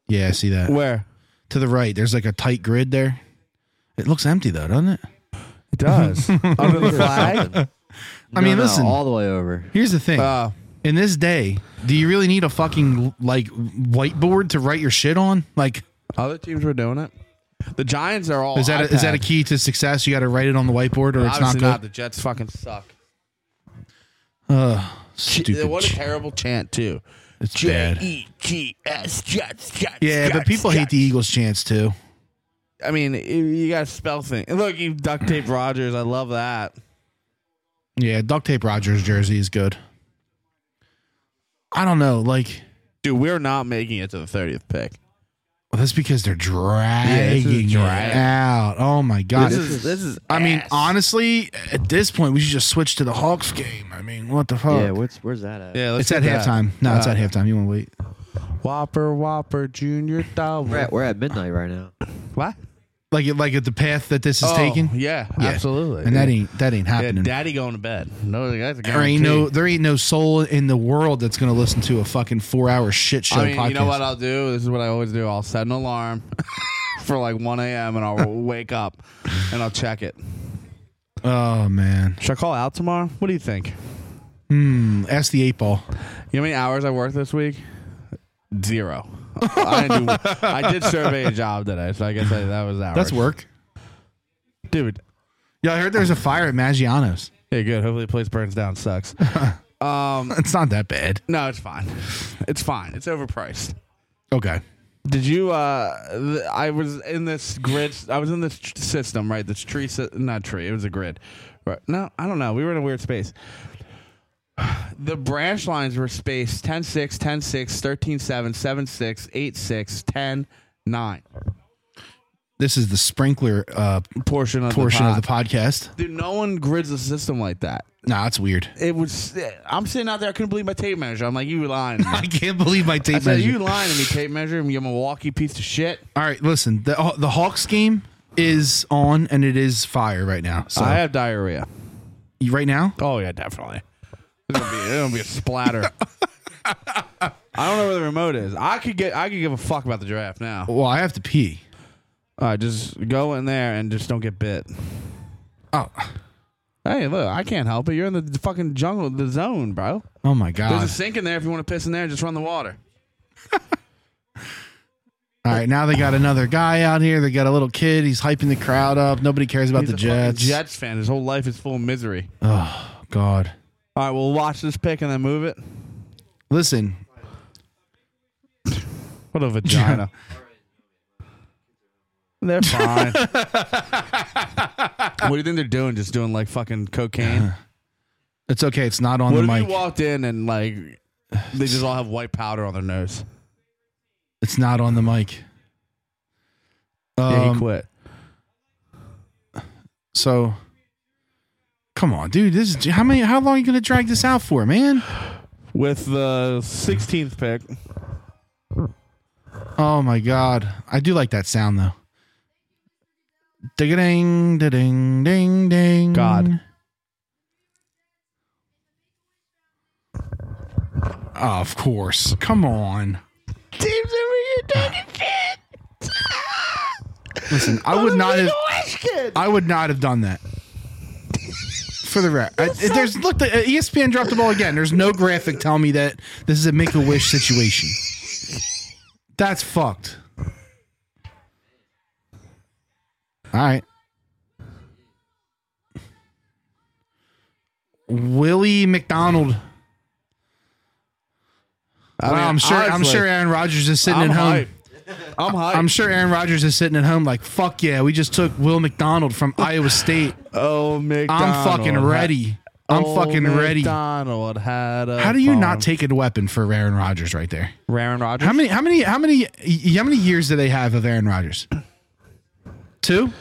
Speaker 1: Yeah, I see that.
Speaker 2: where
Speaker 1: To the right, there's like a tight grid there. It looks empty though, doesn't it?
Speaker 2: it does under the flag.
Speaker 1: I mean, listen.
Speaker 4: all the way over.
Speaker 1: Here's the thing.
Speaker 2: Uh,
Speaker 1: In this day, do you really need a fucking like whiteboard to write your shit on? Like,
Speaker 2: other teams were doing it. The Giants are all.
Speaker 1: is that a, is that a
Speaker 2: iPad.
Speaker 1: key to success? You got to write it on the whiteboard, or it's not
Speaker 2: Obviously
Speaker 1: good.
Speaker 2: not. The Jets fucking suck.
Speaker 1: Ugh, stupid.
Speaker 2: What a terrible chant too.
Speaker 1: it's
Speaker 2: J
Speaker 1: bad.
Speaker 2: E T S Jets Jets.
Speaker 1: Yeah, but
Speaker 2: Jets,
Speaker 1: people hate
Speaker 2: Jets.
Speaker 1: the Eagles' chance too.
Speaker 2: I mean, you- you got to spell things. Look, you duct tape Rogers. I love that.
Speaker 1: Yeah, duct tape Rogers jersey is good. I don't know, like
Speaker 2: Dude, we're not making it to the 30th pick.
Speaker 1: well, that's because they're
Speaker 2: this is a
Speaker 1: dragging
Speaker 2: drag.
Speaker 1: it out. Oh my god!
Speaker 2: This is this is.
Speaker 1: I mean,
Speaker 2: ass.
Speaker 1: honestly, at this point, we should just switch to the Hawks game. I mean, what the fuck?
Speaker 4: Yeah, where's, where's that at?
Speaker 2: Yeah, let's
Speaker 1: it's at
Speaker 2: get that.
Speaker 1: halftime. No, it's
Speaker 2: Uh,
Speaker 1: at halftime. You want to wait?
Speaker 2: Whopper, Whopper, Junior Double.
Speaker 4: We're at, we're at midnight right now.
Speaker 2: What?
Speaker 1: Like, it- like at the path that this is
Speaker 2: Oh,
Speaker 1: taken,
Speaker 2: Yeah,
Speaker 1: Yeah.
Speaker 2: absolutely.
Speaker 1: and that ain't that ain't
Speaker 2: Yeah,
Speaker 1: happening.
Speaker 2: daddy going to bed. No, that's a
Speaker 1: there ain't no there ain't no soul in the world that's gonna listen to a fucking four hour shit show
Speaker 2: I mean,
Speaker 1: podcast.
Speaker 2: you know what I'll do? This is what I always do. I'll set an alarm for like 1 a.m. and I'll wake up and I'll check it. uh,
Speaker 1: oh man,
Speaker 2: Should I call out tomorrow? What do you think?
Speaker 1: hmm. Ask the eight ball.
Speaker 2: You know how many hours I worked this week? Zero. I, didn't do, I did survey a job today, so I guess I, that was hours.
Speaker 1: That's work.
Speaker 2: dude.
Speaker 1: Yeah, I heard there's a fire at Maggiano's.
Speaker 2: Yeah, good. Hopefully, the place burns down. Sucks. um,
Speaker 1: It's not that bad.
Speaker 2: no, it's fine. It's fine. It's overpriced.
Speaker 1: Okay.
Speaker 2: Did you? Uh, th- I was in this grid. I was in this tr- system, right? This tree, sy- not tree. It was a grid. Right? No, I don't know. We were in a weird space. The branch lines were spaced 10 6, 10 6, 13 7, 7 6, 8 6, 10 9.
Speaker 1: This is the sprinkler uh,
Speaker 2: Portion of
Speaker 1: portion
Speaker 2: the
Speaker 1: of the podcast.
Speaker 2: Dude, no one grids a system like that.
Speaker 1: Nah, that's weird.
Speaker 2: It was. eh, I'm sitting out there. I couldn't believe my tape measure. I'm like, you lying. to me."
Speaker 1: I can't believe my
Speaker 2: I
Speaker 1: tape
Speaker 2: said, you
Speaker 1: measure.
Speaker 2: lying to me, tape measure. You Milwaukee piece of shit.
Speaker 1: All right, listen. The uh, the Hawks game is on and it is fire right now. So
Speaker 2: I have diarrhea.
Speaker 1: you- right now,
Speaker 2: Oh yeah, definitely. It's gonna be, it's gonna be a splatter. I don't know where the remote is. I could get. I could give a fuck about the draft now. All
Speaker 1: well, I have to pee.
Speaker 2: right, just go in there and just don't get bit.
Speaker 1: Oh,
Speaker 2: Hey, look, I can't help it. You're in the fucking jungle, the zone, bro.
Speaker 1: oh my
Speaker 2: There's
Speaker 1: god!
Speaker 2: a sink in there. If you want to piss in there, just run the water.
Speaker 1: All right, now they got another guy out here. They got a little kid. He's hyping the crowd up. Nobody cares about
Speaker 2: He's
Speaker 1: the
Speaker 2: a fucking
Speaker 1: Jets.
Speaker 2: Jets fan. His whole life is full of misery.
Speaker 1: Oh god!
Speaker 2: All right, we'll watch this pick and then move it.
Speaker 1: Listen,
Speaker 2: What a vagina. They're fine. what do you think they're doing? Just doing like fucking cocaine?
Speaker 1: uh, it's okay. It's not on
Speaker 2: what
Speaker 1: the
Speaker 2: if
Speaker 1: mic.
Speaker 2: you walked in and like they just all have white powder on their nose?
Speaker 1: It's not on the mic.
Speaker 2: yeah, he
Speaker 1: Um,
Speaker 2: quit.
Speaker 1: so, come on, dude. This is how many? How long are you gonna drag this out for, man?
Speaker 2: With the 16th pick,
Speaker 1: Oh my god, I do like that sound though. Ding ding ding ding ding.
Speaker 2: God.
Speaker 1: Ah, Of course. Come on. Listen, I would not have. I would not have done that. For the record, there's look. The uh, E ESPN dropped the ball again. There's no graphic telling me that this is a make a wish situation. That's fucked. All right. Willie McDonald.
Speaker 2: I
Speaker 1: wow,
Speaker 2: mean,
Speaker 1: I'm sure. I'm
Speaker 2: honestly,
Speaker 1: sure Aaron Rodgers is sitting
Speaker 2: I'm
Speaker 1: at home.
Speaker 2: hype.
Speaker 13: I'm high.
Speaker 1: I'm sure Aaron Rodgers is sitting at home like, fuck yeah, we just took Will McDonald from Iowa State.
Speaker 13: oh, McDonald.
Speaker 1: I'm fucking ready. I'm
Speaker 13: Oh,
Speaker 1: fucking ready.
Speaker 13: McDonald had a
Speaker 1: How do you
Speaker 13: farm.
Speaker 1: not take a weapon for Aaron Rodgers right there?
Speaker 13: Aaron Rodgers?
Speaker 1: How many? How many? How many? y- How many years do they have of Aaron Rodgers? Two.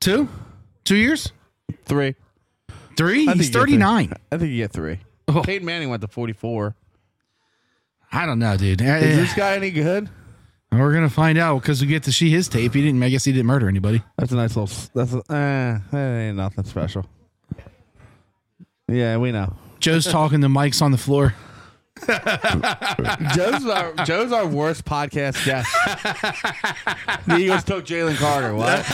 Speaker 1: Two. Two years.
Speaker 13: Three.
Speaker 1: Three.
Speaker 13: I think you
Speaker 1: He's Oh.
Speaker 13: get
Speaker 1: thirty nine.
Speaker 13: three. I think you get three.
Speaker 2: Peyton Manning went to 44.
Speaker 1: I don't know, dude.
Speaker 13: Is
Speaker 1: Eh,
Speaker 13: this guy any good?
Speaker 1: We're gonna find out because we get to see his tape. He didn't. I guess he didn't murder anybody.
Speaker 13: That's a nice little. s- That's a, eh, that ain't nothing special. Yeah, we know.
Speaker 1: Joe's talking to mics on the floor.
Speaker 2: Joe's our Joe's our worst podcast guest. the Eagles took Jalen Carter. What?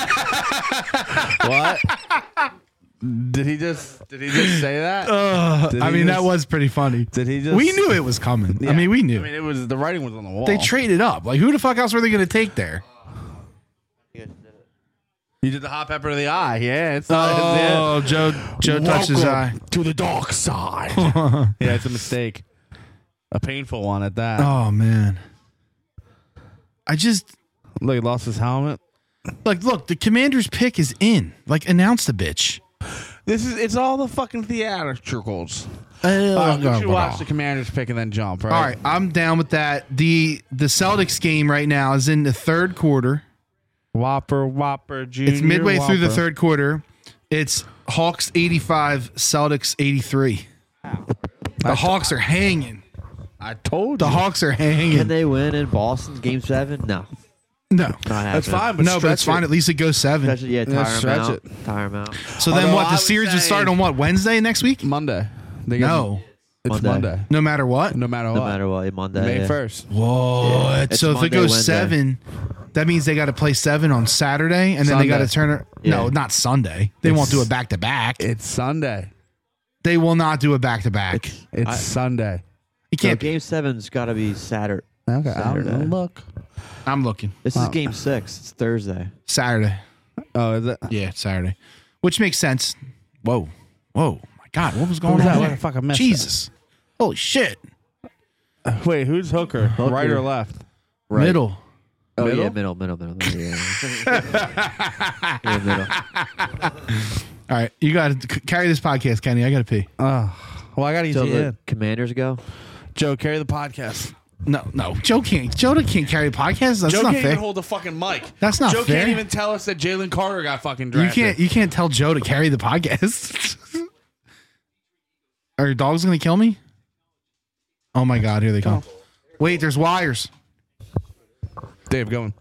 Speaker 2: what? Did he just Did he just say that?
Speaker 13: Uh, Did
Speaker 1: I
Speaker 13: he
Speaker 1: mean,
Speaker 13: just-
Speaker 1: that was pretty funny.
Speaker 13: Did he just?
Speaker 1: Uh, We knew it was coming. I mean, we knew.
Speaker 2: I mean, it was the writing was on the wall.
Speaker 1: they traded up. Like, who the fuck else were they gonna take there?
Speaker 2: you did the hot pepper to the eye. Yeah, it's not.
Speaker 1: Oh, Joe. Joe touched his eye.
Speaker 2: to the dark side. yeah, it's a mistake. A painful one at that.
Speaker 1: Oh man. I just
Speaker 2: Look, he lost his helmet.
Speaker 1: like look, the commander's pick is in. Like announce the bitch.
Speaker 2: This is it's all the fucking theatricals. Uh,
Speaker 1: Uh,
Speaker 2: you should watch the Commanders pick and then jump. Right.
Speaker 1: All right, I'm down with that. The the Celtics game right now is in the third quarter.
Speaker 2: Whopper, Whopper, Junior.
Speaker 1: It's midway through the
Speaker 2: Whopper.
Speaker 1: third quarter. It's Hawks 85, Celtics 83. The Hawks are hanging.
Speaker 2: I told
Speaker 1: The
Speaker 2: you.
Speaker 1: Hawks are
Speaker 4: Can
Speaker 1: hanging.
Speaker 4: they win in Boston Game Seven? No,
Speaker 1: No.
Speaker 4: not happening.
Speaker 2: That's fine, but
Speaker 1: No, but that's fine. At least it goes seven.
Speaker 4: Especially, yeah, tire
Speaker 2: Let's
Speaker 4: them
Speaker 2: stretch
Speaker 4: out. Tire 'em out.
Speaker 1: So then
Speaker 2: Although
Speaker 1: what?
Speaker 2: I
Speaker 1: The
Speaker 2: would
Speaker 1: series would
Speaker 2: say-
Speaker 1: start on what? Wednesday next week?
Speaker 2: Monday. They got-
Speaker 1: No.
Speaker 2: it's
Speaker 4: Monday.
Speaker 2: Monday.
Speaker 1: No matter what?
Speaker 2: No matter
Speaker 4: No
Speaker 2: what.
Speaker 4: matter what, Monday.
Speaker 2: May
Speaker 4: yeah.
Speaker 2: first.
Speaker 1: Whoa!
Speaker 4: Yeah.
Speaker 1: it-
Speaker 4: It's
Speaker 1: so if it
Speaker 4: Monday,
Speaker 1: goes
Speaker 4: Wednesday.
Speaker 1: seven, that means they got to play seven on Saturday, and then they got to
Speaker 2: Sunday.
Speaker 1: turn it. No,
Speaker 4: Yeah.
Speaker 1: not Sunday. They won't do a back to back.
Speaker 2: It's Sunday.
Speaker 1: They will not do a back to back.
Speaker 4: It's-
Speaker 2: It's
Speaker 4: I-
Speaker 2: Sunday.
Speaker 1: You
Speaker 4: So
Speaker 1: can't.
Speaker 4: game Seven's got to be Saturday.
Speaker 2: Okay.
Speaker 4: Saturday.
Speaker 2: I'll look.
Speaker 1: I'm looking
Speaker 4: This is Game Six. It's Thursday.
Speaker 1: Saturday.
Speaker 2: Oh, is it?
Speaker 1: Yeah, Saturday, which makes sense. Whoa, whoa, my God! What was going
Speaker 2: was
Speaker 1: on?
Speaker 2: that? What
Speaker 1: there?
Speaker 2: the fuck? I missed
Speaker 1: Jesus! Holy shit!
Speaker 2: Wait, who's Hooker? Right or left?
Speaker 1: Middle.
Speaker 4: Oh
Speaker 2: Middle?
Speaker 4: yeah, middle, middle, middle. middle, Yeah. yeah, middle.
Speaker 1: All right, you got to c- carry this podcast, Kenny. I got to pee.
Speaker 2: Oh, well, I got to
Speaker 4: So
Speaker 2: you
Speaker 4: the
Speaker 2: in.
Speaker 4: Commanders go.
Speaker 2: Joe, carry the podcast.
Speaker 1: No, no, Joe can't. Joe can't carry podcasts. That's
Speaker 2: Joe
Speaker 1: not
Speaker 2: can't
Speaker 1: fair.
Speaker 2: even hold the fucking mic.
Speaker 1: That's not
Speaker 2: Joe
Speaker 1: fair.
Speaker 2: can't even tell us that Jalen Carter got fucking
Speaker 1: You
Speaker 2: drafted.
Speaker 1: can't you can't tell Joe to carry the podcast. Are your dogs gonna kill me? Oh my god, here they come. Wait, there's wires.
Speaker 2: Dave, going,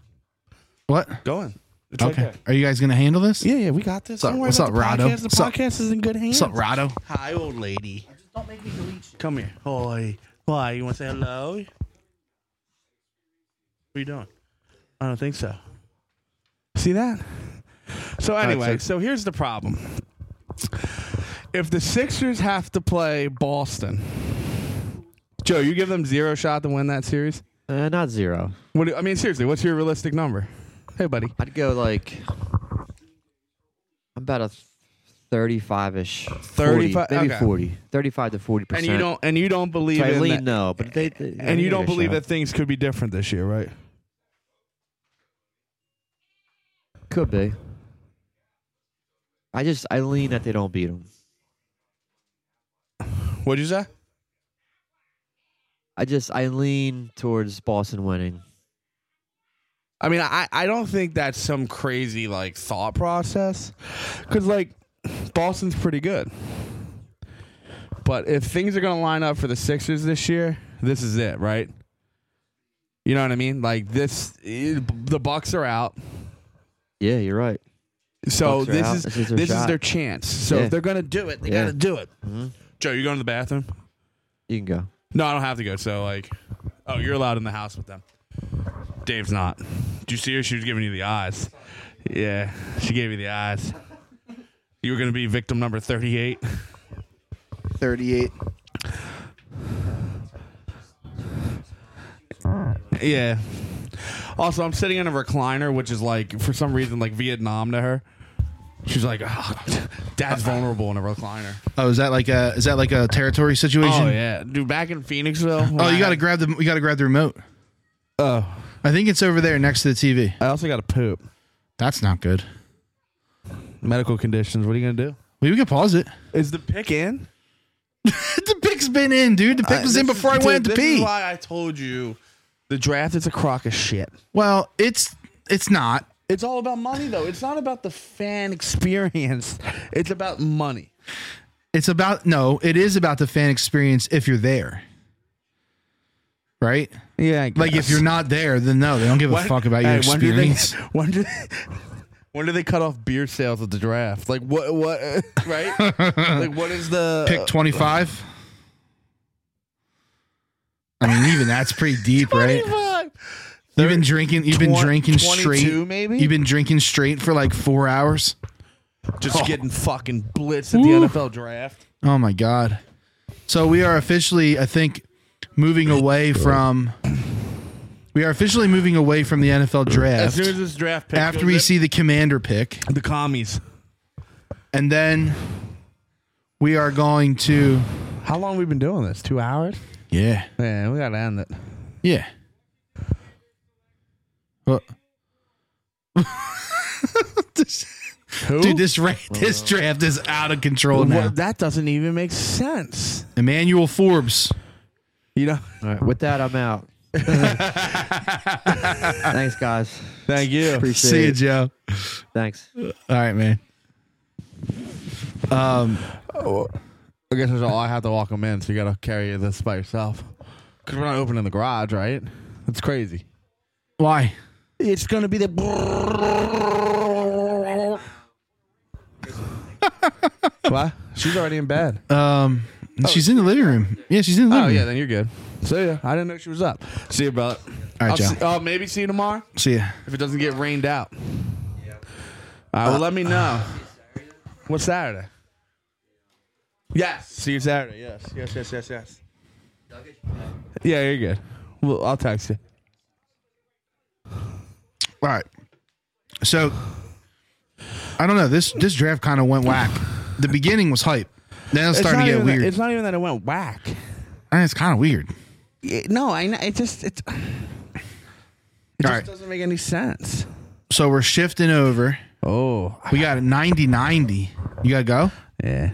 Speaker 1: What?
Speaker 2: going. It's right
Speaker 1: Okay.
Speaker 2: there.
Speaker 1: Are you guys gonna handle this?
Speaker 2: Yeah, yeah, we got this.
Speaker 1: up?
Speaker 2: Don't worry
Speaker 1: What's
Speaker 2: about
Speaker 1: up,
Speaker 2: the
Speaker 1: Rado?
Speaker 2: podcast. The
Speaker 1: What's up?
Speaker 2: podcast is in good hands.
Speaker 1: What's up, Rado?
Speaker 2: Hi, old lady. Just don't make me delete you. Come here. Oi. Why? You want to say hello? What are you doing? I don't think so. See that? So, anyway, so here's the problem. If the Sixers have to play Boston, Joe, you give them zero shot to win that series?
Speaker 4: Uh, not zero.
Speaker 2: What do, I mean, seriously, what's your realistic number? Hey, buddy.
Speaker 4: I'd go like about a thirty-five ish,
Speaker 2: 35
Speaker 4: maybe
Speaker 2: okay.
Speaker 4: forty, thirty-five to forty
Speaker 2: And
Speaker 4: percent.
Speaker 2: you don't and you don't believe
Speaker 4: So I
Speaker 2: in
Speaker 4: lean
Speaker 2: that-
Speaker 4: no, but they. they I
Speaker 2: and you
Speaker 4: think
Speaker 2: don't
Speaker 4: they
Speaker 2: believe
Speaker 4: shot.
Speaker 2: that things could be different this year, right?
Speaker 4: could be. I just I lean that they don't beat them.
Speaker 2: What'd you say?
Speaker 4: I just I lean towards Boston winning.
Speaker 2: I mean, I, I don't think that's some crazy like thought process because like Boston's pretty good, but if things are gonna line up for the Sixers this year, this is it, right? You know what I mean? Like this, the Bucks are out,
Speaker 4: Yeah, you're right.
Speaker 2: so
Speaker 4: Bucks are
Speaker 2: this
Speaker 4: out.
Speaker 2: is
Speaker 4: This
Speaker 2: this,
Speaker 4: is
Speaker 2: is
Speaker 4: their
Speaker 2: their,
Speaker 4: shot.
Speaker 2: chance. So
Speaker 4: Yeah.
Speaker 2: if they're gonna do it, they
Speaker 4: Yeah. Mm-hmm.
Speaker 2: gotta do it. Joe, you going to the bathroom?
Speaker 4: You can go.
Speaker 2: No, I don't have to go. So like, oh, you're allowed in the house with them. Dave's not. Did you see her? She was giving you the eyes. Yeah, she gave you the eyes. You were gonna be victim number thirty-eight.
Speaker 1: 38.
Speaker 2: Yeah. Also, I'm sitting in a recliner, which is like for some reason like Vietnam to her.
Speaker 8: She's like, "Ah, Dad's vulnerable in a recliner.
Speaker 1: Oh, is that like a is that like a territory situation?
Speaker 2: Oh yeah, dude. Back in Phoenixville. when
Speaker 1: Oh, you
Speaker 2: I-
Speaker 1: gotta grab the you gotta grab the remote.
Speaker 2: Oh,
Speaker 1: I think it's over there next to the TV.
Speaker 2: I also got to poop.
Speaker 1: That's not good.
Speaker 2: Medical conditions. What are you gonna do?
Speaker 1: We we can pause it.
Speaker 2: Is the pick in?
Speaker 1: the pick's been in, dude. The pick was in
Speaker 2: Uh, This is-
Speaker 1: before I went
Speaker 2: dude,
Speaker 1: to
Speaker 2: This is
Speaker 1: pee.
Speaker 2: why I told you the draft is a crock of shit.
Speaker 1: Well, it's it's not.
Speaker 2: It's all about money, though. It's not about the fan experience. It's about money.
Speaker 1: It's about no. It is about the fan experience if you're there, right?
Speaker 2: Yeah,
Speaker 1: Like if you're not there, then no, they don't give a fuck about your
Speaker 2: when do they?
Speaker 1: experience.
Speaker 2: When do they, when do they cut off beer sales at the draft? Like what? What? Right? like what is the uh,
Speaker 1: Pick twenty five. I mean, even that's pretty deep, right? You've been drinking. You've been
Speaker 2: Twen-
Speaker 1: drinking
Speaker 2: 22
Speaker 1: straight.
Speaker 2: maybe?
Speaker 1: You've been drinking straight for like four hours.
Speaker 2: Just getting fucking blitzed at
Speaker 1: Oh. Woo.
Speaker 2: the NFL draft.
Speaker 1: Oh my god! So we are officially, I think, moving away from. We are officially moving away from the NFL
Speaker 2: As
Speaker 1: draft
Speaker 2: soon as this draft pick
Speaker 1: after
Speaker 2: goes
Speaker 1: we
Speaker 2: in-
Speaker 1: see the commander pick,
Speaker 2: the commies.
Speaker 1: and then we are going to.
Speaker 2: How long we been doing this? Two hours?
Speaker 1: Yeah.
Speaker 2: Yeah, we gotta end it.
Speaker 1: Yeah. Well,
Speaker 2: Who?
Speaker 1: dude, this ra- this draft is out of control now.
Speaker 2: Well, that doesn't even make sense.
Speaker 1: Emmanuel Forbes.
Speaker 2: You know.
Speaker 4: All right, with that, I'm out. Thanks, guys.
Speaker 2: Thank you.
Speaker 4: Appreciate
Speaker 1: See you,
Speaker 4: it.
Speaker 1: Joe.
Speaker 4: Thanks.
Speaker 1: All right, man.
Speaker 2: I guess that's all I have to walk them in, so you gotta carry this by yourself. Cause we're not opening the garage, right? That's crazy.
Speaker 1: Why?
Speaker 2: It's gonna be the. what? She's already in bed.
Speaker 1: Um, she's in the living room. Yeah, she's in the
Speaker 2: oh
Speaker 1: living
Speaker 2: yeah,
Speaker 1: room.
Speaker 2: then you're good. So yeah, I didn't know she was up. See you, brother.
Speaker 1: All right,
Speaker 2: I'll
Speaker 1: Joe.
Speaker 2: see, uh, maybe see you tomorrow
Speaker 1: See ya.
Speaker 2: if it doesn't get rained out. All right, well, let me know. uh, What's Saturday? Yes. See you Saturday. Yes. Yes. Yes. Yes. Yes. Yeah, you're good. Well, I'll text you.
Speaker 1: All right. So I don't know. This this draft kind of went whack. The beginning was hype. Then it's starting to get
Speaker 2: even
Speaker 1: weird.
Speaker 2: That, it's not even that it went whack.
Speaker 1: Eh, it's kind of weird.
Speaker 2: It- no, I know. It just it, it just
Speaker 1: All right.
Speaker 2: doesn't make any sense.
Speaker 1: So we're shifting over.
Speaker 2: Oh,
Speaker 1: We got a 90 90. You got to go?
Speaker 2: yeah.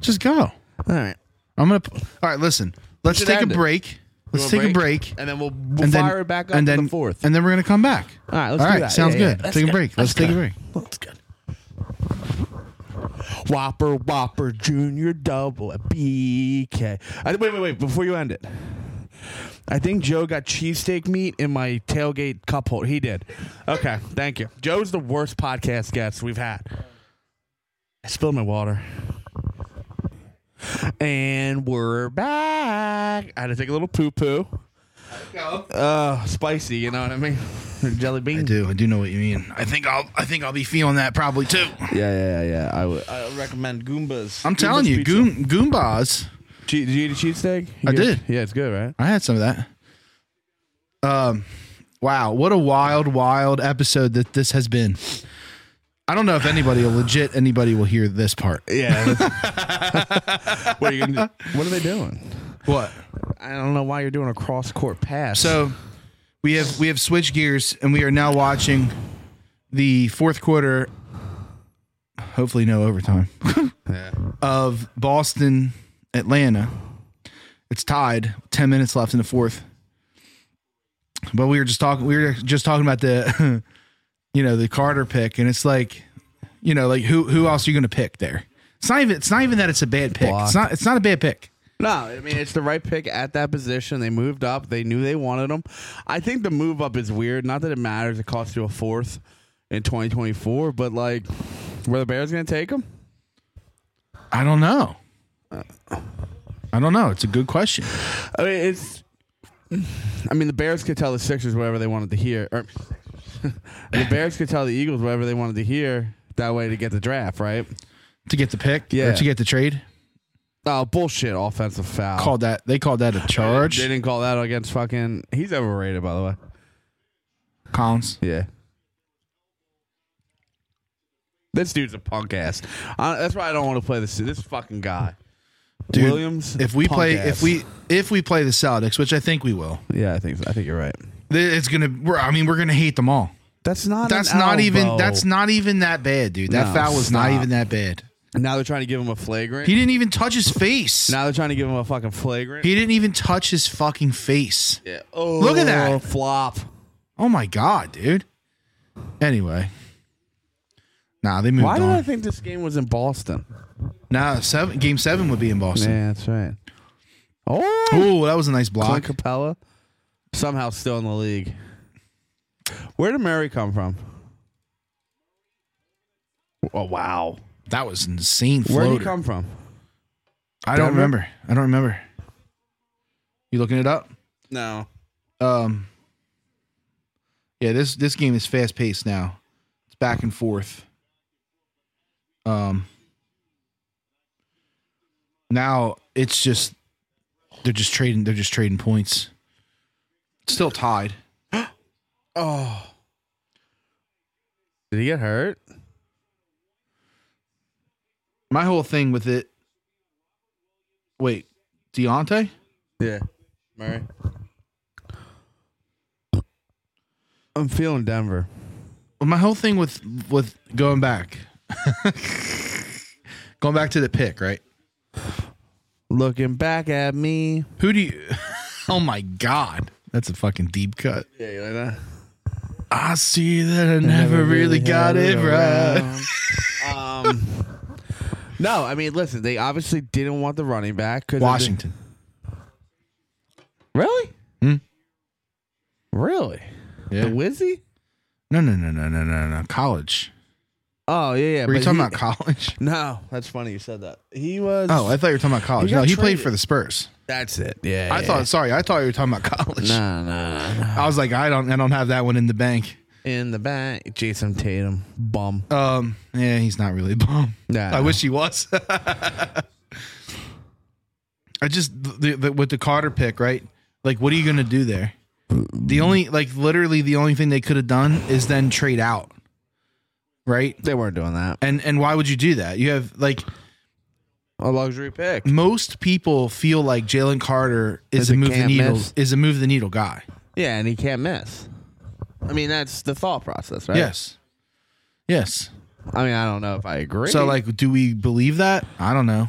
Speaker 1: Just go.
Speaker 2: All right.
Speaker 1: I'm going to. All right, listen. Let's
Speaker 2: should
Speaker 1: take a
Speaker 2: end it.
Speaker 1: break. Let's take a break.
Speaker 2: and then we'll, we'll fire it back up
Speaker 1: and
Speaker 2: to
Speaker 1: then,
Speaker 2: the fourth.
Speaker 1: And then we're going to come back.
Speaker 2: All right, let's
Speaker 1: All
Speaker 2: do
Speaker 1: right.
Speaker 2: that.
Speaker 1: Sounds
Speaker 2: Yeah, yeah,
Speaker 1: good.
Speaker 2: yeah. Let's
Speaker 1: Take a
Speaker 2: go.
Speaker 1: break. Let's take a break.
Speaker 2: That's good. Whopper, Whopper, Junior, Double, a BK. I, wait, wait, wait. Before you end it, I think Joe got cheesesteak meat in my tailgate cup holder. He did. Okay, thank you. Joe's the worst podcast guest we've had. I spilled my water. And we're back. I had to take a little poo poo. Uh, spicy, you know what I mean? Jelly bean.
Speaker 1: I do. I do know what you mean. I think I'll. I think I'll be feeling that probably too.
Speaker 2: Yeah, yeah, yeah. I would. I would recommend Goombas.
Speaker 1: I'm telling
Speaker 2: Goombas
Speaker 1: you,
Speaker 2: pizza.
Speaker 1: Goom, Goombas.
Speaker 2: Che- did you eat a cheesesteak?
Speaker 1: I
Speaker 2: You
Speaker 1: did.
Speaker 2: Yeah, it's good, right?
Speaker 1: I had some of that. Um, wow, what a wild, wild episode that this has been. I don't know if anybody, legit anybody, will hear this part.
Speaker 2: Yeah. what are you? Gonna, what are they doing?
Speaker 1: What?
Speaker 2: I don't know why you're doing a cross court pass.
Speaker 1: So we have we have switched gears and we are now watching the fourth quarter. Hopefully, no overtime of Boston Atlanta. It's tied. Ten minutes left in the fourth. But we were just talking. We were just talking about the, you know, the Carter pick, and it's like, you know, like who who else are you going to pick there? It's not even. It's not even that it's a bad pick. It's not. It's not a bad pick.
Speaker 2: no, I mean it's the right pick at that position. They moved up. They knew they wanted them. I think the move up is weird. Not that it matters. It costs you a fourth in 2024, but like, were the Bears going to take them?
Speaker 1: I don't know. I don't know. It's a good question.
Speaker 2: I mean, it's. I mean, the Bears could tell the Sixers whatever they wanted to hear, or the Bears could tell the Eagles whatever they wanted to hear. That way to get the draft, right?
Speaker 1: To get the pick,
Speaker 2: Yeah.
Speaker 1: or to get the trade,
Speaker 2: Oh, bullshit! Offensive foul.
Speaker 1: called that. They called that a charge.
Speaker 2: They didn't call that against fucking. He's overrated, by the way.
Speaker 1: Collins.
Speaker 2: Yeah. This dude's a punk ass. I, that's why I don't want to play this. This fucking guy,
Speaker 1: Dude,
Speaker 2: Williams.
Speaker 1: If we
Speaker 2: punk
Speaker 1: play,
Speaker 2: ass.
Speaker 1: if we if we play the Celtics, which I think we will,
Speaker 2: yeah, I think so. I think you're right.
Speaker 1: th- it's gonna. We're, I mean, we're gonna hate them all.
Speaker 2: That's not. an
Speaker 1: That's not even.
Speaker 2: elbow.
Speaker 1: That's not even that bad, dude. That
Speaker 2: No,
Speaker 1: foul was not
Speaker 2: stop.
Speaker 1: even that bad.
Speaker 2: Now they're trying to give him a flagrant.
Speaker 1: He didn't even touch his face.
Speaker 2: now they're trying to give him a fucking flagrant.
Speaker 1: He didn't even touch his fucking face.
Speaker 2: yeah. Oh,
Speaker 1: Look at that.
Speaker 2: flop.
Speaker 1: Oh my god, dude. Anyway, nah, they moved
Speaker 2: Why did
Speaker 1: on.
Speaker 2: I think this game was in Boston?
Speaker 1: nah, seven, game seven would be in Boston.
Speaker 2: Yeah, that's right. Oh,
Speaker 1: Ooh, that was a nice block.
Speaker 2: Clint Capella, somehow still in the league. Where did Murray come from? Oh wow,
Speaker 1: That was an insane
Speaker 2: where did he
Speaker 1: floater.
Speaker 2: come from?
Speaker 1: I don't
Speaker 2: Denver?
Speaker 1: remember. I don't remember. You looking it up?
Speaker 2: No,
Speaker 1: Um. Yeah this this game is fast paced now. It's back and forth. Um. Now it's just they're just trading. They're just trading points. It's still tied.
Speaker 2: Oh. Did he get hurt?
Speaker 1: My whole thing with it. Wait, Deontay?
Speaker 2: Yeah. Murray. I'm feeling Denver.
Speaker 1: Well, my whole thing with with going back, going back to the pick, right?
Speaker 2: Looking back at me.
Speaker 1: Who do you? Oh my god, that's a fucking deep cut.
Speaker 2: Yeah, you like that?
Speaker 1: I see that I never, really got it right.
Speaker 2: Um, no, I mean, listen, they obviously didn't want the running back. 'cause of the-
Speaker 1: Washington.
Speaker 2: really?
Speaker 1: Hmm.
Speaker 2: Really?
Speaker 1: Yeah.
Speaker 2: The Wizzy?
Speaker 1: No, no, no, no, no, no, no. College.
Speaker 2: Oh, yeah, yeah.
Speaker 1: Were you
Speaker 2: but
Speaker 1: talking
Speaker 2: he-
Speaker 1: about college?
Speaker 2: No, that's funny you said that. He was.
Speaker 1: Oh, I thought you were talking about college.
Speaker 2: He got
Speaker 1: no, he played
Speaker 2: traded.
Speaker 1: for the Spurs.
Speaker 2: that's it. Yeah.
Speaker 1: I
Speaker 2: yeah,
Speaker 1: thought. Sorry, I thought you were talking about college.
Speaker 2: No, no, no.
Speaker 1: I was like, I don't, I don't have that one in the bank.
Speaker 2: In the back, Jason Tatum, bum.
Speaker 1: Um, yeah, he's not really a bum.
Speaker 2: Nah.
Speaker 1: I wish he was. I just the, the, with the Carter pick, right? Like, what are you gonna do there? The only, like, literally, the only thing they could have done is then trade out, right?
Speaker 2: they weren't doing that.
Speaker 1: And and why would you do that? You have like
Speaker 2: A luxury pick.
Speaker 1: most people feel like Jalen Carter is
Speaker 2: Is
Speaker 1: a
Speaker 2: a
Speaker 1: move the
Speaker 2: can't
Speaker 1: needle
Speaker 2: miss.
Speaker 1: is a move the needle guy.
Speaker 2: Yeah, and he can't miss. I mean, that's the thought process, right?
Speaker 1: Yes, yes.
Speaker 2: I mean, I don't know if I agree.
Speaker 1: So like, do we believe that? I don't know.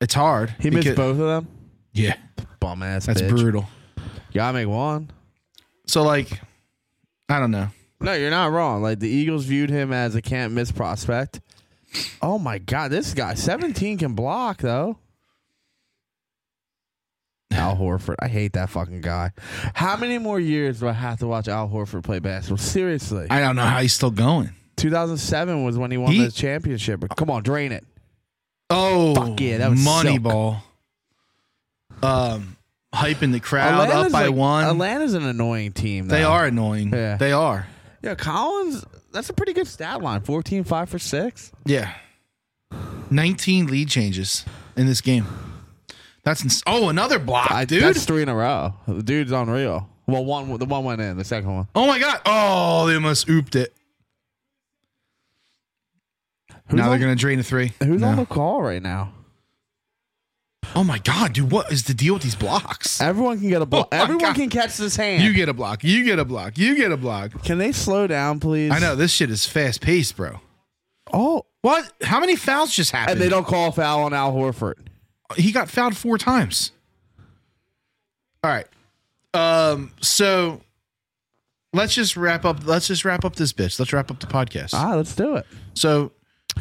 Speaker 1: It's hard.
Speaker 2: he missed
Speaker 1: because-
Speaker 2: both of them.
Speaker 1: Yeah,
Speaker 2: Bum ass.
Speaker 1: that's brutal.
Speaker 2: You gotta make one.
Speaker 1: So like, I don't know.
Speaker 2: No, you're not wrong. Like the Eagles viewed him as a can't miss prospect. Oh my God, this guy 17 can block though. Al Horford, I hate that fucking guy. How many more years do I have to watch Al Horford play basketball? Seriously,
Speaker 1: I don't know how he's still going.
Speaker 2: 2007 was when he won
Speaker 1: He-
Speaker 2: the championship. Come on, drain it.
Speaker 1: Oh,
Speaker 2: Fuck yeah, that was silk.
Speaker 1: Moneyball. Um, hyping the crowd up
Speaker 2: Atlanta's
Speaker 1: by
Speaker 2: like-
Speaker 1: one.
Speaker 2: Atlanta's an annoying team.
Speaker 1: They
Speaker 2: though.
Speaker 1: are annoying.
Speaker 2: Yeah.
Speaker 1: They are.
Speaker 2: Yeah, Collins. That's a pretty good stat line. 14, 5 for six.
Speaker 1: Yeah. Nineteen lead changes in this game. That's ins- oh another block,
Speaker 2: I,
Speaker 1: dude.
Speaker 2: That's three in a row. The dude's unreal. Well, one the one went in. The second one.
Speaker 1: oh my god. Oh, they must ooped it.
Speaker 2: Who's
Speaker 1: now
Speaker 2: on,
Speaker 1: they're gonna drain a three.
Speaker 2: Who's
Speaker 1: No.
Speaker 2: on the call right now?
Speaker 1: Oh my god, dude! What is the deal with these blocks?
Speaker 2: Everyone can get a block.
Speaker 1: Oh my
Speaker 2: Everyone
Speaker 1: God.
Speaker 2: can catch this hand.
Speaker 1: You get a block. You get a block. You get a block.
Speaker 2: can they slow down, please?
Speaker 1: I know this shit is fast paced, bro.
Speaker 2: Oh,
Speaker 1: What? How many fouls just happened?
Speaker 2: and they don't call a foul on Al Horford.
Speaker 1: he got fouled four times. All right. Um, so let's just wrap up let's just wrap up this bitch. Let's wrap up the podcast.
Speaker 2: Ah, let's do it.
Speaker 1: So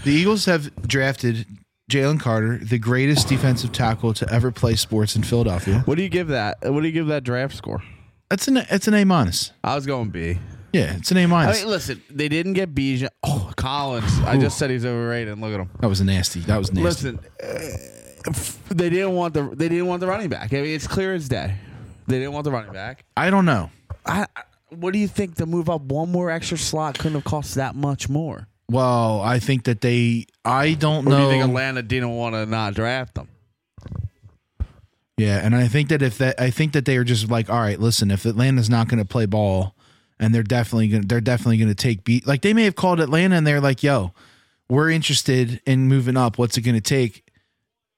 Speaker 1: the Eagles have drafted Jalen Carter, the greatest defensive tackle to ever play sports in Philadelphia.
Speaker 2: What do you give that? What do you give that draft score?
Speaker 1: That's an it's an A minus.
Speaker 2: I was going B.
Speaker 1: Yeah, it's an A
Speaker 2: I
Speaker 1: minus.
Speaker 2: mean, listen, they didn't get Bijan. Oh, Collins. I just said he's overrated. Look at him.
Speaker 1: that was nasty. That was nasty.
Speaker 2: Listen, uh, f- they didn't want the they didn't want the running back. I mean, it's clear as day. They didn't want the running back.
Speaker 1: I don't know.
Speaker 2: I, I what do you think to move up one more extra slot couldn't have cost that much more?
Speaker 1: Well, I think that they I don't
Speaker 2: Or do
Speaker 1: know.
Speaker 2: you think Atlanta didn't want to not draft them?
Speaker 1: Yeah, and I think that if that I think that they are just like, all right, listen, if Atlanta's not going to play ball and they're definitely gonna they're definitely gonna take beat. Like they may have called Atlanta and they're like, "Yo, we're interested in moving up. What's it gonna take?"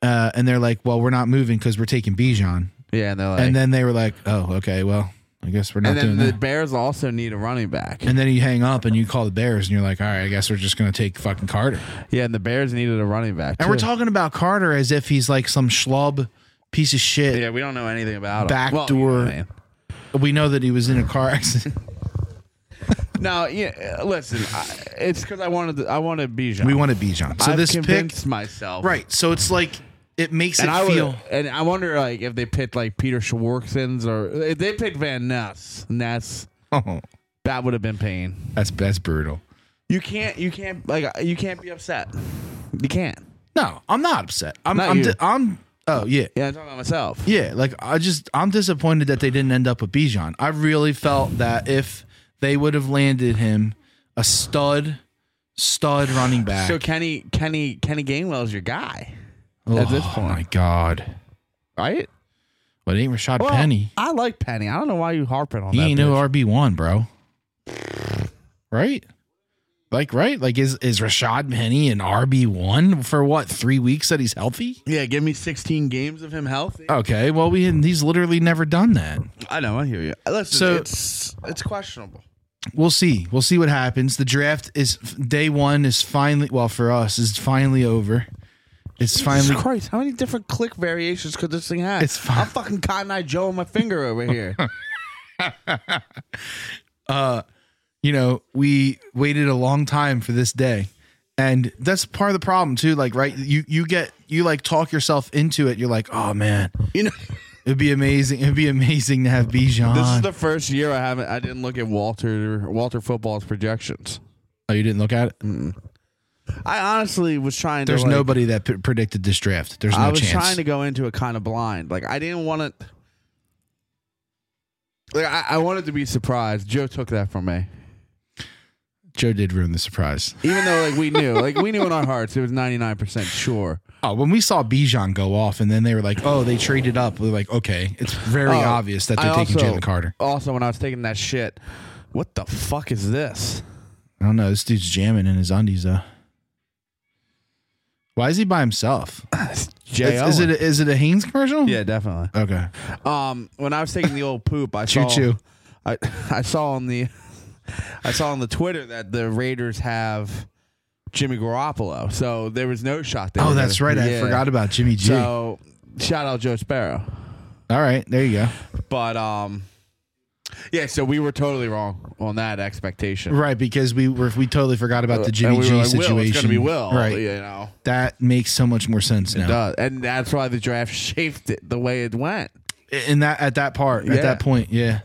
Speaker 1: Uh, and they're like, "Well, we're not moving because we're taking Bijan."
Speaker 2: Yeah, and they're like,
Speaker 1: and then they were like, "Oh, okay, well, I guess we're not
Speaker 2: and then
Speaker 1: doing
Speaker 2: the
Speaker 1: that."
Speaker 2: Bears also need a running back.
Speaker 1: and then you hang up and you call the Bears and you're like, "All right, I guess we're just gonna take fucking Carter."
Speaker 2: Yeah, and the Bears needed a running back.
Speaker 1: And we're
Speaker 2: too.
Speaker 1: talking about Carter as if he's like some schlub piece of shit.
Speaker 2: Yeah, we don't know anything about him.
Speaker 1: Backdoor-
Speaker 2: Well, you know what I mean.
Speaker 1: We know that he was in a car accident.
Speaker 2: No, yeah. Listen, I, it's because I wanted. To, I wanted Bijan.
Speaker 1: we wanted Bijan. So
Speaker 2: I've
Speaker 1: this pick,
Speaker 2: convinced myself.
Speaker 1: right? So it's like it makes
Speaker 2: And
Speaker 1: it
Speaker 2: I would-
Speaker 1: feel.
Speaker 2: and I wonder like if they picked like Peter Schwartzens or if they picked Van Ness. Ness
Speaker 1: Oh,
Speaker 2: that would have been pain.
Speaker 1: that's that's brutal.
Speaker 2: You can't. You can't. Like you can't be upset. You can't.
Speaker 1: No, I'm not upset. I'm
Speaker 2: Not
Speaker 1: I'm,
Speaker 2: you.
Speaker 1: di- I'm oh yeah.
Speaker 2: Yeah, I'm talking about myself.
Speaker 1: Yeah, like I just I'm disappointed that they didn't end up with Bijan. I really felt that if they would have landed him a stud stud running back.
Speaker 2: So Kenny, Kenny, Kenny Gainwell's your guy,
Speaker 1: oh,
Speaker 2: at this point.
Speaker 1: my god.
Speaker 2: right?
Speaker 1: But it ain't Rashad Penny.
Speaker 2: I like Penny. I don't know why you harping on
Speaker 1: He
Speaker 2: that.
Speaker 1: ain't
Speaker 2: bitch.
Speaker 1: no RB one, bro. Right? Like right? Like is is Rashad Penny an RB one for what three weeks that he's healthy?
Speaker 2: Yeah, give me 16 games of him healthy.
Speaker 1: Okay, well we he's literally never done that.
Speaker 2: I know, I hear you. Listen,
Speaker 1: So-
Speaker 2: it's it's questionable.
Speaker 1: We'll see. We'll see what happens. The draft is day one is finally well for us is finally over. It's
Speaker 2: Jesus
Speaker 1: finally
Speaker 2: Christ, how many different click variations could this thing have?
Speaker 1: It's fine.
Speaker 2: I'm fucking Cotton Eye Joe on my finger over here.
Speaker 1: you know, we waited a long time for this day. And that's part of the problem too. Like, right, you you get you like talk yourself into it. You're like, oh man,
Speaker 2: you know,
Speaker 1: it'd be amazing. It'd be amazing to have Bijan.
Speaker 2: this is the first year I haven't. I didn't look at Walter Walter football's projections.
Speaker 1: oh, you didn't look at it.
Speaker 2: I honestly was trying
Speaker 1: There's
Speaker 2: to. like,
Speaker 1: nobody that p- predicted this draft. There's no
Speaker 2: I was
Speaker 1: chance.
Speaker 2: trying to go into it kind of blind. Like I didn't want to. Like I, I wanted to be surprised. Joe took that from me,
Speaker 1: Joe did ruin the surprise.
Speaker 2: even though like we knew, like we knew in our hearts it was ninety nine percent sure.
Speaker 1: Oh, when we saw Bijan go off, and then they were like, "Oh, they traded up." We're like, "Okay, it's very
Speaker 2: Oh,
Speaker 1: obvious that they're
Speaker 2: I
Speaker 1: taking
Speaker 2: also-
Speaker 1: Jalen Carter."
Speaker 2: Also, when I was taking that shit, what the fuck is this?
Speaker 1: I don't know. This dude's jamming in his undies though. Why is he by himself?
Speaker 2: Jay
Speaker 1: Is, is it
Speaker 2: Owen.
Speaker 1: a, is it a Haynes commercial?
Speaker 2: yeah, definitely.
Speaker 1: Okay.
Speaker 2: Um, when I was taking the old poop, I
Speaker 1: Choo
Speaker 2: saw
Speaker 1: choo.
Speaker 2: I, I saw on the I saw on the Twitter that the Raiders have Jimmy Garoppolo, so there was no shot there.
Speaker 1: Oh, that's right. I forgot about Jimmy G.
Speaker 2: So shout out Joe Sparrow,
Speaker 1: All right, there you go.
Speaker 2: but um, yeah. So we were totally wrong on that expectation.
Speaker 1: Right, because we were we totally forgot about the
Speaker 2: Uh, And
Speaker 1: Jimmy
Speaker 2: we were
Speaker 1: G
Speaker 2: like,
Speaker 1: situation.
Speaker 2: Will, it's gonna be Will,
Speaker 1: Right.
Speaker 2: You know,
Speaker 1: That makes so much more sense
Speaker 2: it
Speaker 1: now.
Speaker 2: does, and that's why the draft shaped it the way it went.
Speaker 1: In that at that part,
Speaker 2: Yeah.
Speaker 1: at that point, yeah.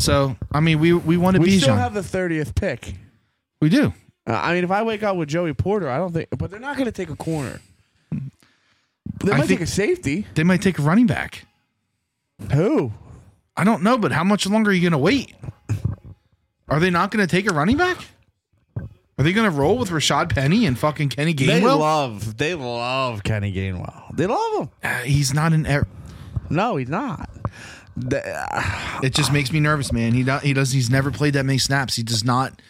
Speaker 1: So I mean, we we wanted
Speaker 2: We still
Speaker 1: Bijan.
Speaker 2: have the thirtieth pick.
Speaker 1: we do.
Speaker 2: Uh, I mean, if I wake up with Joey Porter, I don't think, but they're not going to take a corner. They
Speaker 1: I
Speaker 2: might
Speaker 1: think-
Speaker 2: take a safety.
Speaker 1: They might take a running back.
Speaker 2: Who?
Speaker 1: I don't know, but how much longer are you going to wait? Are they not going to take a running back? Are they going to roll with Rashad Penny and fucking Kenny
Speaker 2: They
Speaker 1: Gainwell?
Speaker 2: love, they love Kenny Gainwell. They love him.
Speaker 1: Uh, he's not an. Er-
Speaker 2: No, he's not. The-
Speaker 1: it just makes me nervous, man. He do- he does. He's never played that many snaps. He does not.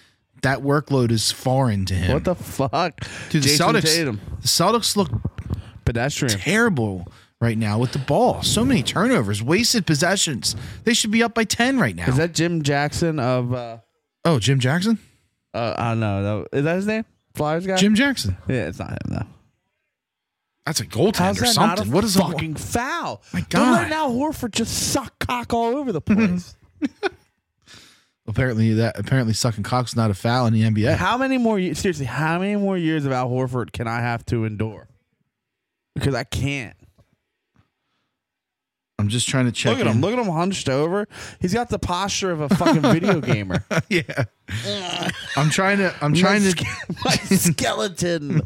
Speaker 1: That workload is foreign to him.
Speaker 2: what the fuck?
Speaker 1: Dude, the
Speaker 2: Jason
Speaker 1: Celtics?
Speaker 2: Tatum,
Speaker 1: The Celtics look
Speaker 2: pedestrian.
Speaker 1: terrible right now with the ball. So many turnovers, wasted possessions. They should be up by ten right now.
Speaker 2: Is that Jim Jackson of? uh
Speaker 1: oh, Jim Jackson.
Speaker 2: uh, I don't know. Is that his name? Flyers guy.
Speaker 1: Jim Jackson.
Speaker 2: Yeah, it's not him though.
Speaker 1: That's a goaltender.
Speaker 2: How's
Speaker 1: or
Speaker 2: that
Speaker 1: Something.
Speaker 2: not a
Speaker 1: what is a-
Speaker 2: fucking foul?
Speaker 1: My
Speaker 2: Don't
Speaker 1: God.
Speaker 2: let now Horford just suck cock all over the place.
Speaker 1: Apparently that apparently sucking cock's not a foul in the NBA.
Speaker 2: How many more? ye- Seriously, how many more years of Al Horford can I have to endure? Because I can't.
Speaker 1: I'm just trying to check.
Speaker 2: Look at him.
Speaker 1: in.
Speaker 2: Look at him hunched over. He's got the posture of a fucking video gamer.
Speaker 1: yeah. I'm trying to. I'm
Speaker 2: My
Speaker 1: trying to.
Speaker 2: ske- my skeleton.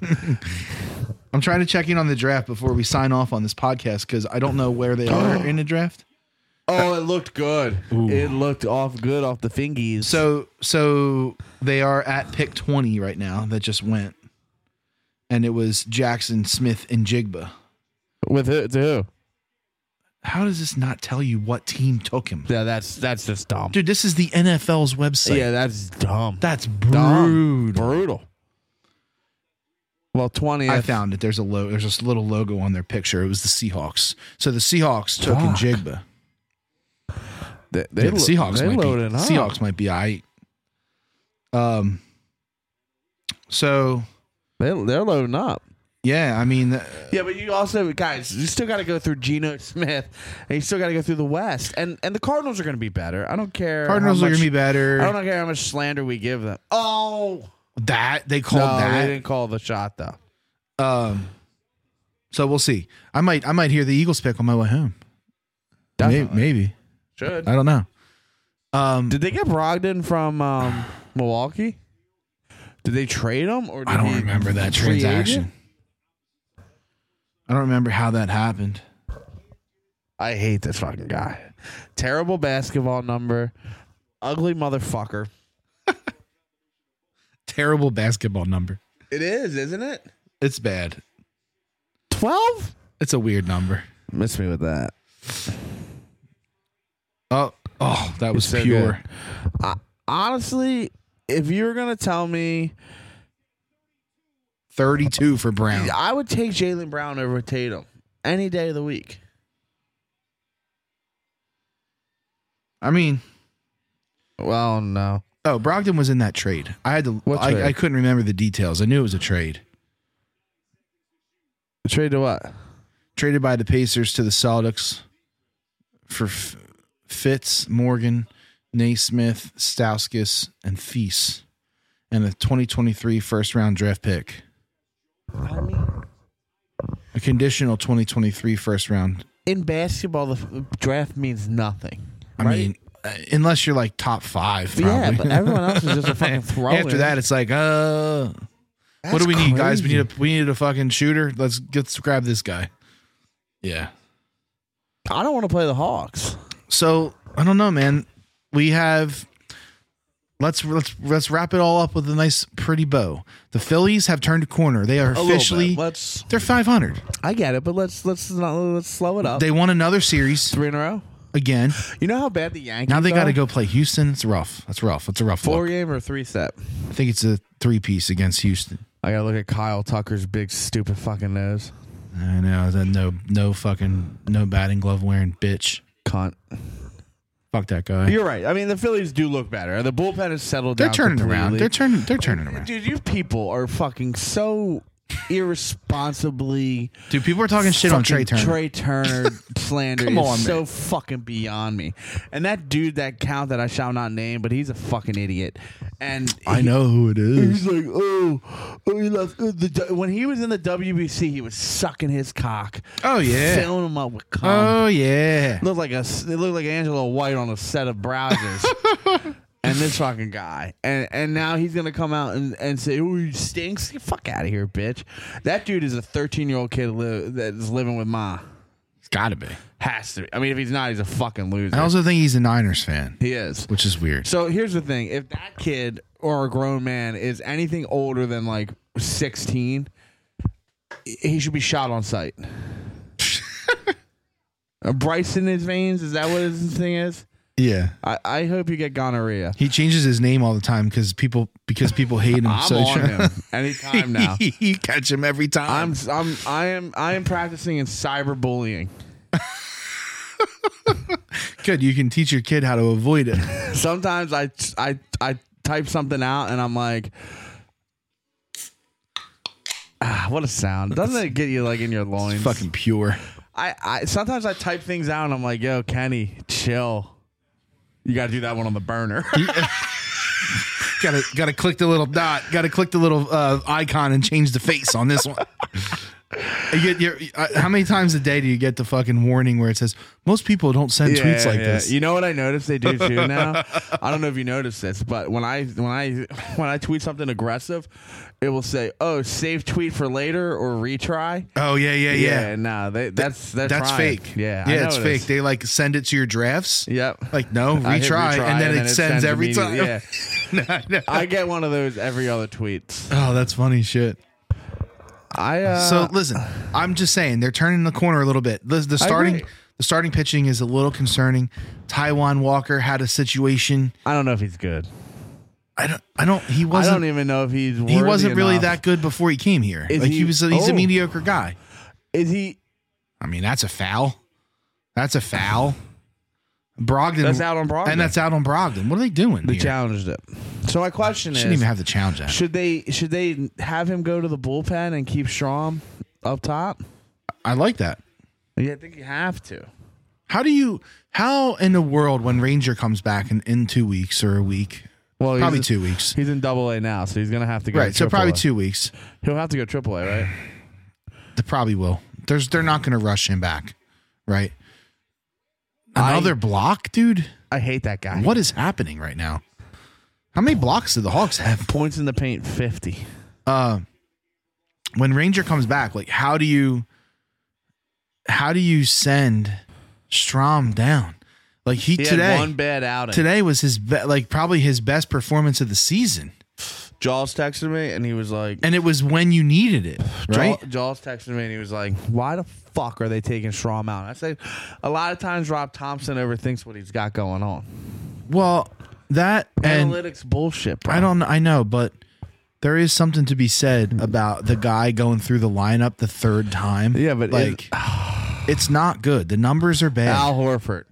Speaker 1: I'm trying to check in on the draft before we sign off on this podcast because I don't know where they are in the draft.
Speaker 2: Oh, it looked good. It looked off good off the fingies.
Speaker 1: So so they are at pick 20 right now. That just went, and it was Jackson Smith and Jigba.
Speaker 2: with who? To who?
Speaker 1: How does this not tell you what team took him?
Speaker 2: Yeah, that's that's just dumb.
Speaker 1: Dude, this is the NFL's website.
Speaker 2: yeah, that's dumb.
Speaker 1: That's
Speaker 2: dumb.
Speaker 1: brutal.
Speaker 2: Brutal. Well, twenty.
Speaker 1: I found it. There's a lo- there's this little logo on their picture. It was the Seahawks. So the Seahawks took
Speaker 2: Fuck.
Speaker 1: Njigba.
Speaker 2: they,
Speaker 1: Yeah,
Speaker 2: they
Speaker 1: the
Speaker 2: lo-
Speaker 1: Seahawks
Speaker 2: They
Speaker 1: might be
Speaker 2: loaded up.
Speaker 1: Seahawks might be all right. Um so
Speaker 2: They, they're loading up.
Speaker 1: yeah, I mean uh,
Speaker 2: Yeah, but you also guys, you still got to go through Geno Smith, and you still got to go through the West, and and the Cardinals are going to be better. I don't care. how
Speaker 1: Cardinals are
Speaker 2: much-
Speaker 1: going to be better.
Speaker 2: I don't care how much slander we give them. Oh,
Speaker 1: that they called
Speaker 2: no,
Speaker 1: that.
Speaker 2: they didn't call the shot though.
Speaker 1: Um, so we'll see. I might I might hear the Eagles pick on my way home. May- Maybe,
Speaker 2: Definitely. Should
Speaker 1: I don't know. Um,
Speaker 2: Uh, did they get Brogdon from um, Milwaukee? Did they trade him or did
Speaker 1: I don't
Speaker 2: he-
Speaker 1: remember that
Speaker 2: free agent?
Speaker 1: transaction. I don't remember how that happened.
Speaker 2: I hate this fucking guy. Terrible basketball number, ugly motherfucker.
Speaker 1: Terrible basketball number.
Speaker 8: It is, isn't it?
Speaker 1: It's bad.
Speaker 2: Twelve?
Speaker 1: It's a weird number.
Speaker 2: Miss me with that.
Speaker 1: Oh, oh, that was
Speaker 2: so
Speaker 1: pure.
Speaker 2: good. Honestly, if you were gonna tell me,
Speaker 1: Thirty-two for Brown.
Speaker 2: I would take Jalen Brown over Tatum any day of the week.
Speaker 1: I mean,
Speaker 2: Well, no.
Speaker 1: oh, Brogdon was in that trade. I had to.
Speaker 2: What
Speaker 1: I,
Speaker 2: trade?
Speaker 1: I couldn't remember the details. I knew it was a trade.
Speaker 2: Trade to what?
Speaker 1: traded by the Pacers to the Celtics for F- Fitz, Morgan, Naismith, Stauskas, and Feast, and a 2023 first round draft pick. A conditional 2023 first round.
Speaker 2: In basketball, the f- draft means nothing.
Speaker 1: I
Speaker 2: Right.
Speaker 1: mean, uh, unless you're like top five.
Speaker 2: Yeah,
Speaker 1: probably.
Speaker 2: but everyone else is just a fucking throw.
Speaker 1: After that, it's like, uh, what do we need, guys? We
Speaker 2: crazy.
Speaker 1: need a we need a fucking shooter. Let's let's grab this guy. Yeah.
Speaker 2: I don't want to play the Hawks.
Speaker 1: so I don't know, man. We have let's let's let's wrap it all up with a nice pretty bow. The Phillies have turned a corner. They are officially
Speaker 2: let's.
Speaker 1: they're 500.
Speaker 2: I get it, but let's let's not let's slow it up.
Speaker 1: They won another series
Speaker 2: Three in a row.
Speaker 1: again.
Speaker 2: You know how bad the Yankees.
Speaker 1: Now they got
Speaker 2: are?
Speaker 1: to go play Houston. It's rough. That's rough. It's a rough
Speaker 2: four
Speaker 1: look.
Speaker 2: game or three set.
Speaker 1: I think it's a three piece against Houston.
Speaker 2: I gotta look at Kyle Tucker's big stupid fucking nose.
Speaker 1: I know that no no fucking no batting glove wearing bitch.
Speaker 2: Cunt.
Speaker 1: Fuck that guy.
Speaker 2: You're right. I mean, the Phillies do look better. The bullpen has settled
Speaker 1: they're
Speaker 2: down.
Speaker 1: turning around.
Speaker 2: completely.
Speaker 1: They're turning. They're turning around.
Speaker 2: Dude, you people are fucking so irresponsibly
Speaker 1: Dude, people are talking shit on Trey
Speaker 2: fucking
Speaker 1: Turner.
Speaker 2: Trey Turner slander
Speaker 1: Come
Speaker 2: is
Speaker 1: on,
Speaker 2: so
Speaker 1: man.
Speaker 2: fucking beyond me. And that dude, that count that I shall not name, but he's a fucking idiot. And
Speaker 1: I know who it is.
Speaker 2: He's like, oh, oh, he left. uh, the, D-" when he was in the WBC, he was sucking his cock.
Speaker 1: Oh, yeah.
Speaker 2: filling him up with cum.
Speaker 1: Oh yeah.
Speaker 2: Looked like a it looked like Angela White on a set of browsers. and this fucking guy, and and now he's gonna come out and, and say, "Oh, he stinks! Get fuck out of here, bitch!" That dude is a thirteen year old kid li- that is living with ma.
Speaker 1: It's got to be.
Speaker 2: Has to. Be. I mean, if he's not, he's a fucking loser.
Speaker 1: I also think he's a Niners fan.
Speaker 2: he is.
Speaker 1: which is weird.
Speaker 2: So here's the thing: if that kid or a grown man is anything older than like 16, he should be shot on sight. a Bryce in his veins? Is that what his thing is?
Speaker 1: Yeah,
Speaker 2: I, I hope you get gonorrhea.
Speaker 1: he changes his name all the time because people because people hate him.
Speaker 2: I'm
Speaker 1: so
Speaker 2: on him anytime now.
Speaker 1: you catch him every time.
Speaker 2: I'm I'm I am I am practicing in cyberbullying.
Speaker 1: good. You can teach your kid how to avoid it.
Speaker 2: Sometimes I I I type something out and I'm like. Ah, what a sound! Doesn't it get you like in your loins?
Speaker 1: Fucking pure.
Speaker 2: I, I sometimes I type things out and I'm like, yo, Kenny, chill. You gotta do that one on the burner.
Speaker 1: Gotta gotta click the little dot. Gotta click the little uh, icon and change the face on this one. You get your, uh, how many times a day do you get the fucking warning where it says most people don't send tweets like this?
Speaker 2: You know what I noticed they do too now? I don't know if you noticed this, but when I when I when I tweet something aggressive, it will say, Oh, save tweet for later or retry.
Speaker 1: oh yeah, yeah, yeah.
Speaker 2: nah, they that's they're
Speaker 1: That's
Speaker 2: trying.
Speaker 1: fake.
Speaker 2: Yeah, I
Speaker 1: yeah,
Speaker 2: know
Speaker 1: it's
Speaker 2: it
Speaker 1: fake.
Speaker 2: is.
Speaker 1: They like send it to your drafts.
Speaker 2: Yep.
Speaker 1: Like no, retry,
Speaker 2: I hit
Speaker 1: and then it, sends, every time.
Speaker 2: immediately. Yeah. I get one of those every other tweets. uh,
Speaker 1: Oh, that's funny shit.
Speaker 2: I uh,
Speaker 1: So listen, I'm just saying they're turning the corner a little bit. The, the starting
Speaker 2: agree.
Speaker 1: The starting pitching is a little concerning. Taiwan Walker had a situation.
Speaker 14: I don't know if he's good.
Speaker 1: I don't. I don't. He
Speaker 14: I
Speaker 1: wasn't.
Speaker 14: don't even know if he's.
Speaker 1: he wasn't
Speaker 14: worthy
Speaker 1: really
Speaker 14: enough.
Speaker 1: that good before he came here.
Speaker 14: Is
Speaker 1: like he,
Speaker 14: he-
Speaker 1: was. A, he's a
Speaker 14: oh.
Speaker 1: mediocre guy.
Speaker 14: Is he?
Speaker 1: I mean, that's a foul. That's a foul. Brogdon.
Speaker 2: That's out on Broadway.
Speaker 1: And that's out on Brogdon. What are they doing?
Speaker 2: They
Speaker 1: here?
Speaker 2: challenged it. So my question
Speaker 1: Shouldn't
Speaker 2: is:
Speaker 1: even have the challenge. At.
Speaker 2: Should they should they have him go to the bullpen and keep Strom up top?
Speaker 1: I like that.
Speaker 2: Yeah, I think you have to.
Speaker 1: How do you? How in the world when Ranger comes back in, in two weeks or a week?
Speaker 2: Well, he's
Speaker 1: Probably
Speaker 2: in-
Speaker 1: two weeks.
Speaker 2: He's in Double A now, so he's gonna have to go.
Speaker 1: Right. So probably
Speaker 2: AAA.
Speaker 1: two weeks.
Speaker 2: He'll have to go Triple A, right?
Speaker 1: They probably will. There's. They're not going to rush him back. Right.
Speaker 2: I-
Speaker 1: Another block, dude.
Speaker 2: I hate that guy.
Speaker 1: What is happening right now? How many blocks do the Hawks have?
Speaker 2: points in the paint? Fifty.
Speaker 1: uh, when Ranger comes back, like how do you how do you send Strom down? Like he,
Speaker 2: He
Speaker 1: today
Speaker 2: had one bad outing.
Speaker 1: today was his be- like probably his best performance of the season,
Speaker 2: Jaws texted me and he was like,
Speaker 1: and it was when you needed it, right?
Speaker 2: Jaw- Jaws texted me and he was like, "Why the fuck are they taking Strom out?" I said, "A lot of times Rob Thompson overthinks what he's got going on.
Speaker 1: Well, that and
Speaker 2: Analytics bullshit, bro.
Speaker 1: I don't I know, but there is something to be said about the guy going through the lineup the third time.
Speaker 2: Yeah, but it-
Speaker 1: like it's not good. The numbers are bad.
Speaker 2: Al Horford.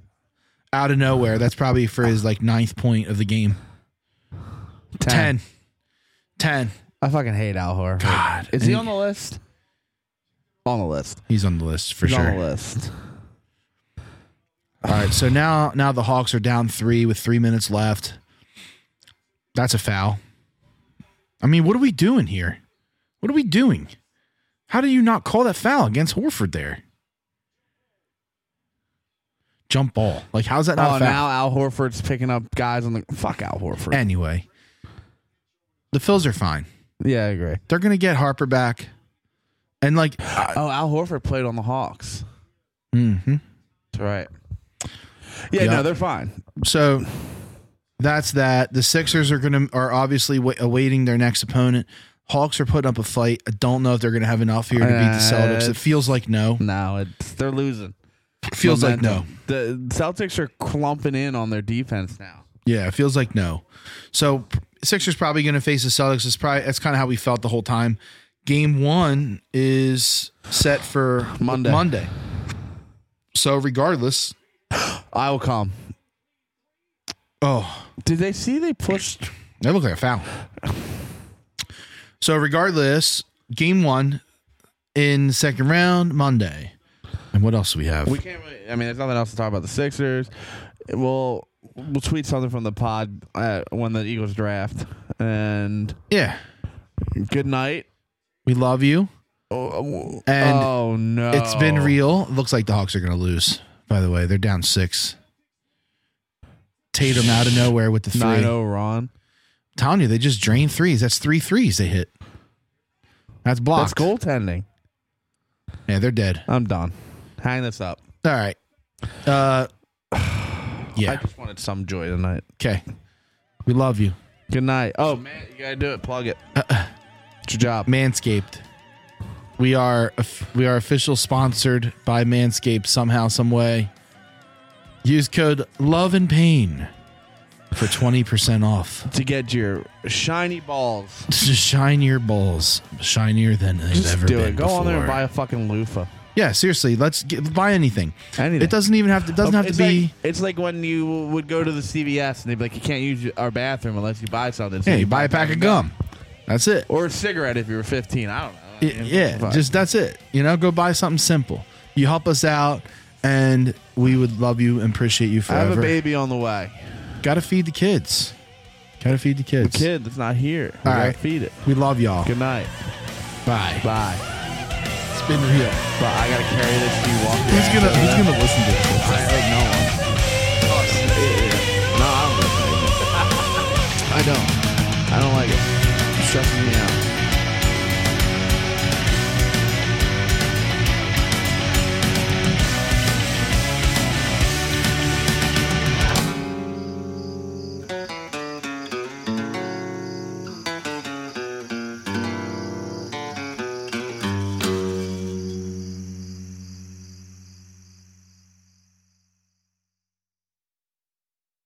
Speaker 1: out of nowhere. That's probably for his like ninth point of the game. Ten. Ten.
Speaker 2: I fucking hate Al Horford.
Speaker 1: God.
Speaker 2: Is he on the list? Mm. On the list.
Speaker 1: He's on the list for
Speaker 2: He's
Speaker 1: sure.
Speaker 2: on the list.
Speaker 1: All right. So now now the Hawks are down three with three minutes left. That's a foul. I mean, what are we doing here? What are we doing? How do you not call that foul against Horford there? Jump ball. Like, how's that not
Speaker 2: Oh,
Speaker 1: a foul?
Speaker 2: now Al Horford's picking up guys on the fuck Al Horford.
Speaker 1: Anyway, the Phils are fine.
Speaker 2: yeah, I agree.
Speaker 1: They're going to get Harper back. And, like,
Speaker 2: Oh, Al Horford played on the Hawks.
Speaker 1: hmm
Speaker 2: That's right.
Speaker 1: Yeah.
Speaker 2: Yeah, no, they're fine.
Speaker 1: So that's that. The Sixers are gonna are obviously wa awaiting their next opponent. Hawks are putting up a fight. I don't know if they're gonna have enough here to beat the
Speaker 2: Uh,
Speaker 1: Celtics. It feels like no.
Speaker 2: No, it's they're losing.
Speaker 1: Feels like no.
Speaker 2: The Celtics are clumping in on their defense now.
Speaker 1: Yeah, it feels like no. So p- Sixers probably gonna face the Celtics. It's probably that's kind of how we felt the whole time. Game one is set for
Speaker 2: Monday.
Speaker 1: Monday. So regardless,
Speaker 2: I will come.
Speaker 1: oh,
Speaker 2: Did they see they pushed?
Speaker 1: That looked like a foul. So regardless, game one in the second round Monday. And what else do we have?
Speaker 2: We can't. Really, I mean, there's nothing else to talk about the Sixers. We'll we'll tweet something from the pod uh, when the Eagles draft. And
Speaker 1: yeah,
Speaker 2: good night.
Speaker 1: we love you.
Speaker 2: Oh,
Speaker 1: And
Speaker 2: oh no,
Speaker 1: It's been real. Looks like the Hawks are going to lose. By the way, they're down six. Tatum out of nowhere with the three.
Speaker 2: Nine oh. zero, Ron.
Speaker 1: Telling you, they just drained threes. That's three threes they hit. That's
Speaker 2: That's
Speaker 1: blocked.
Speaker 2: goaltending.
Speaker 1: Yeah, they're dead.
Speaker 2: I'm done. Hang this up.
Speaker 1: All right. Uh,
Speaker 2: I
Speaker 1: yeah.
Speaker 2: just wanted some joy tonight.
Speaker 1: Okay. We love you.
Speaker 2: Good night. Oh man, you gotta do it. Plug it.
Speaker 1: Uh,
Speaker 2: It's your job.
Speaker 1: Manscaped. We are we are official sponsored by Manscaped somehow, some way. Use code Love and Pain for twenty percent off.
Speaker 2: to get your shiny balls.
Speaker 1: Just shine your balls, shinier than they've
Speaker 2: Just
Speaker 1: ever
Speaker 2: do
Speaker 1: been
Speaker 2: it. Go
Speaker 1: before.
Speaker 2: on there and buy a fucking loofah.
Speaker 1: yeah, seriously, let's get, buy anything.
Speaker 2: Anything.
Speaker 1: It doesn't even have to. It doesn't have to
Speaker 2: It's
Speaker 1: be.
Speaker 2: like- it's like when you would go to the CVS and they'd be like, "You can't use our bathroom unless you buy something." So
Speaker 1: yeah, you buy a pack of gum. That's it.
Speaker 2: or a cigarette if you were 15. I don't know. I
Speaker 1: Y-
Speaker 2: mean,
Speaker 1: yeah,
Speaker 2: fuck.
Speaker 1: just that's it. You know, go buy something simple. You help us out, and we would love you and appreciate you
Speaker 2: I have
Speaker 1: forever.
Speaker 2: a baby on the way.
Speaker 1: Gotta feed the kids. Gotta feed the kids.
Speaker 2: Kid that's not here. We
Speaker 1: All
Speaker 2: gotta
Speaker 1: right.
Speaker 2: feed it.
Speaker 1: We love y'all.
Speaker 2: Good night.
Speaker 1: Bye.
Speaker 2: Bye.
Speaker 1: It's been real.
Speaker 2: But I gotta carry this. to You walk.
Speaker 1: Who's gonna Who's gonna listen to this?
Speaker 2: I hope no one. Oh,